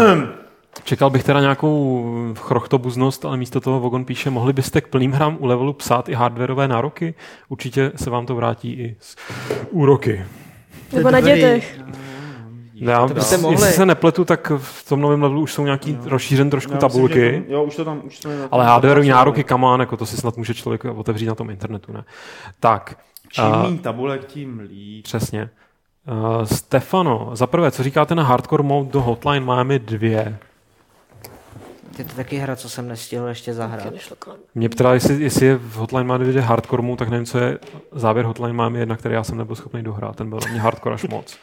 S5: čekal bych teda nějakou chrochtobuznost, ale místo toho Vogon píše, mohli byste k plným hrám u levelu psát i hardwareové nároky? Určitě se vám to vrátí i z úroky.
S4: Nebo na
S3: dobrý.
S4: dětech.
S5: Já,
S3: To byste
S5: jestli
S3: mohli.
S5: se nepletu, tak v tom novém levelu už jsou nějaký rozšířen trošku
S6: No. Já
S5: tabulky.
S6: Myslím, že jako- to, jo, už to tam, už to je na tom.
S5: Ale hardwareový nároky kamán, jako to si snad může člověk otevřít na tom internetu, ne? Tak,
S6: Čím
S5: A-
S6: méně tabulek, tím líp.
S5: přesně. Uh, Stefano, za prvé, co říkáte na hardcore mode do Hotline Miami 2?
S3: Je to taky hra, co jsem nestihl ještě zahrát.
S5: Mě ptá, jestli, jestli je v Hotline Miami 2 hardcore mode, tak nevím, co je závěr Hotline Miami 1, který já jsem nebyl schopný dohrát. Ten byl na mě hardcore až moc.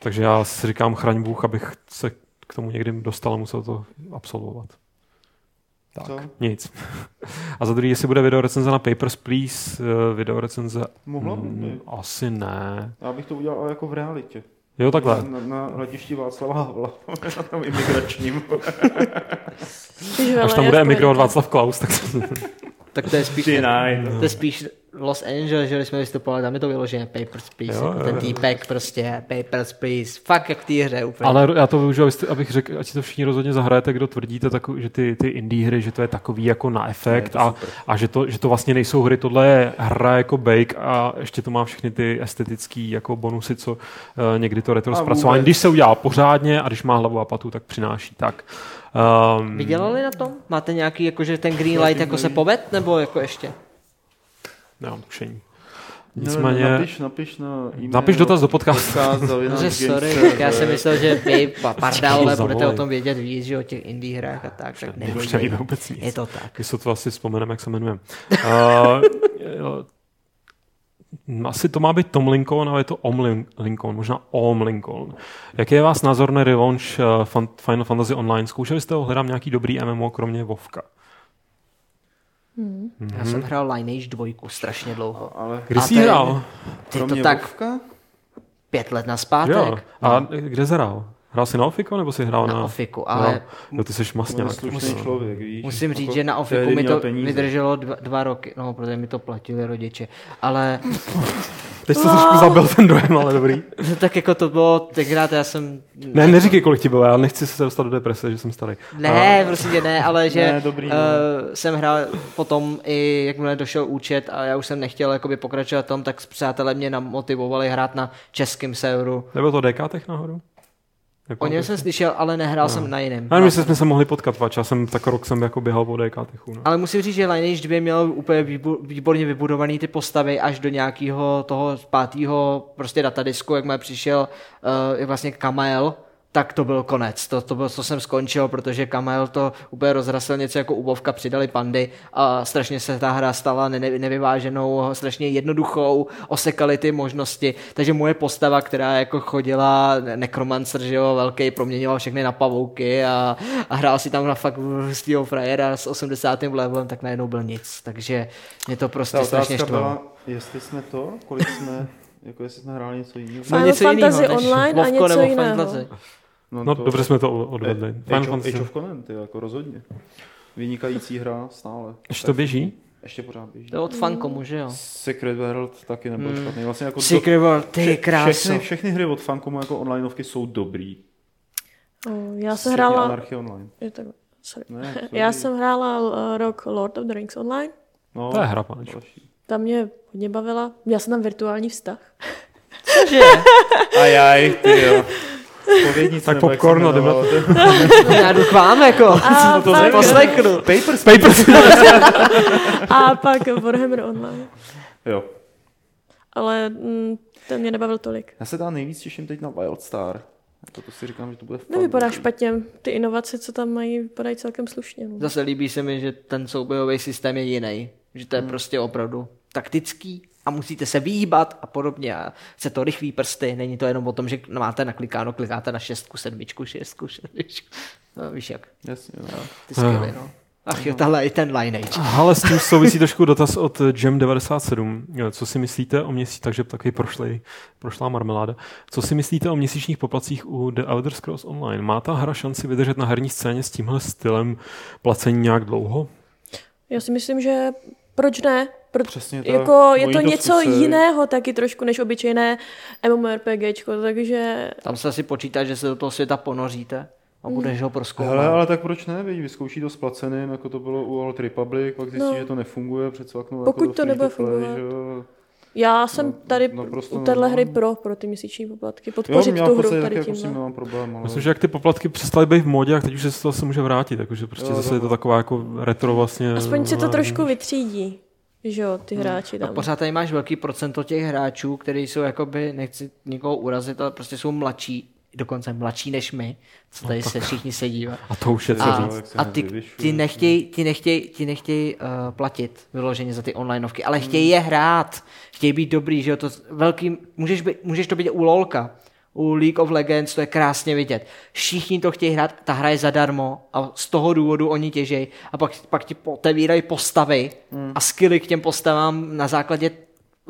S5: Takže já si říkám, chraň Bůh, abych se k tomu někdy dostal a musel to absolvovat. Tak,
S2: Co?
S5: nic. A za druhý, jestli bude video recenze na Papers, Please, eh, video recenze
S6: Mohlo by
S5: Mm,
S6: být.
S5: asi ne.
S6: Já bych to udělal ale jako v realitě.
S5: Jo, takhle.
S6: Na, na letišti Václava Havla, [laughs] na tom imigračním.
S5: Až tam bude emigrovat Václav Klaus, tak se...
S6: [laughs]
S3: Tak to je spíš...
S1: Ty naj,
S3: To je spíš Los Angeles, že když jsme vystupovali, tam je to vyloženě Papers, Please,
S5: Jo,
S3: jako
S5: jo,
S3: ten
S5: jo.
S3: týpek prostě, Papers, Please, fakt jak v té hře úplně.
S5: Ale já to využiju, abyste- abych řekl, ať si to všichni rozhodně zahrajete, kdo tvrdíte, tak, že ty, ty indie hry, že to je takový jako na efekt a, a že, to, že to vlastně nejsou hry, tohle je hra jako bake a ještě to má všechny ty estetický jako bonusy, co eh, někdy to retro
S6: A
S5: zpracování,
S6: vůbec.
S5: když se udělá pořádně a když má hlavu a patu, tak přináší. Tak. Um,
S3: Vydělali na tom? Máte nějaký, jakože ten green light jako se poved, nebo jako ještě?
S5: No, Nemám tušení.
S1: No,
S6: Ne,
S5: Nicméně,
S6: No, napiš, napiš na e-mail.
S5: napiš dotaz
S1: [laughs]
S5: do podcastu.
S6: Podcast zavináč
S3: No, Že sorry,
S6: games.cz.
S3: tak já jsem myslel, že vy,
S5: [laughs]
S3: pa- pardale,
S5: Zavolej.
S3: budete o tom vědět víc, že o těch indie hrách a tak, tak
S5: My už nevíme
S3: nevědět.
S5: vůbec nic.
S3: Je to tak.
S5: Když se to asi vzpomeneme, jak se jmenujeme. Uh, asi to má být Tom Lincoln, ale je to Om Lin- Lincoln, možná Om Lincoln. Jaký je vás názor na relaunch eh, fan- Final Fantasy Online? Zkoušeli jste ho? Hledám nějaký dobrý MMO, kromě Vovka.
S3: Já
S5: Mhm.
S3: jsem hrál Lineage 2 strašně dlouho.
S6: Ale
S5: Kdy
S3: A
S5: jsi
S3: to je-
S5: hrál?
S3: Ty to
S6: kromě
S3: tak
S6: Vovka?
S3: pět let na
S5: Jo.
S3: zpátek
S5: A kde jsi hrál? Hrál jsi na Ofiko, nebo jsi hrál na...
S3: na ofiku, ale
S5: No, ty jsi
S6: On je
S5: masňák.
S6: slušný člověk, víš.
S3: Musím říct,
S6: Jako
S3: že na
S6: tehdy
S3: Ofiku mi
S6: měl
S3: to
S6: peníze.
S3: vydrželo dva, dva roky, no, protože mi to platili rodiče. Ale [laughs]
S5: Teď jsi trošku zabil ten dojem, ale dobrý.
S3: no, tak jako to bylo, tenkrát já jsem...
S5: Ne, neříkej, kolik ti bylo, já nechci se dostat do deprese, že jsem starý.
S3: Ne, prostě tě ne, ale že
S6: Ne, dobrý,
S3: eh,
S6: no.
S3: jsem hrál potom i jakmile došel účet a já už jsem nechtěl jakoby pokračovat tom, tak s přátelé mě namotivovali hrát na českém serveru.
S5: Nebyl to DK Tech náhodou?
S3: O něm jsem slyšel, ale nehrál jsem na jiném.
S5: Já nevím, jestli jsme se mohli potkat, pač. já jsem tak rok jsem jako běhal po DK Techu. No.
S3: Ale musím říct, že Lineage 2 měl úplně výbu- výborně vybudovaný ty postavy až do nějakého toho pátého prostě datadisku, jak mi přišel uh, vlastně Kamael, tak to byl konec. To, to bylo, co jsem skončil, protože Kamael to úplně rozrasl něco jako ubovka, přidali pandy a strašně se ta hra stala ne- nevyváženou, strašně jednoduchou, osekali ty možnosti. Takže moje postava, která jako chodila nekromancer, že jo, velký, proměňoval všechny na pavouky a, a hrál si tam na fakt hustýho frajera s 80. levelem, tak najednou byl nic. Takže mě to prostě
S6: Ta
S3: strašně
S6: otázka
S3: štvalo.
S6: byla, jestli jsme to, kolik jsme, [laughs] jako jestli jsme hráli něco jiného.
S3: No,
S4: Fakt. Final Fantasy Online a
S3: Lovko
S4: něco
S3: nebo Final
S4: jiného.
S3: Fantasy.
S5: No, dobře jsme to odvedli. Final
S6: Eh, Age of, Age
S5: Fantasy.
S6: of Conan, ty, jako rozhodně. Vynikající hra stále.
S5: Ještě to běží?
S6: Ještě pořád běží.
S3: To je od Funkomu, že jo?
S6: Secret World taky nebyl špatný. Vlastně jako do-
S3: Hmm. Secret World, ty
S6: vše-
S3: krásu.
S6: všechny, všechny hry od Funkomu jako onlineovky jsou dobrý.
S4: O, Oh, Já jsem
S6: Včetně
S4: hrála...
S6: Anarchy Online.
S4: Je to- sorry.
S6: Ne, to
S4: Já
S6: je-
S4: jsem hrála eh, rok Lord of the Rings Online.
S6: No,
S5: To je hra, pane.
S6: další.
S4: Ta mě hodně bavila. Měla jsem tam virtuální vztah.
S3: Cože?
S1: ajaj, ty jo.
S6: Povědnice,
S5: Tak
S6: nebo jak se
S5: popcorn a jdeme na
S6: jmenovala, to.
S3: Já jdu k vám, jako.
S4: A [laughs] pak,
S3: Poslechnu.
S6: Papers.
S5: Papers!
S4: a pak Warhammer Online.
S6: Jo.
S4: Ale mm, ten mě nebavil tolik.
S6: Já se dá nejvíc těším teď na Wildstar. Jako to si říkám, že to bude fakt
S4: Nevypadá
S6: dobrý.
S4: špatně. Ty inovace, co tam mají, vypadají celkem slušně. No.
S3: Zase líbí se mi, že ten soubojový systém je jiný. Že to je hmm. prostě opravdu taktický a musíte se vyhýbat a podobně. A chce to rychlý prsty, není to jenom o tom, že máte naklikáno, klikáte na šestku, sedmičku, šestku, [laughs] šestku. No, víš jak,
S6: Jasně, no.
S3: ty skvělé, no. Ach jo, tahle i ten lineage.
S5: Ale s tím souvisí trošku dotaz od Jam97. Co si myslíte o měsíc, takže takový prošlej, prošlá marmeláda. Co si myslíte o měsíčních poplacích u The Elder Scrolls Online? Má ta hra šanci vydržet na herní scéně s tímhle stylem placení nějak dlouho?
S4: Já si myslím, že proč ne? Pro,
S1: Přesně tak.
S4: jako je
S1: Oni
S4: to
S1: to
S4: něco
S1: zkusej.
S4: jiného taky trošku než obyčejné MMORPGčko, takže
S3: Tam se asi počítá, že se do toho světa ponoříte a budeš ho
S6: Hmm. Hele,
S3: proskoumat.
S6: ale tak proč ne? Vy vyzkouší to s placeným, jako to bylo u Old Republic, pak zjistí,
S4: No.
S6: no. že to nefunguje, přecvaknou
S4: Pokud
S6: jako
S4: to nebude
S6: free to play,
S4: fungovat.
S6: že jo.
S4: já jsem
S6: No,
S4: tady
S6: naprosto
S4: u téhle hry
S6: normální.
S4: pro, pro ty měsíční poplatky,
S6: Jo,
S4: podpořit
S6: já
S4: tu
S6: v
S4: hru
S6: podstatě taky
S4: tady
S6: jako s tím
S4: tím.
S6: nemám problém, ale...
S5: Myslím, že jak ty poplatky přestaly být v modě, a teď už se to zase může vrátit, takže prostě
S6: Jo,
S5: zase je to taková jako retro vlastně.
S4: Aspoň si to
S5: nová,
S4: trošku vytřídí, že jo, ty hráči
S3: A
S4: tam.
S3: pořád tady máš velký procento těch hráčů, kteří jsou jakoby, nechci nikoho urazit, ale prostě jsou mladší, dokonce mladší než my, co
S6: No
S3: tady se všichni
S6: [laughs]
S3: se dívá.
S5: A to už je co
S3: A,
S5: říct.
S6: jak se
S3: a ty, ty
S6: nevyvyšuje.
S3: nechtějí ty nechtěj, ty nechtěj, uh, platit vyloženě za ty onlineovky, ale chtějí je hrát, chtějí být dobrý, že jo, to s- velký, můžeš, být, můžeš to být u LOLka, u League of Legends, to je krásně vidět. Všichni to chtějí hrát, ta hra je zadarmo a z toho důvodu oni těžej a pak, pak ti otevírají postavy a skilly k těm postavám na základě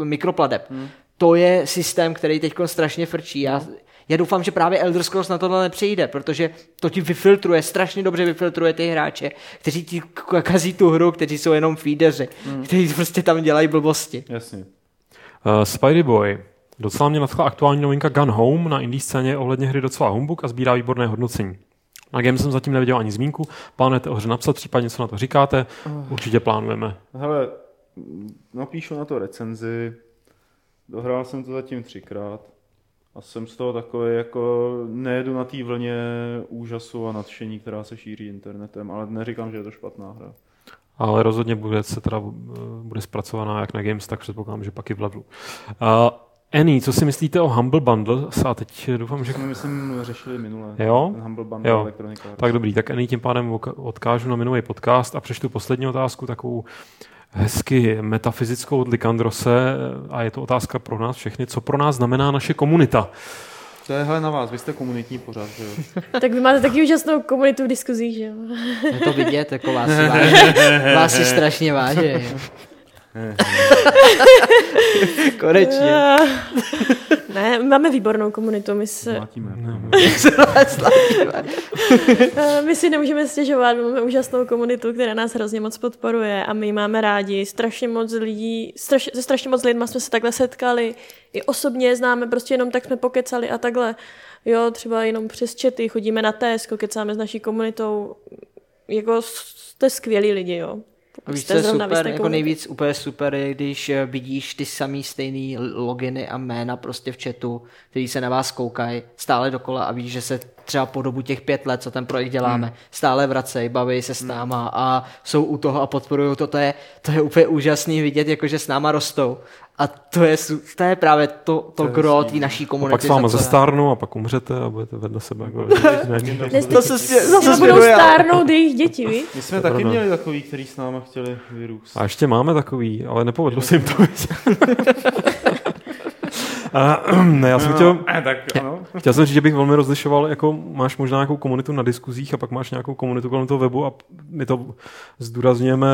S3: mikropladeb. To je systém, který teď strašně frčí. Já, já doufám, že právě Elder Scrolls na tohle nepřijde, protože to ti vyfiltruje, strašně dobře vyfiltruje ty hráče, kteří ti k- kazí tu hru, kteří jsou jenom feederři, kteří prostě tam dělají blbosti.
S6: Jasně.
S5: Uh, Spider Boy. Docela mě nadchla aktuální novinka Gun Home na indie scéně ohledně hry docela humbuk a sbírá výborné hodnocení. Na game jsem zatím neviděl ani zmínku, plánujete o hře napsat, případně co na to říkáte,
S6: Oh.
S5: určitě plánujeme.
S6: Hele, m, napíšu na to recenzi. Dohrál jsem to zatím třikrát. A jsem z toho takový, jako nejedu na té vlně úžasu a nadšení, která se šíří internetem, ale neříkám, že je to špatná hra.
S5: Ale rozhodně bude se teda eh, bude zpracovaná jak na Games, tak předpokládám, že pak i v levelu. Uh, Annie, co si myslíte o Humble Bundle? A teď eh, doufám, že...
S6: To jsme, myslím, řešili minule.
S5: Jo?
S6: Ten Humble Bundle
S5: Jo.
S6: Electronic Arts.
S5: Tak dobrý, tak Annie tím pádem ok- odkážu na minulý podcast a přečtu poslední otázku, takovou hezky metafyzickou od Likandrose eh, a je to otázka pro nás všechny. Co pro nás znamená naše komunita?
S6: To je hele na vás, vy jste komunitní pořád, že [laughs] jo?
S4: Tak vy máte taky úžasnou komunitu v diskuzích, že jo.
S3: Je to vidět, jako vás si váží. Vás si strašně váží. [laughs] Konečně.
S4: [laughs] ne, máme výbornou komunitu, my se,
S6: Mlátíme.
S4: Eh, My si nemůžeme stěžovat, my máme úžasnou komunitu, která nás hrozně moc podporuje a my ji máme rádi. Strašně moc lidí, straš, se strašně moc lidma jsme se takhle setkali. I osobně je známe, prostě jenom tak jsme pokecali a takhle. Jo, třeba jenom přes čety, chodíme na Tesco, kecáme s naší komunitou. Jako jste skvělí lidi, jo.
S3: A
S4: Pokud
S3: víš, co je
S4: zrovna, vy
S3: super,
S4: jste
S3: jako
S4: komunita.
S3: nejvíc úplně super je, když eh, vidíš ty samý stejný l- loginy a jména prostě v chatu, který se na vás koukají stále dokola a víš, že se třeba po dobu těch pět let, co ten projekt děláme, stále vracejí, baví se s náma a jsou u toho a podporují to. To je, to je úplně úžasný vidět, jakože s náma rostou. A to je, su- to je právě to, to, gro té naší komunity.
S5: Pak s
S3: za
S5: váma
S3: co já-
S5: zestárnou a pak umřete a budete vedle sebe. Jako, ne,
S3: To se stě-
S4: Třeba
S3: zase
S4: budou
S3: směruje, ale-
S4: stárnout jejich děti, víš?
S6: My jsme taky
S5: pravda.
S6: měli takový, který s náma chtěli vyrůst.
S5: A ještě máme takový, ale nepovedlo se jim to. [laughs] A, ne, já jsem chtěl,
S6: Eh, tak ano.
S5: chtěl jsem říct, že bych velmi rozlišoval, jako máš možná nějakou komunitu na diskuzích a pak máš nějakou komunitu kolem toho webu a my to zdůrazňujeme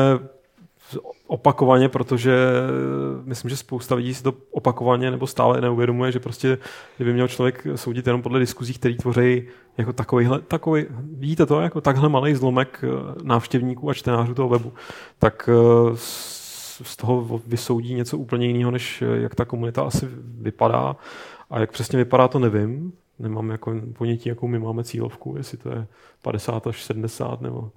S5: opakovaně, protože eh, myslím, že spousta lidí si to opakovaně nebo stále neuvědomuje, že prostě kdyby měl člověk soudit jenom podle diskuzí, který tvoří jako takovýhle, takový, vidíte to, jako takhle malý zlomek eh, návštěvníků a čtenářů toho webu, tak eh, z- z toho vysoudí něco úplně jiného, než eh, jak ta komunita asi vypadá. A jak přesně vypadá, to nevím. Nemám jako ponětí, jakou my máme cílovku, jestli to je 50 až 70 nebo,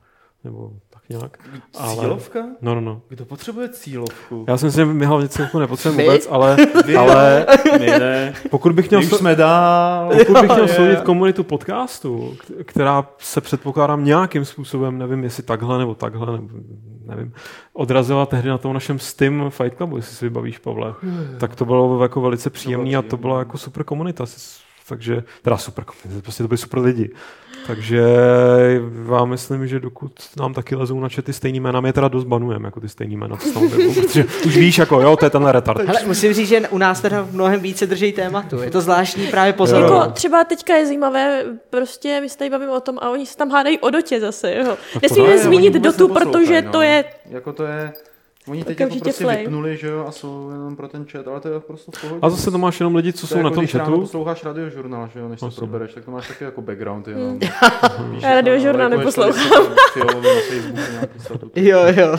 S5: nebo tak nějak. Ale-
S6: Cílovka?
S5: No, no, no.
S6: Kdo potřebuje cílovku?
S5: Já si myslím, že my hlavně cílovku nepotřebujeme
S3: My?
S5: vůbec, ale,
S3: [laughs]
S6: Vy
S5: ale
S6: [laughs] My ne.
S5: pokud bych měl,
S6: My už
S5: so,
S6: jsme dál.
S5: pokud bych
S6: [laughs]
S5: měl
S6: Je.
S5: soudit komunitu podcastu, k- která se předpokládám nějakým způsobem, nevím jestli takhle nebo takhle, nebo nevím, odrazila tehdy na tom našem Steam Fight Clubu, jestli si vybavíš, Pavle,
S3: Hmm.
S5: tak to bylo jako velice příjemný a to
S6: příjemný.
S5: byla jako super komunita. s- Takže, teda super komunita, prostě to byli super lidi. Takže já myslím, že dokud nám taky lezou na čety stejný jména, my je teda dost banujeme, jako ty stejný jména, co tam bylo, protože už víš, jako jo, to je tenhle retard.
S3: Hele, musím říct, že u nás teda mnohem více drží tématu. Je to zvláštní právě pozorovat.
S4: Jako třeba teďka je zajímavé, prostě my se tady bavíme o tom a oni se tam hádají o dotě zase, jo.
S5: to
S4: Nesmíme
S5: ne,
S6: oni
S4: zmínit
S6: vůbec
S4: dotu,
S6: neposlouchají,
S4: protože
S6: no.
S4: to je
S6: Jako to je...
S1: Oni teď jako
S4: Okamžitě
S1: prostě
S4: flame.
S1: vypnuli, že jo, a jsou jenom pro ten chat, ale to je prostě v pohodě.
S5: A zase to máš jenom lidi, co
S1: To je
S5: jsou
S1: jako,
S5: na tom
S1: když ráno
S5: chatu.
S1: posloucháš radiožurnál, že jo, než to
S5: Asi.
S1: probereš, tak to máš taky jako background jenom. Víš,
S4: Já Hmm. radiožurnál
S1: jako, když to
S4: neposlouchám.
S1: vysvětlí Fialovi na Facebooku nějaký statut.
S3: Jo, jo.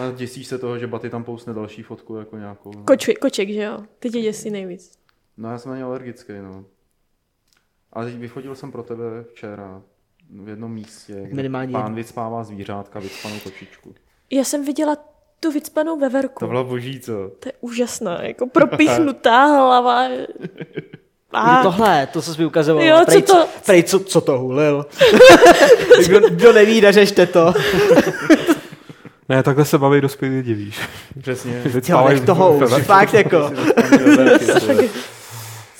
S1: A děsíš se toho, že Baty tam pousne další fotku jako nějakou. No,
S4: Koči, koček, že jo? Ty tě děsí nejvíc.
S1: no já jsem na ně alergický, no. Ale teď vyfotil jsem pro tebe včera v jednom místě, kde
S3: Minimálně
S1: pán
S3: jedno.
S1: vyspává zvířátka, vycpanou kočičku.
S4: Já jsem viděla tu vycpanou veverku.
S1: To byla boží, co?
S4: To je úžasná, jako propíchnutá hlava.
S1: [laughs]
S4: A
S3: A... Tohle, to, co jsi mi ukazoval.
S4: Jo, co
S3: prej,
S4: to-
S3: Prej, co, co to [laughs] hulil? kdo, kdo neví, neřešte to.
S5: Ne, takhle se baví dospělí lidi, víš. [laughs]
S1: Přesně.
S3: Jo,
S5: Vycpávají
S3: nech toho už, fakt jako.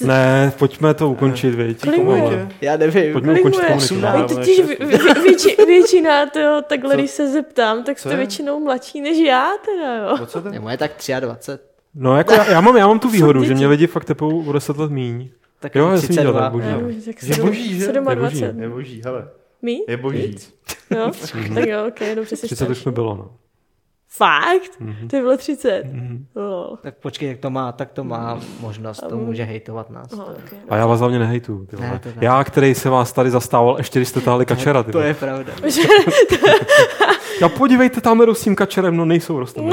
S5: Ne, pojďme to ukončit, viď.
S4: Kolik
S5: Tomáš.
S4: je?
S3: Já nevím.
S5: Pojďme ukončit
S4: Kolik mu je?
S5: komunikaci.
S4: Vy totiž
S1: jako-
S4: vě- vě-
S1: [laughs]
S4: větši- většina, to, takhle, když se zeptám, tak
S1: Co
S4: jste
S1: je?
S4: většinou mladší než já teda, jo.
S1: O co to?
S3: Ne, moje tak 23.
S5: No, jako já, já, mám, já mám tu výhodu, že
S4: děti.
S5: mě lidi fakt tepou o 10 let míň.
S3: Tak jako
S5: Jo, já jsem
S3: 32.
S5: dělal tak, boží.
S4: Já už tak
S1: No. Je
S4: sedm-
S1: boží, že?
S4: 27.
S1: Je boží, hele.
S4: Mí?
S1: Je boží. [laughs]
S4: Jo? No? Tak jo, ok, dobře si
S5: 30 už mi bylo, no.
S4: Fakt? To je bylo 30. Lol.
S3: Tak počkej, jak to má, tak to má možnost, to může hejtovat nás.
S4: Aha, okay.
S5: A já vás hlavně nehejtu. Ty
S3: Ne,
S5: vole.
S3: to ne.
S5: já, který se vás tady zastával, ještě když jste táhli kačera. Ty
S3: To
S5: vole.
S3: je pravda.
S5: Já podívejte, tam rostím kačerem, no nejsou rostem.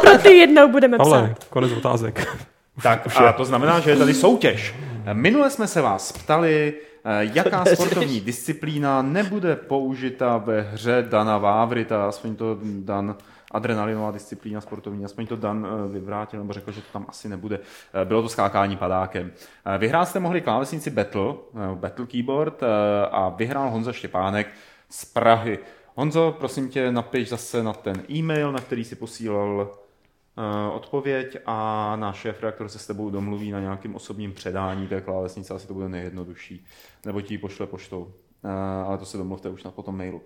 S4: Pro ty jednou budeme
S5: Ale
S4: psát.
S5: konec otázek. [laughs]
S1: Tak a to znamená, že je tady soutěž. Minule jsme se vás ptali, eh, jaká sportovní disciplína nebude použita ve hře Dana Vávrita, aspoň to Dan adrenalinová disciplína sportovní, aspoň to Dan eh, vyvrátil, nebo řekl, že to tam asi nebude. Eh, Bylo to skákání padákem. Eh, Vyhrát jste mohli klávesnici Battle, eh, Battle Keyboard eh, a vyhrál Honza Štěpánek z Prahy. Honzo, prosím tě, napiš zase na ten e-mail, na který si posílal Eh, odpověď a náš šéf reaktor se s tebou domluví na nějakém osobním předání té klávesnice, asi to bude nejjednodušší, nebo ti ji pošle poštou, Eh, ale to se domluvte už na potom mailu.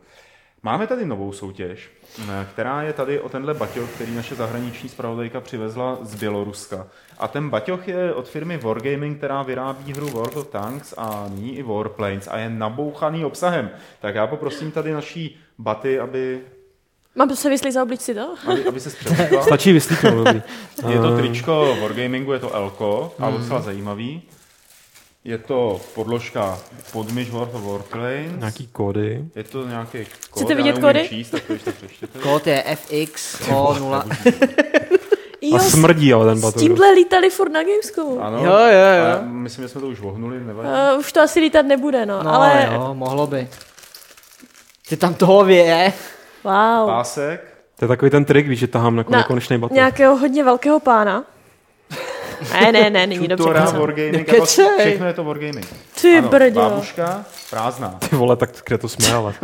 S1: Máme tady novou soutěž, eh, která je tady o tenhle baťoch, který naše zahraniční zpravodajka přivezla z Běloruska. A ten baťoch je od firmy Wargaming, která vyrábí hru World of Tanks a nyní i Warplanes a je nabouchaný obsahem. Tak já poprosím tady naší baty, aby,
S4: Mám se vyslít za obličci no? to?
S1: aby, aby se zpřevzala.
S5: Stačí vyslíknout. dobrý.
S1: Je
S5: Eh.
S1: to tričko Wargamingu, je to Elko,
S5: Hmm.
S1: ale docela zajímavý. Je to podložka podmyš World of Warplanes.
S5: Nějaký kódy.
S1: Je to nějaký kód,
S4: Chcete
S1: já
S4: vidět
S1: neumím
S4: kódy?
S1: Číst, tak to ještě přečtěte.
S3: Kód je
S5: [laughs]
S3: FXO0.
S4: Jo,
S5: A
S4: s,
S5: smrdí, ale ten
S4: s
S5: batoh.
S4: tímhle lítali furt na Gamescomu.
S1: Ano,
S3: Jo, jo,
S1: ale
S3: jo.
S1: myslím, že jsme to už vohnuli, nevadí.
S4: Uh, už to asi lítat nebude, no,
S3: No,
S4: ale
S3: jo, mohlo by. Ty tam toho vě,
S4: wow.
S1: Pásek,
S5: To je takový ten trik, víš, že tahám na konečný batoh.
S4: nějakého hodně velkého pána. ne, ne, ne, není dobře.
S1: tutora,
S4: kecám.
S1: Wargaming, a to,
S3: Nekecej.
S1: všechno je to Wargaming.
S4: Ty
S1: Ano,
S4: brďo.
S1: Babuška, prázdná.
S5: Ty vole, tak kde to jsme, ale.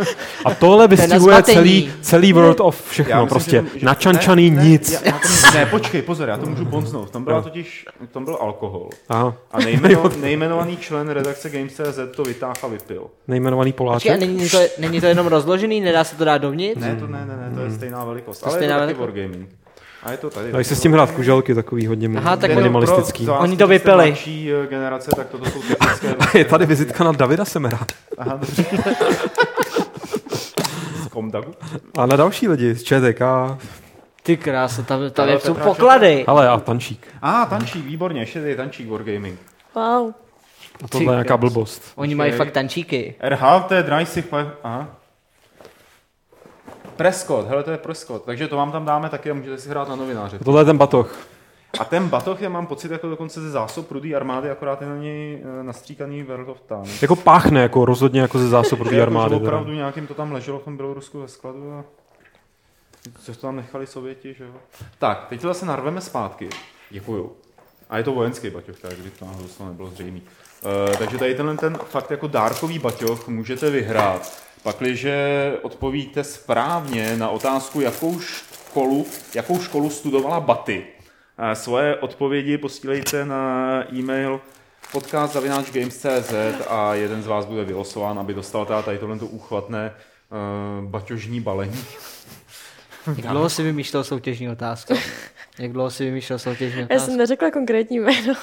S3: [laughs]
S5: A tohle vystihuje
S3: nazmatení.
S5: celý, celý World of všechno,
S1: Já myslím,
S5: prostě
S1: že- že-
S5: načančaný
S1: ne,
S5: nic.
S1: Ne, já, já to, ne, počkej, pozor, já to můžu bonznout. Tam byla totiž, tam byl alkohol.
S5: Aha,
S1: A
S5: [laughs]
S1: nejmeno, nejmenovaný člen redakce Games.cz to vytáhl a vypil.
S5: nejmenovaný
S3: Počkej, a
S5: Poláček.
S3: není to, není to jenom rozložený, nedá se to dát dovnitř?
S1: Ne, to ne, ne, ne, to je stejná velikost.
S3: Hmm. je
S1: ale
S3: stejná
S1: je to taky
S3: velikost.
S1: Wargaming. A je to tady.
S5: Dají se No, s tím hrát kuželky, takový hodně
S3: Aha, tak jenom
S5: minimalistický.
S1: Pro,
S3: Oni to vypili.
S1: Mladší eh, generace, tak toto
S3: [laughs]
S1: jsou typické.
S5: [laughs] Je tady vizitka na Davida Semera.
S1: [laughs] Aha, dobře. Z Komdagu.
S5: A na další lidi z ČTK.
S3: Ty krása, tam, tam
S1: Ale
S3: jsou
S1: Petráček-
S3: poklady.
S5: Ale a tančík.
S1: A, tančík, výborně, ještě tady je tančík Wargaming.
S4: Wow.
S5: A tohle je nějaká blbost.
S3: Oni mají
S1: počkej.
S3: fakt tančíky.
S1: RH, to je Drysich, aha. Prescott, hele, to je Prescott, takže to vám tam dáme taky a můžete si hrát na novináře.
S5: A tohle je ten batoh.
S1: A ten batoh je, mám pocit, jako dokonce ze zásob rudý armády, akorát je na něj eh, nastříkaný World of Tanks.
S5: Jako páchne, jako rozhodně jako
S1: [laughs]
S5: ze zásob
S1: Jako,
S5: proti
S1: že
S5: armády. teda.
S1: opravdu nějakým to tam leželo v tom Bělorusku ve skladu a co to tam nechali Sověti, že jo. Tak, teď to zase narveme zpátky. Děkuju. A je to vojenský baťoch, tak kdyby to náhodou to nebylo zřejmý. Uh, takže tady tenhle ten fakt jako dárkový baťoch můžete vyhrát. Pakliže odpovíte správně na otázku, jakou školu, jakou školu studovala Baty, Eh, svoje odpovědi posílejte na e-mail podcast.games.cz a jeden z vás bude vylosován, aby dostal teda tady tohle úchvatné uh, baťožní balení.
S3: Jak dlouho si vymýšlel soutěžní [laughs] otázku? Jak dlouho si vymýšlel soutěžní
S4: Já jsem
S3: otázku?
S4: neřekla konkrétní jméno.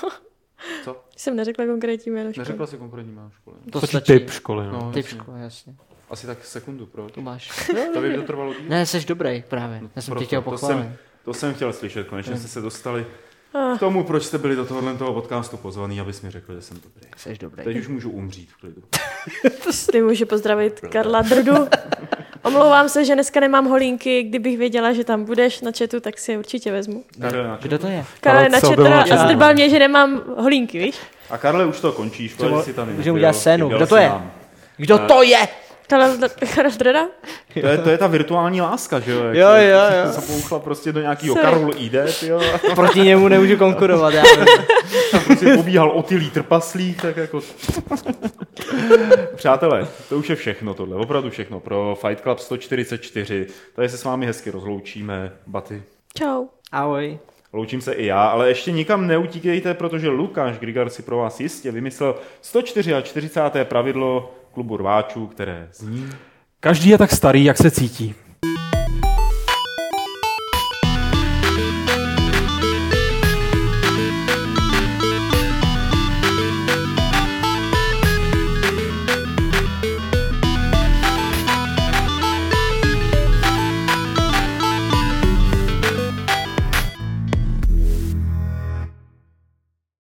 S1: Co?
S4: Jsem neřekla konkrétní jméno školy.
S1: Neřekla si konkrétní jméno školy.
S3: To
S5: Stačí
S3: stačí.
S5: typ školy. No.
S1: No,
S3: Typ
S1: jasně.
S3: školy, jasně.
S6: Asi tak sekundu, proč?
S3: Tu [laughs] máš.
S6: To by to trvalo díl.
S3: Ne, jsi dobrý právě. Já jsem tě
S6: Proto,
S3: chtěl
S6: to
S3: pochválit. Ah.
S6: jsem, to jsem chtěl slyšet, konečně jste se dostali k tomu, proč jste byli do tohohle toho podcastu pozvaný, abys mi řekl, že jsem dobrý.
S3: Jsi dobrý.
S6: Teď už můžu umřít v klidu.
S4: To si nemůžu pozdravit Karla Drdu. Omlouvám se, že dneska nemám holínky, kdybych věděla, že tam budeš na chatu, tak si je určetě vezmu.
S6: Karle, na čem-
S3: Kdo to je?
S4: Karle
S5: Karel
S4: na
S5: co byl na
S4: chatu a
S5: chatu?
S4: zdrbal mě, že nemám holínky, víš?
S6: A Karle, už to končíš, škoda, že jsi tam
S3: Můžeme
S6: nebyl.
S3: udělat scénu.
S6: Chyběl
S3: Kdo to
S6: jsi
S3: je?
S6: nám.
S3: Kdo to je?
S4: Karel, Dr- Karel Drda?
S6: To je, to je ta virtuální láska, že jo? Jak
S3: Jo,
S6: se-
S3: jo, jo.
S6: Zapouchla prostě do nějakého
S4: Sorry.
S6: Karol jde, jo,
S3: Proti němu nemůžu konkurovat. [laughs] Já
S6: a prostě pobíhal otylý trpaslík, tak jako...
S1: Přátelé, to už je všechno tohle, opravdu všechno pro Fight Club 144. Tady se s vámi hezky rozloučíme, Baty.
S4: Čau.
S3: Ahoj.
S1: Loučím se i já, ale ještě nikam neutíkejte, protože Lukáš Grigar si pro vás jistě vymyslel 144. pravidlo klubu rváčů, které zní
S5: Každý je tak starý, jak se cítí.